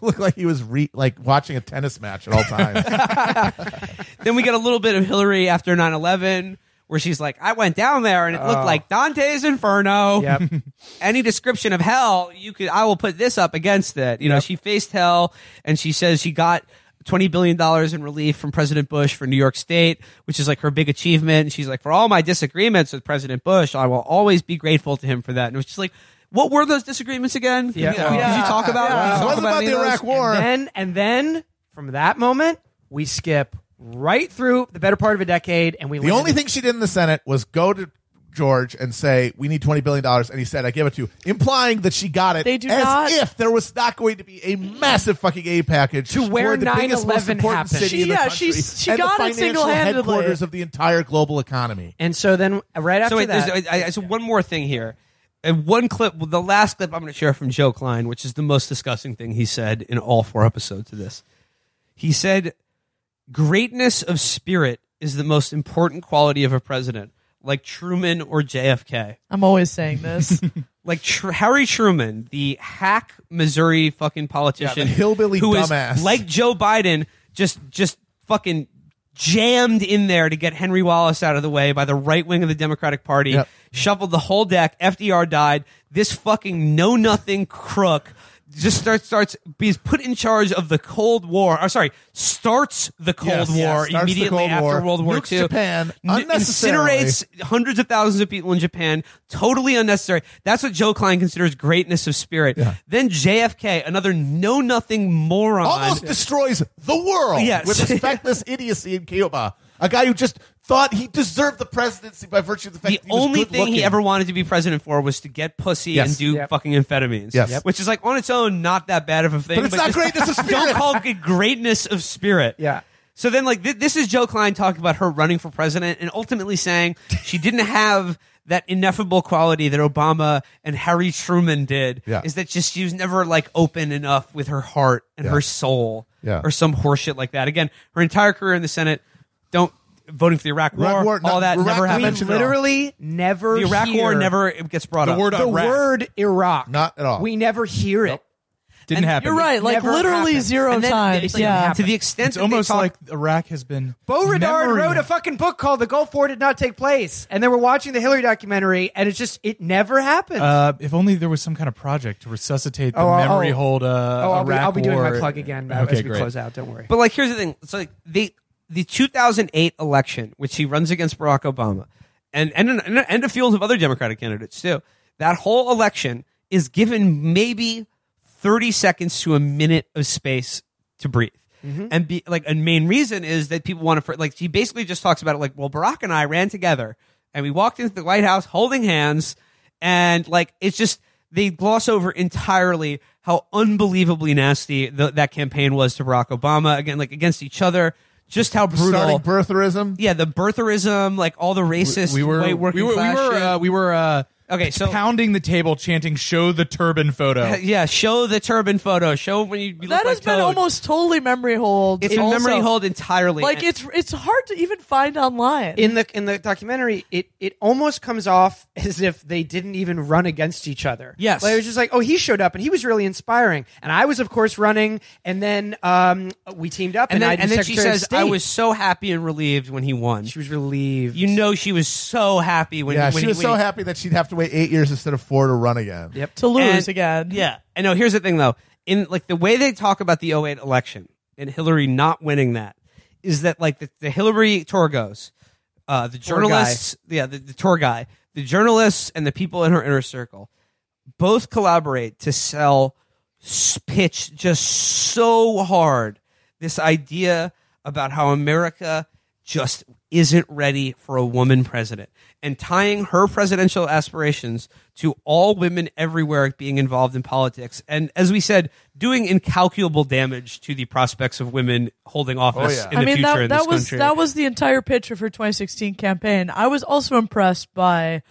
S3: looked like he was re- like watching a tennis match at all times.
S5: then we get a little bit of Hillary after 9-11 where she's like, I went down there and it looked like Dante's Inferno.
S4: Oh. Yep.
S5: Any description of hell, you could I will put this up against it. You know, she faced hell and she says she got $20 billion in relief from President Bush for New York State, which is like her big achievement. And she's like, for all my disagreements with President Bush, I will always be grateful to him for that. And it was just like, what were those disagreements again?
S4: Yeah.
S5: Could, you, could you talk about,
S3: It
S5: could you talk
S3: wasn't about
S5: any
S3: the
S5: of those?
S3: Iraq War.
S4: And then, and then from that moment, we skip right through the better part of a decade, and we
S3: the only thing she did in the Senate was go to George and say, "We need twenty billion dollars," and he said, "I give it to you," implying that she got it
S2: They do
S3: as
S2: not-
S3: if there was not going to be a massive fucking aid package to
S4: where
S3: the biggest, most
S4: 9/11
S3: important
S4: happened.
S3: city
S2: She-
S3: in the
S2: yeah,
S3: country
S2: she- she
S3: and the
S2: got it
S3: financial
S2: single-handedly.
S3: headquarters of the entire global economy.
S4: And so then, uh, right after
S5: So wait, there's,
S4: that,
S5: I, I, so one more thing here. And one clip, well, the last clip I'm going to share from Joe Klein, which is the most disgusting thing he said in all four episodes of this. He said, "Greatness of spirit is the most important quality of a president, like Truman or JFK."
S2: I'm always saying this.
S5: like Tr- Harry Truman, the hack Missouri fucking politician,
S3: Yeah, the hillbilly
S5: who is,
S3: dumbass.
S5: like Joe Biden, just just fucking jammed in there to get Henry Wallace out of the way by the right wing of the Democratic Party,
S3: Yep.
S5: shuffled the whole deck. FDR died. This fucking know nothing crook just starts starts is put in charge of the Cold War. Or sorry, starts the Cold
S3: Yes, yes,
S5: War
S3: starts the
S5: immediately
S3: Cold
S5: after
S3: War,
S5: World War
S3: nukes
S5: II.
S3: Japan
S5: N-
S3: unnecessarily.
S5: incinerates hundreds of thousands of people in Japan, totally unnecessary. That's what Joe Klein considers greatness of spirit. Then JFK, another know nothing moron.
S3: almost destroys the world
S5: Yes.
S3: with his feckless idiocy in Cuba. A guy who just thought he deserved the presidency by virtue of the fact
S5: the
S3: that he was
S5: only thing he
S3: good-looking.
S5: ever wanted to be president for was to get pussy
S3: Yes.
S5: and do
S4: Yep.
S5: fucking amphetamines.
S3: Yes. Yep.
S5: Which is like on its own not that bad of a thing.
S3: But it's not
S5: just
S3: greatness of
S5: Don't
S3: spirit.
S5: call it greatness of spirit.
S4: Yeah.
S5: So then like th- this is Joe Klein talking about her running for president and ultimately saying she didn't have that ineffable quality that Obama and Harry Truman did
S3: Yeah.
S5: is that just she was never like open enough with her heart and
S3: Yeah.
S5: her soul
S3: Yeah.
S5: or some horseshit like that. Again, her entire career in the Senate, don't voting for the Iraq,
S3: Iraq
S5: War,
S3: War,
S5: all
S3: no,
S5: that
S3: Iraq
S5: never
S3: War
S5: happened.
S4: We
S3: mentioned at all.
S4: literally never
S5: The Iraq War
S4: hear
S5: never gets brought
S1: The
S5: up.
S1: word
S4: the
S1: Iraq.
S4: word Iraq.
S3: Not at all.
S4: We never hear it.
S1: didn't happen.
S2: You're right. Like
S4: never
S2: literally
S4: happened.
S2: zero
S5: And then
S2: times.
S5: it's like,
S2: yeah.
S5: To the extent
S1: It's
S5: that
S1: almost
S5: they talk-
S1: like Iraq has been.
S4: Beauregard
S1: memory-
S4: wrote a fucking book called "The Gulf War Did Not Take Place," and then we're watching the Hillary documentary, and it's just it never happened.
S1: Uh, if only there was some kind of project to resuscitate the
S4: Oh, I'll-
S1: memory
S4: I'll-
S1: hold. Uh,
S4: oh, I'll be,
S1: Iraq
S4: I'll be doing my
S1: War.
S4: plug again uh,
S1: Okay,
S4: as we
S1: great.
S4: close out. Don't worry.
S5: But like, here's the thing: it's like the the 2008 election, which he runs against Barack Obama, and and and, and a field of other Democratic candidates too. That whole election is given maybe 30 seconds to a minute of space to breathe.
S4: Mm-hmm.
S5: And be like a main reason is that people want to like he basically just talks about it like well Barack and I ran together and we walked into the White House holding hands and like it's just they gloss over entirely how unbelievably nasty th that campaign was to Barack Obama again, like against each other, just how brutal.
S3: starting birtherism.
S5: yeah, the birtherism, like all the racist,
S1: We were
S5: white
S1: we
S5: working
S1: were we
S5: class
S1: were
S5: shit.
S1: uh, we were uh,
S5: Okay, so-
S1: pounding the table, chanting "Show the turban photo."
S5: yeah, show the turban photo. Show when you, you look
S2: that has
S5: like
S2: been
S5: Toad.
S2: almost totally memory hold.
S5: It's a
S2: also.
S5: memory hold entirely.
S2: Like
S5: And-
S2: it's it's hard to even find online.
S4: in the in the documentary, it it almost comes off as if they didn't even run against each other.
S5: Yes.
S4: like, it was just like, oh, he showed up and he was really inspiring, and I was of course running, and then um, we teamed up,
S5: and
S4: and,
S5: then,
S4: I
S5: and then she
S4: Secretary of
S5: says, "I
S4: State."
S5: was so happy and relieved when he won."
S4: She was relieved.
S5: you know, she was so happy when
S3: Yeah,
S5: when
S3: she was
S5: he,
S3: so
S5: when he-
S3: happy that she'd have to wait eight years instead of four to run again.
S4: Yep.
S2: to lose
S5: And-
S2: again.
S5: Yeah. I know. Here's the thing, though. In like the way they talk about the 08 election and Hillary not winning that is that like the, the Hillary Torgos, uh, the journalists, yeah, the, the tour guy, the journalists, and the people in her inner circle both collaborate to sell s- pitch just so hard this idea about how America just isn't ready for a woman president and tying her presidential aspirations to all women everywhere being involved in politics and as we said doing incalculable damage to the prospects of women holding office
S3: yeah.
S5: in the
S2: I mean
S5: future
S2: that
S5: in
S2: that
S5: this
S2: was
S5: country
S2: that was the entire pitch of her 2016 campaign. I was also impressed by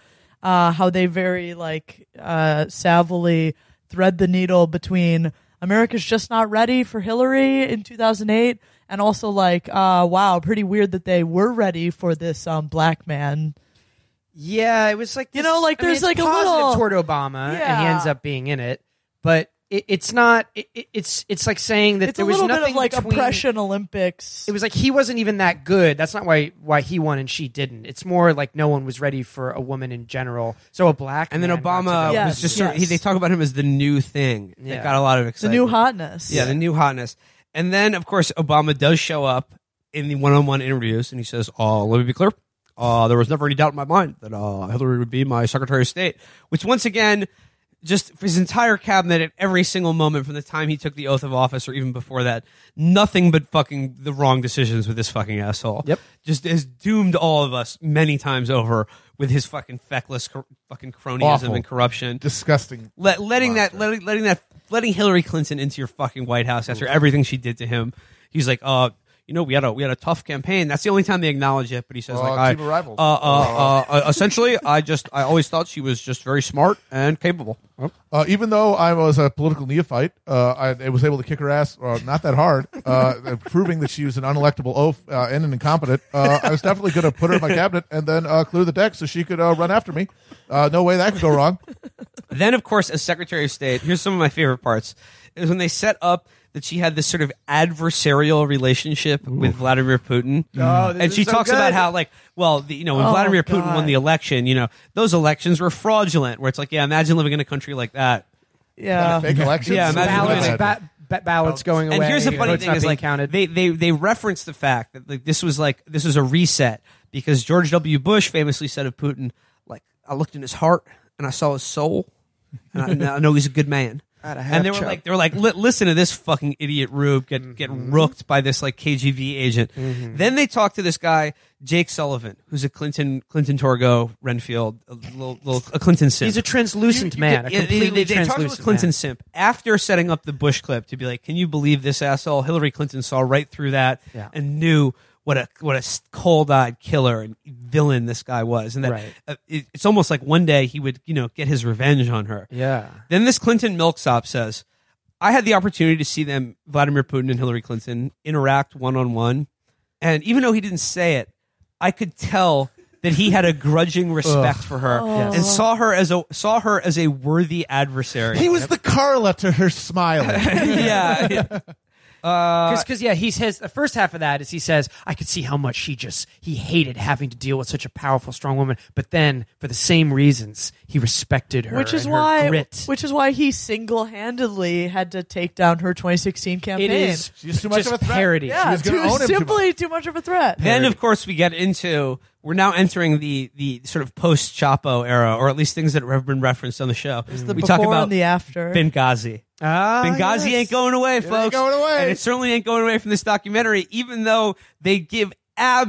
S2: uh, how they very like uh, savvily thread the needle between America's just not ready for Hillary in 2008 and also like uh, wow, pretty weird that they were ready for this um, black man.
S4: Yeah, it was like
S2: You
S4: this-
S2: know, like,
S4: I mean,
S2: there's,
S4: it's
S2: like, a
S4: positive
S2: little-
S4: toward Obama, and he
S2: Yeah.
S4: ends up being in it, but it, it's not. It, it- it's it's like saying that
S2: It's a
S4: there was
S2: little
S4: nothing
S2: bit of like
S4: between-
S2: oppression Olympics.
S4: It was like he wasn't even that good. That's not why why he won and she didn't. It's more like no one was ready for a woman in general. So a black
S5: and then
S4: man got to
S5: Obama
S4: go.
S2: Yes,
S5: was just
S2: yes.
S5: sort of- he, they talk about him as the new thing that
S4: Yeah.
S5: got a lot of
S2: the
S5: excitement
S2: new hotness.
S5: Yeah, the new hotness. And then, of course, Obama does show up in the one-on-one interviews, and he says, "Oh, let me be clear. Uh, there was never any doubt in my mind that uh, Hillary would be my Secretary of State." Which, once again, just for his entire cabinet at every single moment from the time he took the oath of office or even before that, nothing but fucking the wrong decisions with this fucking asshole.
S4: Yep.
S5: just has doomed all of us many times over with his fucking feckless, cor- fucking cronyism
S3: Awful.
S5: and corruption.
S3: Disgusting.
S5: Let, letting that letting, letting that letting Hillary Clinton into your fucking White House after everything she did to him. He's like, uh, you know, we had a we had a tough campaign. That's the only time they acknowledge it. But he says,
S3: Oh,
S5: like,
S3: keep
S5: I,
S3: it rivals.
S5: Uh, uh, uh, uh, essentially, I just I always thought she was just very smart and capable. Oh.
S3: Uh, even though I was a political neophyte, uh, I, I was able to kick her ass, uh, not that hard, uh, proving that she was an unelectable oaf uh, and an incompetent. Uh, I was definitely going to put her in my cabinet and then uh, clear the deck so she could uh, run after me. Uh, no way that could go wrong.
S5: Then, of course, as Secretary of State, here's some of my favorite parts: is when they set up that she had this sort of adversarial relationship with Vladimir Putin,
S4: Oh,
S5: and
S4: this is
S5: she
S4: so
S5: talks
S4: good.
S5: about how, like, well, the, you know, when
S2: Oh,
S5: Vladimir Putin won
S2: God.
S5: the election, you know, those elections were fraudulent. Where it's like, yeah, imagine living in a country like that.
S2: yeah.
S3: Fake elections.
S5: Uh, Yeah,
S3: Something
S5: imagine
S3: like
S4: ballots,
S5: that.
S4: ba- ba- ballots going away.
S5: And here's the funny
S4: votes
S5: thing:
S4: not
S5: is
S4: being
S5: like
S4: counted.
S5: they they they reference the fact that like this was like this was a reset because George W. Bush famously said of Putin, like I looked in his heart and I saw his soul, and I, and I know he's a good man.
S8: God, I have
S5: and they were
S8: chub.
S5: like, they were like, "Li- listen to this fucking idiot Rube get get
S4: Mm-hmm.
S5: rooked by this like KGB agent. Then they talked to this guy Jake Sullivan, who's a Clinton Clinton Torgo Renfield, a little, little a Clinton simp.
S4: He's a translucent man. a
S5: Yeah, they- they,
S4: completely
S5: they talked
S4: translucent
S5: with Clinton
S4: man.
S5: simp after setting up the Bush clip to be like, "Can you believe this asshole? Hillary Clinton saw right through that
S4: Yeah.
S5: and knew." What a what a cold eyed killer and villain this guy was, and that
S4: Right.
S5: uh, it, it's almost like one day he would you know get his revenge on her.
S4: Yeah.
S5: Then this Clinton milksop says, I had the opportunity to see them, Vladimir Putin and Hillary Clinton, interact one on one. And even though he didn't say it, I could tell that he had a grudging respect for her
S2: Oh.
S5: and saw her as a saw her as a worthy adversary.
S3: He was the Carla to her smiling.
S5: yeah. Uh,
S4: Because yeah, he says the first half of that is he says I could see how much she just he hated having to deal with such a powerful, strong woman. But then for the same reasons, he respected her,
S2: which is
S4: and her
S2: why
S4: grit.
S2: which is why he single-handedly had to take down her 2016 campaign.
S4: it is
S3: She's too much
S4: just
S3: of a threat.
S4: parody.
S2: yeah,
S3: was gonna
S2: too-
S3: own him too
S2: simply too much of a threat.
S5: Then of course we get into we're now entering the the sort of post Chapo era, or at least things that have been referenced on the show.
S2: the
S5: we
S2: before
S5: talk about
S2: and the after.
S5: Benghazi.
S4: Ah,
S5: Benghazi
S4: yes.
S5: ain't going away, folks.
S3: going away.
S5: And it certainly ain't going away from this documentary, even though they give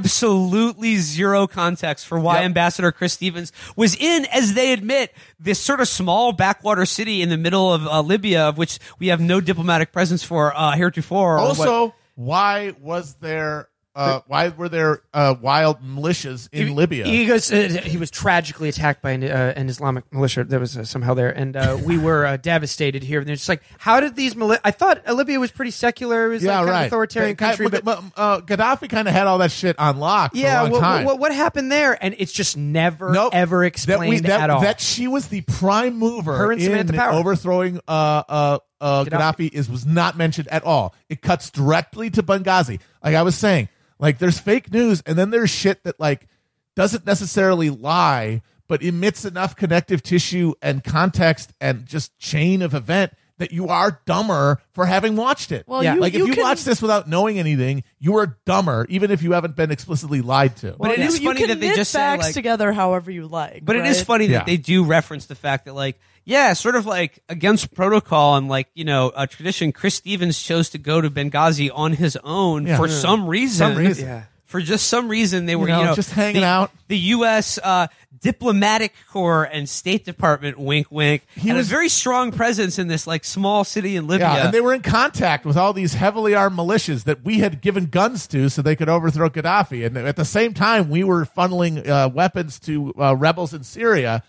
S5: absolutely zero context for why Ambassador Chris Stevens was in, as they admit, this sort of small backwater city in the middle of uh, Libya, of which we have no diplomatic presence for uh, heretofore. or what-
S3: also, why was there? Uh, why were there uh, wild militias in Libya?
S4: He goes. Uh, he was tragically attacked by an, uh, an Islamic militia that was uh, somehow there, and uh, we were uh, devastated here. And they're just like, how did these militia? I thought Libya was pretty secular. It was like kind of authoritarian
S3: They-
S4: country,
S3: but-
S4: but.
S3: but, uh, Gaddafi kind of had all that shit on lock. for
S4: yeah,
S3: a long
S4: what,
S3: time.
S4: what, what happened there? And it's just never,
S3: Nope.
S4: ever
S3: that
S4: explained
S3: we that,
S4: at all.
S3: that she was the prime mover
S4: Her and Samantha
S3: in
S4: Power.
S3: overthrowing uh uh uh Gaddafi.
S4: Gaddafi.
S3: is was not mentioned at all. It cuts directly to Benghazi. Like I was saying, like there's fake news and then there's shit that like doesn't necessarily lie but emits enough connective tissue and context and just chain of event that you are dumber for having watched it.
S2: Well, Yeah. you-
S3: like
S2: you
S3: if you
S2: can-
S3: watch this without knowing anything, you are dumber even if you haven't been explicitly lied to.
S5: But it
S2: you,
S5: is
S2: you
S5: funny
S2: can
S5: that they
S2: knit
S5: just say,
S2: facts
S5: like-
S2: together however you like.
S5: But it is
S2: right?
S5: funny
S3: Yeah.
S5: that they do reference the fact that, like, yeah, sort of like against protocol and like you know a tradition. Chris Stevens chose to go to Benghazi on his own
S3: Yeah.
S5: for
S3: Yeah.
S5: some reason.
S3: Some reason.
S4: Yeah.
S5: For just some reason, they were
S3: know,
S5: you know
S3: just hanging
S5: the-
S3: out.
S5: The U.S. Uh, diplomatic corps and State Department, wink, wink, he had
S3: was-
S5: a very strong presence in this like small city in Libya.
S3: Yeah, and they were in contact with all these heavily armed militias that we had given guns to so they could overthrow Gaddafi. And at the same time, we were funneling uh, weapons to uh, rebels in Syria.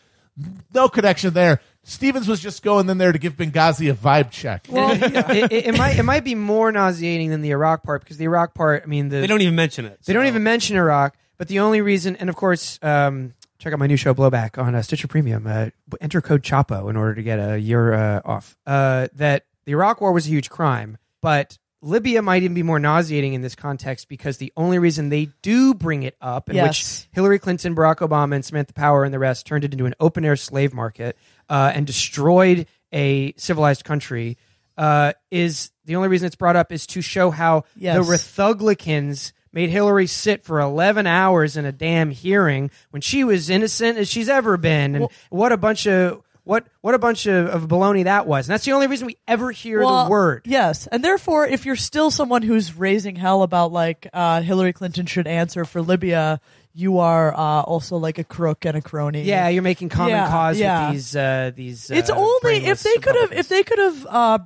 S3: No connection there. Stevens was just going in there to give Benghazi a vibe check.
S4: Well, it, it, it might it might be more nauseating than the Iraq part because the Iraq part, I mean, the,
S5: They don't even mention it.
S4: they don't even mention Iraq. But the only reason, and of course, um, check out my new show Blowback on uh, Stitcher Premium. Uh, enter code Chapo in order to get a year uh, off. Uh, that the Iraq War was a huge crime, but Libya might even be more nauseating in this context because the only reason they do bring it up, in
S2: Yes.
S4: which Hillary Clinton, Barack Obama, and Samantha Power and the rest turned it into an open air slave market uh, and destroyed a civilized country. Uh, is the only reason it's brought up is to show how
S2: Yes.
S4: the Thuglicans made Hillary sit for 11 hours in a damn hearing when she was innocent as she's ever been. And what a bunch of what what a bunch of, of baloney that was. And that's the only reason we ever hear
S2: Well,
S4: the word.
S2: Yes, and therefore, if you're still someone who's raising hell about like uh, Hillary Clinton should answer for Libya, you are uh, also like a crook and a crony.
S4: Yeah, you're making common
S2: Yeah,
S4: cause
S2: yeah.
S4: with these uh, these.
S2: it's
S4: uh,
S2: only if
S4: brainless
S2: they could have
S4: Republicans.
S2: if they could have uh,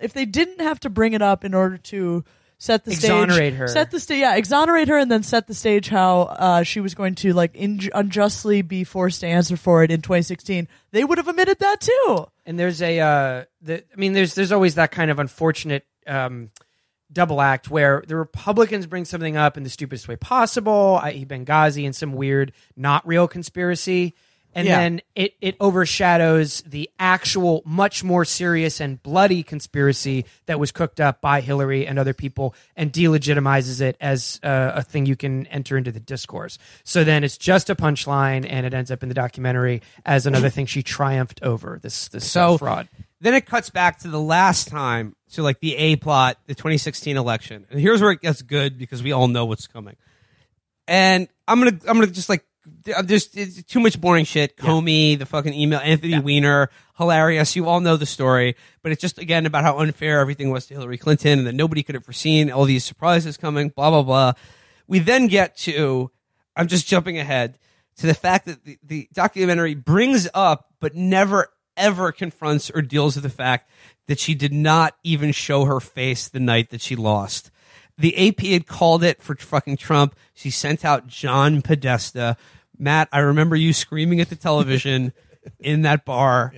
S2: if they didn't have to bring it up in order to set the
S4: Exonerate
S2: stage,
S4: her.
S2: set the stage, yeah, exonerate her, and then set the stage how uh, she was going to like inj- unjustly be forced to answer for it in 2016. They would have admitted that too.
S4: and there's a uh, the, I mean there's there's always that kind of unfortunate um, double act where the Republicans bring something up in the stupidest way possible, i.e. Benghazi and some weird not real conspiracy. And
S5: Yeah.
S4: then it, it overshadows the actual, much more serious and bloody conspiracy that was cooked up by Hillary and other people and delegitimizes it as uh, a thing you can enter into the discourse. So then it's just a punchline and it ends up in the documentary as another thing she triumphed over this, this
S5: So-
S4: so, fraud.
S5: Then it cuts back to the last time, to like the A plot, the 2016 election. And here's where it gets good because we all know what's coming. And I'm gonna, I'm gonna just like, there's, there's too much boring shit. Comey, the fucking email, Anthony Weiner, hilarious. You all know the story, but it's just again about how unfair everything was to Hillary Clinton and that nobody could have foreseen all these surprises coming, blah, blah, blah. We then get to, I'm just jumping ahead, to the fact that the, the documentary brings up, but never ever confronts or deals with the fact that she did not even show her face the night that she lost. The AP had called it for fucking Trump. She sent out John Podesta. Matt, I remember you screaming at the television in that bar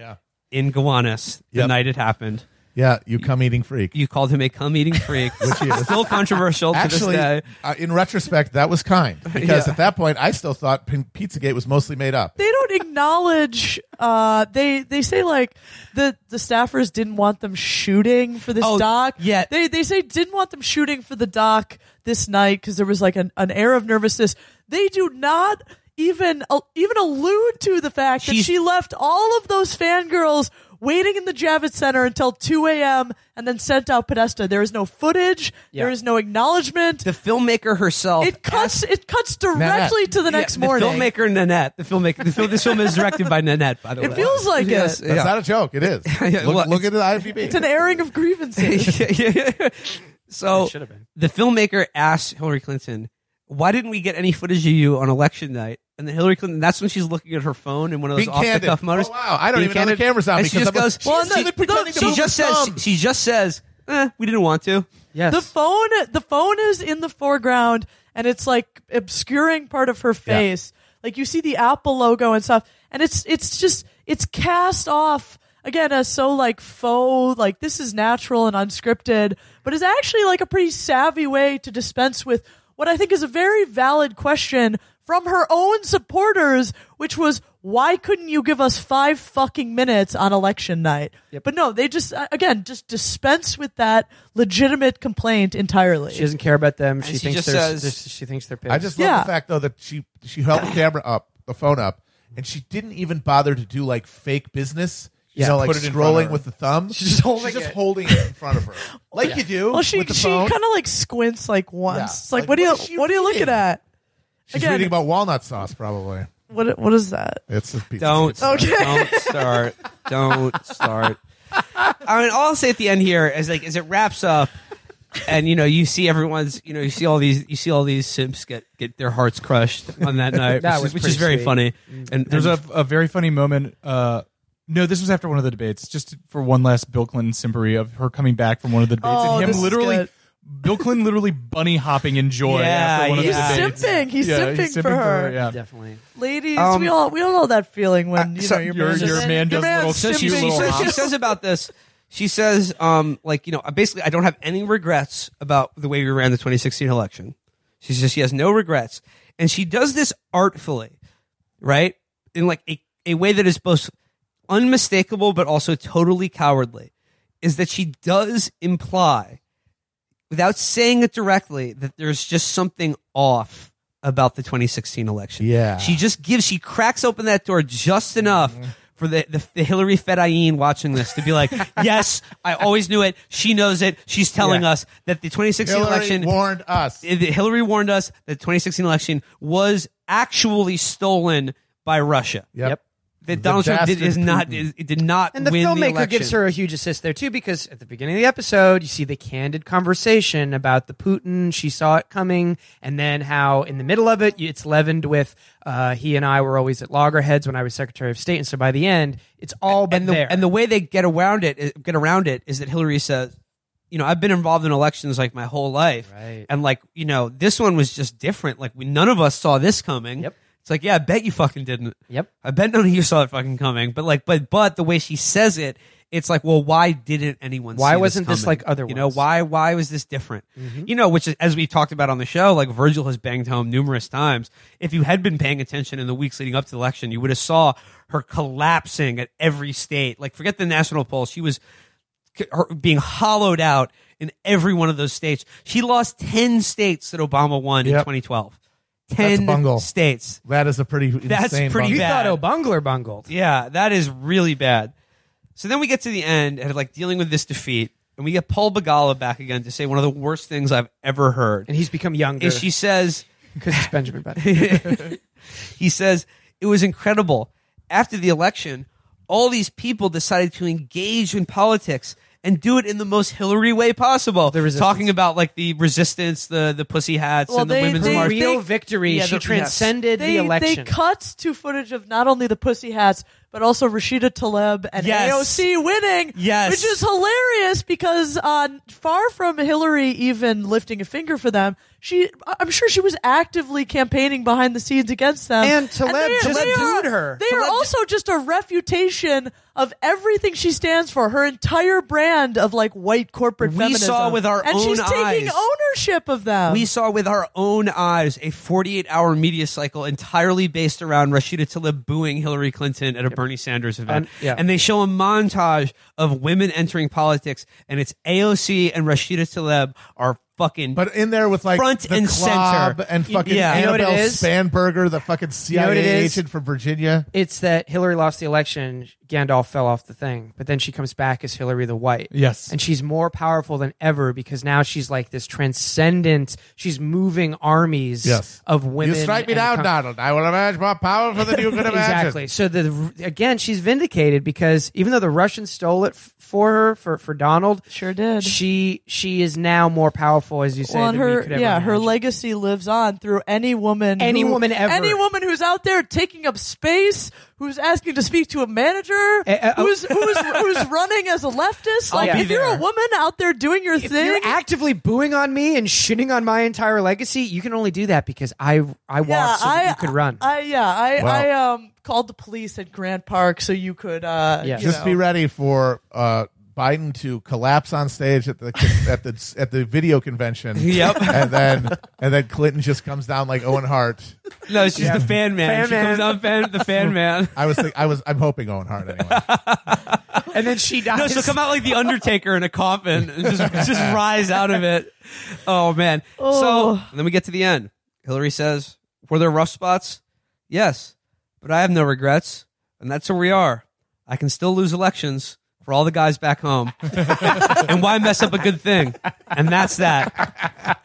S5: in Gowanus the
S3: Yep.
S5: night it happened.
S3: Yeah, you come eating freak.
S5: You called him a cum eating freak, which is still controversial
S3: Actually,
S5: to this day.
S3: uh, in retrospect, that was kind because at that point, I still thought P- Pizzagate was mostly made up.
S2: they don't acknowledge uh they they say like the the staffers didn't want them shooting for this
S5: Oh,
S2: doc
S5: yeah.
S2: they they say didn't want them shooting for the doc this night because there was like an, an air of nervousness they do not even uh, even allude to the fact that
S5: She's-
S2: she left all of those fangirls waiting in the javits center until 2 a.m and then sent out podesta there is no footage
S4: Yeah.
S2: there is no acknowledgement
S5: The filmmaker herself
S2: it cuts it cuts directly to the
S5: Yeah,
S2: next morning
S5: The filmmaker Nanette. The filmmaker. The film, this film is directed by Nanette. By the
S2: It
S5: way,
S2: feels like
S5: yes,
S2: it.
S3: That's
S5: yeah.
S3: not a joke. It is.
S5: Yeah,
S3: look,
S5: well,
S3: look at the
S2: it's
S3: IMDb.
S2: an airing of grievances
S5: so
S4: It should have been.
S5: the filmmaker asked Hillary Clinton, "Why didn't we get any footage of you on election night?" And then Hillary Clinton, that's when she's looking at her phone in one of those
S3: Being
S5: off the
S3: candid.
S5: cuff motors.
S3: Oh, wow. I don't
S5: Being
S3: even know the camera's on
S5: And
S3: because
S5: she just
S3: I'm like,
S5: goes,
S3: she's Well,
S2: not even pretending to
S5: she
S2: move
S5: just
S3: her
S5: says,
S3: thumb.
S5: she just says, eh, "We didn't want to."
S4: Yes.
S2: The phone, the phone is in the foreground, and it's like obscuring part of her face. Like you see the Apple logo and stuff, and it's it's just it's cast off again as so like faux, like this is natural and unscripted, but it's actually like a pretty savvy way to dispense with what I think is a very valid question from her own supporters, which was. Why couldn't you give us five fucking minutes on election night? But no, they just uh, again just dispense with that legitimate complaint entirely.
S4: she doesn't care about them.
S5: she
S4: She, thinks
S5: just
S4: they're,
S5: says-
S4: they're- she thinks they're pissed.
S3: I just love
S2: Yeah.
S3: the fact though that she she held the camera up, the phone up, and she didn't even bother to do like fake business. You
S4: Yeah.
S3: know, like
S4: Put it in front of
S3: scrolling
S4: her.
S3: with the thumb. She's
S4: just holding
S3: just
S4: it.
S3: holding it in front of her, like you do.
S2: well, she
S3: with the
S2: she
S3: phone.
S2: kind of like squints like once.
S3: Yeah.
S2: It's like,
S3: Like,
S2: what do you
S3: what is she
S2: what are you looking
S3: reading?
S2: at?
S3: She's
S2: again-
S3: reading about walnut sauce, probably.
S2: What what is that?
S3: It's a piece.
S5: Don't
S3: Of
S5: start. Don't start. Don't start. I mean, all I'll say at the end here is like, as it wraps up, and you know, you see everyone's, you know, you see all these, you see all these simps get get their hearts crushed on that night,
S4: That
S5: which, is,
S4: was
S5: which
S4: pretty
S5: is very
S4: sweet. Mm.
S5: funny. And
S1: There's a, a very funny moment. Uh, no, this was after one of the debates, just for one last Bill Clinton simpery of her coming back from one of the debates
S2: Oh,
S1: and
S2: this
S1: him
S2: is
S1: literally,
S2: good.
S1: Bill Clinton literally bunny hopping in joy
S5: Yeah,
S1: after one
S5: yeah.
S1: of the
S2: He's
S1: debates.
S2: simping. He's simping for her.
S1: yeah.
S4: definitely.
S2: Ladies,
S5: Um,
S2: we all we all know that feeling
S3: uh,
S2: when you
S5: so
S2: know your,
S1: your-
S2: man's-
S1: your man does little-
S2: man's
S5: so she,
S1: you
S5: she
S1: little
S5: says,
S1: hop.
S5: she says about this. She says, um, like you know, basically, I don't have any regrets about the way we ran the 2016 election. She says she has no regrets, and she does this artfully, right? In like a, a way that is both unmistakable but also totally cowardly. Is that she does imply without saying it directly that there's just something off about the 2016 election.
S3: Yeah.
S5: She just gives, she cracks open that door just enough for the, the, the Hillary Fedayeen watching this to be like, yes, I always knew it. She knows it. She's telling us that the 2016
S3: Hillary
S5: election
S3: warned us.
S5: uh, that Hillary warned us that the 2016 election was actually stolen by Russia.
S3: Yep.
S5: That Donald Trump did,
S3: bastard
S5: is not
S3: Putin.
S5: is, it did not
S4: And the
S5: win the
S4: filmmaker
S5: election.
S4: gives her a huge assist there too, because at the beginning of the episode, you see the candid conversation about the Putin. She saw it coming, and then how in the middle of it, it's leavened with uh, he and I were always at loggerheads when I was Secretary of State, and so by the end, it's all been
S5: and the,
S4: there.
S5: and the way they get around it get around it is that Hillary says, you know, I've been involved in elections like my whole life,
S4: Right.
S5: and like you know, this one was just different. Like we, none of us saw this coming.
S4: Yep.
S5: It's like, yeah, I bet you fucking didn't.
S4: Yep.
S5: I bet none of you saw it fucking coming. But like, but but the way she says it, it's like, well, why didn't anyone?
S4: Why
S5: see this
S4: wasn't this
S5: coming?
S4: like other Mm-hmm.
S5: You know,
S4: ones?
S5: why why was this different? You know, which is, as we talked about on the show, like Virgil has banged home numerous times. If you had been paying attention in the weeks leading up to the election, you would have saw her collapsing at every state. Like, forget the national poll; she was her being hollowed out in every one of those states. She lost 10 states that Obama won in
S3: Yep.
S5: 2012.
S3: a
S5: 10
S3: bungle.
S5: states.
S3: That is a pretty.
S5: That's
S3: insane bungle.
S5: pretty bad.
S4: thought O'Bungler bungled.
S5: Yeah, that is really bad. So then we get to the end and like dealing with this defeat, and we get Paul Bagala back again to say one of the worst things I've ever heard.
S4: And he's become younger
S5: Is
S4: because
S5: she says,
S4: it's Benjamin Button.
S5: he says, it was incredible. After the election, all these people decided to engage in politics and do it in the most Hillary way possible.
S4: The resistance.
S5: Talking about like the resistance, the the pussy hats,
S2: Well,
S5: and the
S2: they-
S5: women's
S2: they-
S4: Her
S5: march.
S4: real
S2: they-
S4: victory.
S2: yeah,
S4: she
S2: the-
S4: transcended
S2: they,
S4: the election.
S2: They cut to footage of not only the pussy hats, but also Rashida Tlaib and
S5: Yes.
S2: AOC winning.
S5: Yes.
S2: Which is hilarious because uh, far from Hillary even lifting a finger for them, she I- I'm sure she was actively campaigning behind the scenes against them.
S4: And Tlaib
S2: they-
S4: just
S2: they are,
S4: booed her.
S2: They are also just a refutation of everything she stands for, her entire brand of like white corporate
S5: We
S2: feminism.
S5: saw with our
S2: and she's
S5: own
S2: taking
S5: eyes.
S2: ownership of them.
S5: we saw with our own eyes a 48 hour media cycle entirely based around Rashida Tlaib booing Hillary Clinton at a Bernie Sanders event.
S4: And- yeah.
S5: And they show a montage of women entering politics, and it's AOC and Rashida Tlaib are fucking.
S3: But in there with like
S5: Front
S3: the
S5: and
S3: Klob
S5: center.
S3: and
S5: Y-
S3: fucking
S5: yeah. You know
S4: what it
S3: Annabelle
S4: is?
S3: Spanberger, the fucking CIA
S4: it is?
S3: agent from Virginia.
S4: it's that Hillary lost the election. Gandalf fell off the thing, but then she comes back as Hillary the White.
S1: Yes.
S4: and she's more powerful than ever because now she's like this transcendent. She's moving armies
S3: Yes.
S4: of women.
S3: You strike me
S4: and
S3: down,
S4: com-
S3: Donald. I will imagine more powerful than you could imagine.
S4: Exactly. So the again, she's vindicated because even though the Russians stole it f- for her for for Donald,
S2: Sure did.
S4: She she is now more powerful, as you say.
S2: Well, and
S4: than we
S2: her
S4: could ever
S2: yeah, her
S4: imagine.
S2: legacy lives on through any woman,
S4: Any
S2: who-
S4: woman ever.
S2: any woman who's out there taking up space, who's asking to speak to a manager,
S4: eh, oh.
S2: who's who's who's running as a leftist. Like
S4: be
S2: if you're a
S4: there.
S2: woman out there doing your
S4: If
S2: thing,
S4: you're actively booing on me and shitting on my entire legacy, you can only do that because I I walked so that you could run.
S2: I yeah, I
S3: Wow.
S2: I um called the police at Grant Park so you could uh
S4: Yes.
S2: you
S3: Just
S2: know.
S3: be ready for uh, Biden to collapse on stage at the at the at the video convention.
S5: Yep.
S3: and then and then Clinton just comes down like Owen Hart.
S5: no, she's the fan man.
S4: Fan
S5: she
S4: man.
S5: comes on fan, the fan man.
S3: I was think, I was I'm hoping Owen Hart anyway.
S4: and then she dies.
S5: No, she'll come out like the Undertaker in a coffin and just, just rise out of it. Oh man! So
S2: Oh.
S5: then we get to the end. Hillary says, "Were there rough spots? Yes, but I have no regrets, and that's where we are. I can still lose elections for all the guys back home, and why mess up a good thing? And that's that.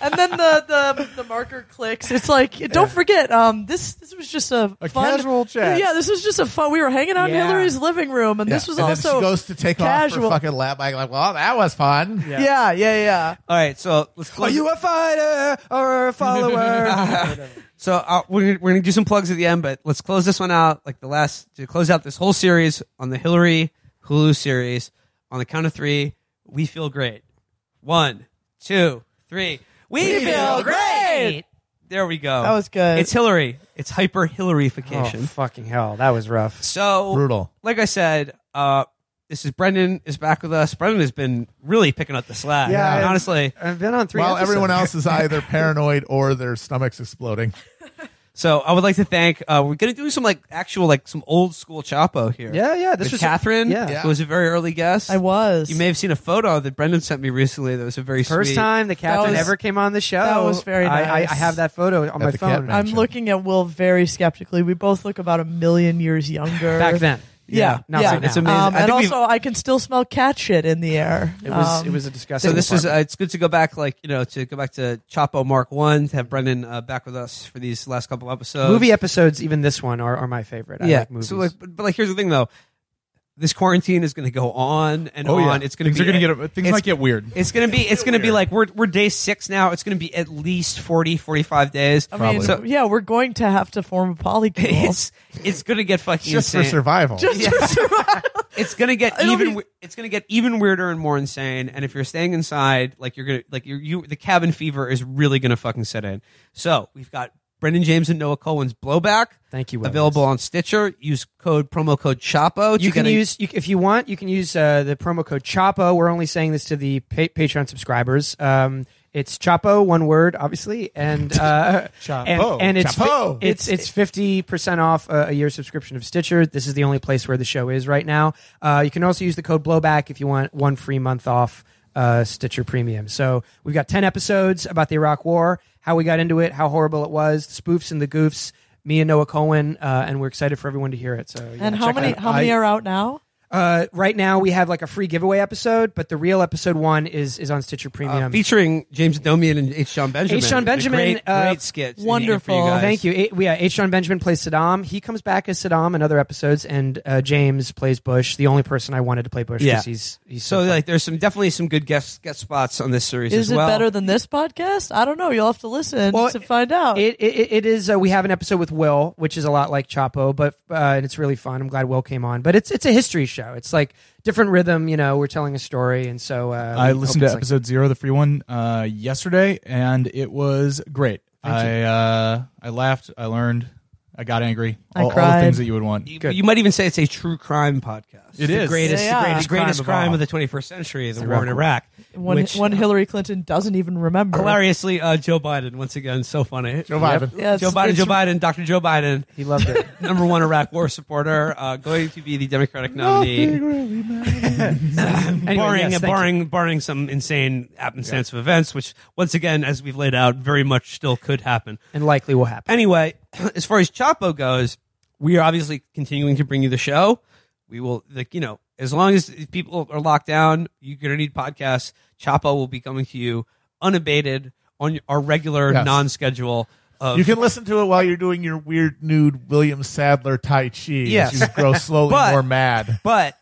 S2: and then the, the the marker clicks. It's like don't forget, um, this this was just a,
S3: A
S2: fun,
S3: casual chat.
S2: Yeah, this was just a fun. We were hanging out
S4: Yeah.
S2: in Hillary's living room, and this
S3: Yeah.
S2: was
S3: and
S2: also
S3: then she goes to take
S2: casual.
S3: off her fucking lap bag. Like, well, that was fun.
S2: yeah. yeah, yeah, yeah.
S5: All right. So let's
S4: Are
S5: close.
S4: you a fighter or a follower?
S5: So uh, we're gonna, we're gonna do some plugs at the end, but let's close this one out like the last to close out this whole series on the Hillary Hulu series. On the count of three, we feel great. One, two, three. We, feel great. There we go.
S2: That was good.
S5: It's Hillary. It's hyper
S4: oh
S5: Hillaryfication.
S4: fucking hell, that was rough.
S5: so
S3: Brutal.
S5: Like I said, uh, this is Brendan is back with us. Brendan has been really picking up the slack.
S4: Yeah,
S5: And
S4: I-
S5: honestly.
S4: I've been on three.
S3: While
S4: episodes.
S3: everyone else is either paranoid or their stomachs exploding.
S5: So I would like to thank. Uh, we're gonna do some like actual like some old school Chapo here.
S4: yeah, yeah, this
S5: This
S4: was
S5: Catherine,
S4: yeah.
S5: who was a very early guest.
S2: I was.
S5: You may have seen a photo that Brendan sent me recently. That was a very
S4: First
S5: sweet-
S4: time the Catherine
S2: was-
S4: ever came on the show.
S2: that was very
S4: I, I,
S2: nice.
S4: I have that photo on my
S3: the
S4: phone.
S3: Catman.
S2: I'm looking at Will very skeptically. We both look about a million years younger
S4: Back then.
S2: Yeah,
S4: Not
S2: yeah.
S4: right now.
S5: It's amazing.
S2: Um,
S5: I
S2: and
S5: think we've-
S2: also, I can still smell cat shit in the air.
S4: It was
S2: Um,
S4: it was a disgusting.
S5: So this was.
S4: apartment.
S5: Uh, it's good to go back, like you know, to go back to Chapo Mark One to have Brendan uh, back with us for these last couple episodes.
S4: movie episodes. Even this one are, are my favorite. I
S5: yeah.
S4: like movies.
S5: so like, but, but like, here's the thing though. This quarantine is going to go on and
S1: Oh, yeah.
S5: on. It's going to
S1: Things
S5: be
S1: are gonna get- things
S5: it's-
S1: might get weird.
S5: It's going to be. It's going to be like we're we're day six now. It's going to be at least 40, 45 days.
S2: I mean,
S5: So
S2: yeah, we're going to have to form a polycule.
S5: it's it's going to get fucking
S3: Just for
S5: insane.
S3: survival.
S2: Just for survival.
S5: it's gonna get
S2: It'll
S5: even.
S2: be-
S5: we- It's gonna get even weirder and more insane. And if you're staying inside, like you're gonna, like you're, you, the cabin fever is really gonna fucking set in. So we've got Brendan James and Noah Cohen's blowback.
S4: Thank you, Will.
S5: Available on Stitcher. Use code promo code Chapo. to
S4: you can
S5: get a-
S4: use you, if you want. You can use uh, the promo code Chapo. We're only saying this to the pa- Patreon subscribers. Um, it's Chapo, one word, obviously, and uh,
S3: Chapo.
S4: and, and it's fi-
S3: Chapo.
S4: it's it's fifty percent off a, a year subscription of Stitcher. This is the only place where the show is right now. Uh, you can also use the code Blowback if you want one free month off uh, Stitcher Premium. So we've got ten episodes about the Iraq War, how we got into it, how horrible it was, the spoofs and the goofs. Me and Noah Cohen, uh, and we're excited for everyone to hear it. So yeah,
S2: and how
S4: check it
S2: many?
S4: out.
S2: How many
S3: I-
S2: are out now?
S4: Uh, right now we have like a free giveaway episode, but the real episode one is is on Stitcher
S5: Uh,
S4: Premium.
S5: featuring James Adomian and H. John Benjamin.
S4: H. John
S5: A
S4: Benjamin,
S5: great,
S4: uh,
S5: great skit.
S2: wonderful.
S5: For you guys.
S4: Thank you. It, yeah, H. John Benjamin plays Saddam. He comes back as Saddam in other episodes, and uh, James plays Bush. The only person I wanted to play Bush
S5: Yeah.
S4: because he's he's
S5: So
S4: so,
S5: like, there's some definitely some good guest guest spots on this series
S2: Is
S5: as
S2: it
S5: well.
S2: better than this podcast? I don't know. You'll have to listen
S4: Well,
S2: to find out.
S4: It, it it is. Uh, we have an episode with Will, which is a lot like Chapo, but uh, and it's really fun. I'm glad Will came on. But it's it's a history show. It's like different rhythm. You know, we're telling a story, and so uh,
S1: I
S4: we
S1: listened
S4: hope
S1: to
S4: it's like-
S1: episode zero, the free one, uh, yesterday, and it was great. I uh, I laughed, I learned, I got angry.
S2: I
S1: all, all the
S2: cried.
S1: things that you would want.
S5: You, you might even say it's a true crime podcast.
S1: It is.
S5: greatest,
S2: They are.
S5: the greatest,
S4: Crime
S5: greatest
S4: of
S5: crime
S4: all.
S5: of, the 21st century, the war in Iraq.
S2: one,
S5: which,
S2: one Hillary Clinton doesn't even remember.
S5: hilariously, uh, Joe Biden once again, so funny.
S3: Joe Biden.
S2: Yeah, it's-
S5: Joe Biden,
S2: it's-
S5: Joe Biden, Dr. Joe Biden,
S4: He loved it.
S5: number one Iraq war supporter, uh, going to be the Democratic nominee.
S4: Anyway,
S5: barring
S4: yes, thank you.
S5: barring barring some insane happenstance of events, which once again, as we've laid out, very much still could happen.
S4: and likely will happen.
S5: Anyway, as far as Chapo goes, we are obviously continuing to bring you the show. We will, like you know, as long as people are locked down, you're gonna need podcasts. Chapo will be coming to you unabated on our regular
S3: Yes.
S5: non-schedule. Of,
S3: You can listen to it while you're doing your weird nude William Sadler Tai Chi.
S5: Yes.
S3: As you grow slowly
S5: But-
S3: more mad.
S5: But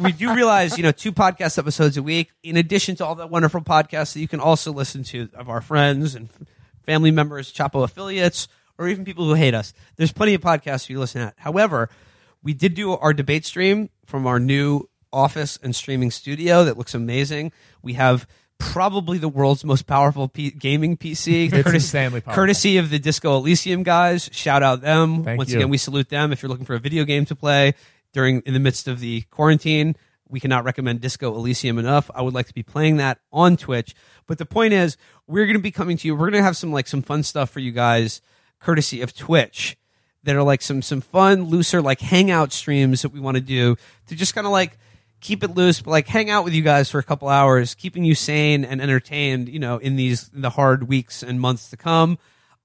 S5: we do realize, you know, two podcast episodes a week, in addition to all the wonderful podcasts that you can also listen to of our friends and family members, Chapo affiliates, or even people who hate us. There's plenty of podcasts you listen at. However, we did do our debate stream from our new office and streaming studio that looks amazing. We have probably the world's most powerful P- gaming PC.
S3: It's insanely powerful.
S5: Courtesy of the Disco Elysium guys. Shout out them.
S3: Thank
S5: Once
S3: you.
S5: again, we salute them. If you're looking for a video game to play during in the midst of the quarantine, we cannot recommend Disco Elysium enough. I would like to be playing that on Twitch. But the point is, we're going to be coming to you. We're going to have some like some fun stuff for you guys, courtesy of Twitch. That are like some some fun, looser like hangout streams that we want to do to just kind of like keep it loose, but like hang out with you guys for a couple hours, keeping you sane and entertained. You know, in these in the hard weeks and months to come.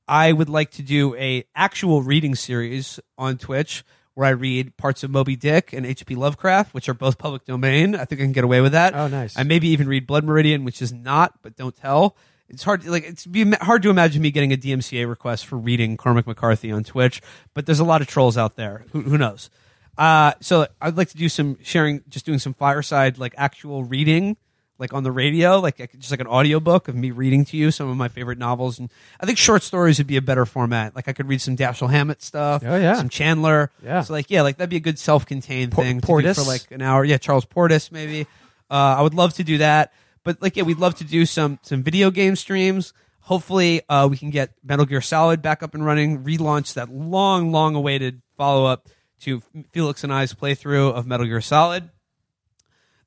S5: I would like to do a actual reading series on Twitch where I read parts of Moby Dick and H.P. Lovecraft, which are both public domain. I think I can get away with that.
S4: Oh, nice.
S5: I maybe even read Blood Meridian, which is not, but don't tell. It's hard, to, like it's be hard to imagine me getting a DMCA request for reading Cormac McCarthy on Twitch. But there's a lot of trolls out there. Who, who knows? Uh, so I'd like to do some sharing, just doing some fireside, like actual reading like on the radio, like like, just like an audiobook of me reading to you some of my favorite novels. And I think short stories would be a better format. Like I could read some Dashiell Hammett stuff,
S4: Oh, yeah.
S5: some Chandler.
S4: Yeah.
S5: So like yeah, like that'd be a good self-contained
S4: Por-
S5: thing to do
S4: Portis?
S5: for like an hour. Yeah, Charles Portis maybe. Uh, I would love to do that. But like yeah, we'd love to do some some video game streams. Hopefully, uh, we can get Metal Gear Solid back up and running. Relaunch that long, long-awaited follow-up to Felix and I's playthrough of Metal Gear Solid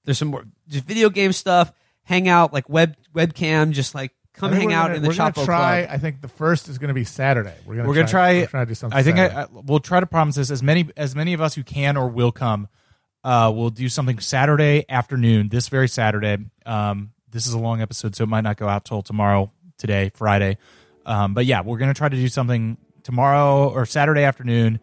S5: there's some more just video game stuff hang out like web webcam just like come
S3: I think
S5: hang
S3: we're
S5: out
S3: gonna-
S5: in the
S3: we're gonna
S5: Chapo
S3: try.
S5: Club.
S3: I think the first is going to be Saturday. We're going
S1: We're gonna try.
S3: We're trying to do something.
S1: I think
S3: Saturday.
S1: I, I, we'll try to promise this as many as many of us who can or will come. Uh, we'll do something Saturday afternoon, this very Saturday. Um, this is a long episode, so it might not go out till tomorrow, today, Friday. Um, but yeah, we're gonna try to do something tomorrow or Saturday afternoon,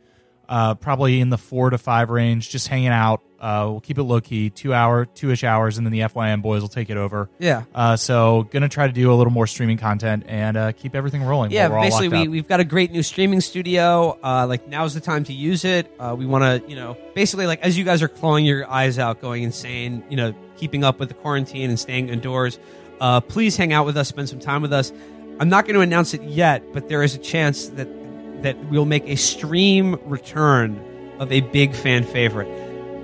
S1: uh, probably in the four to five range, just hanging out. Uh, we'll keep it low key, two hour, two ish hours, and then the FYM boys will take it over.
S5: yeah
S1: Uh, so gonna try to do a little more streaming content and uh, keep everything rolling.
S5: yeah
S1: while we're all
S5: basically
S1: locked up.
S5: we, we've got a great new streaming studio uh, like now's the time to use it uh, we want to you know basically like as you guys are clawing your eyes out going insane you know keeping up with the quarantine and staying indoors uh, please hang out with us spend some time with us i'm not going to announce it yet but there is a chance that that we'll make a stream return of a big fan favorite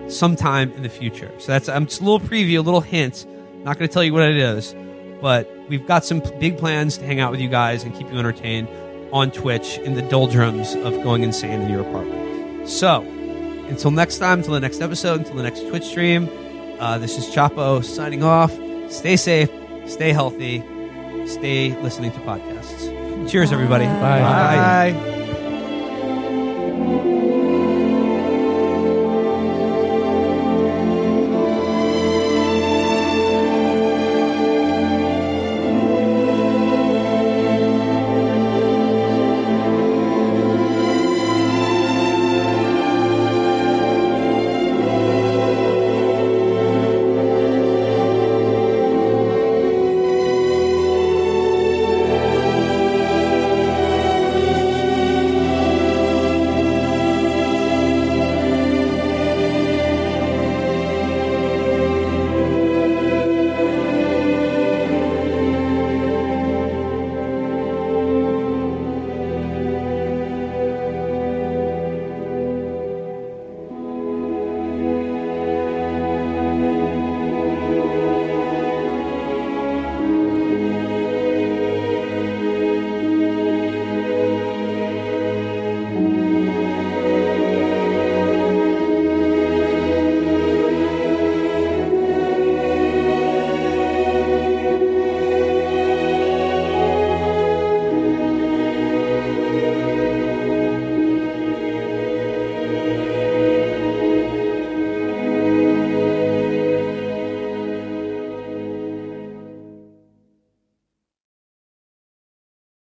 S5: sometime in the future. So that's I'm just a little preview, a little hint. Not going to tell you what it is, but we've got some p- big plans to hang out with you guys and keep you entertained on Twitch in the doldrums of going insane in your apartment. So until next time, until the next episode, until the next Twitch stream, uh, this is Chapo signing off. Stay safe, stay healthy, stay listening to podcasts. Cheers, everybody.
S4: Bye.
S5: Bye.
S3: Bye.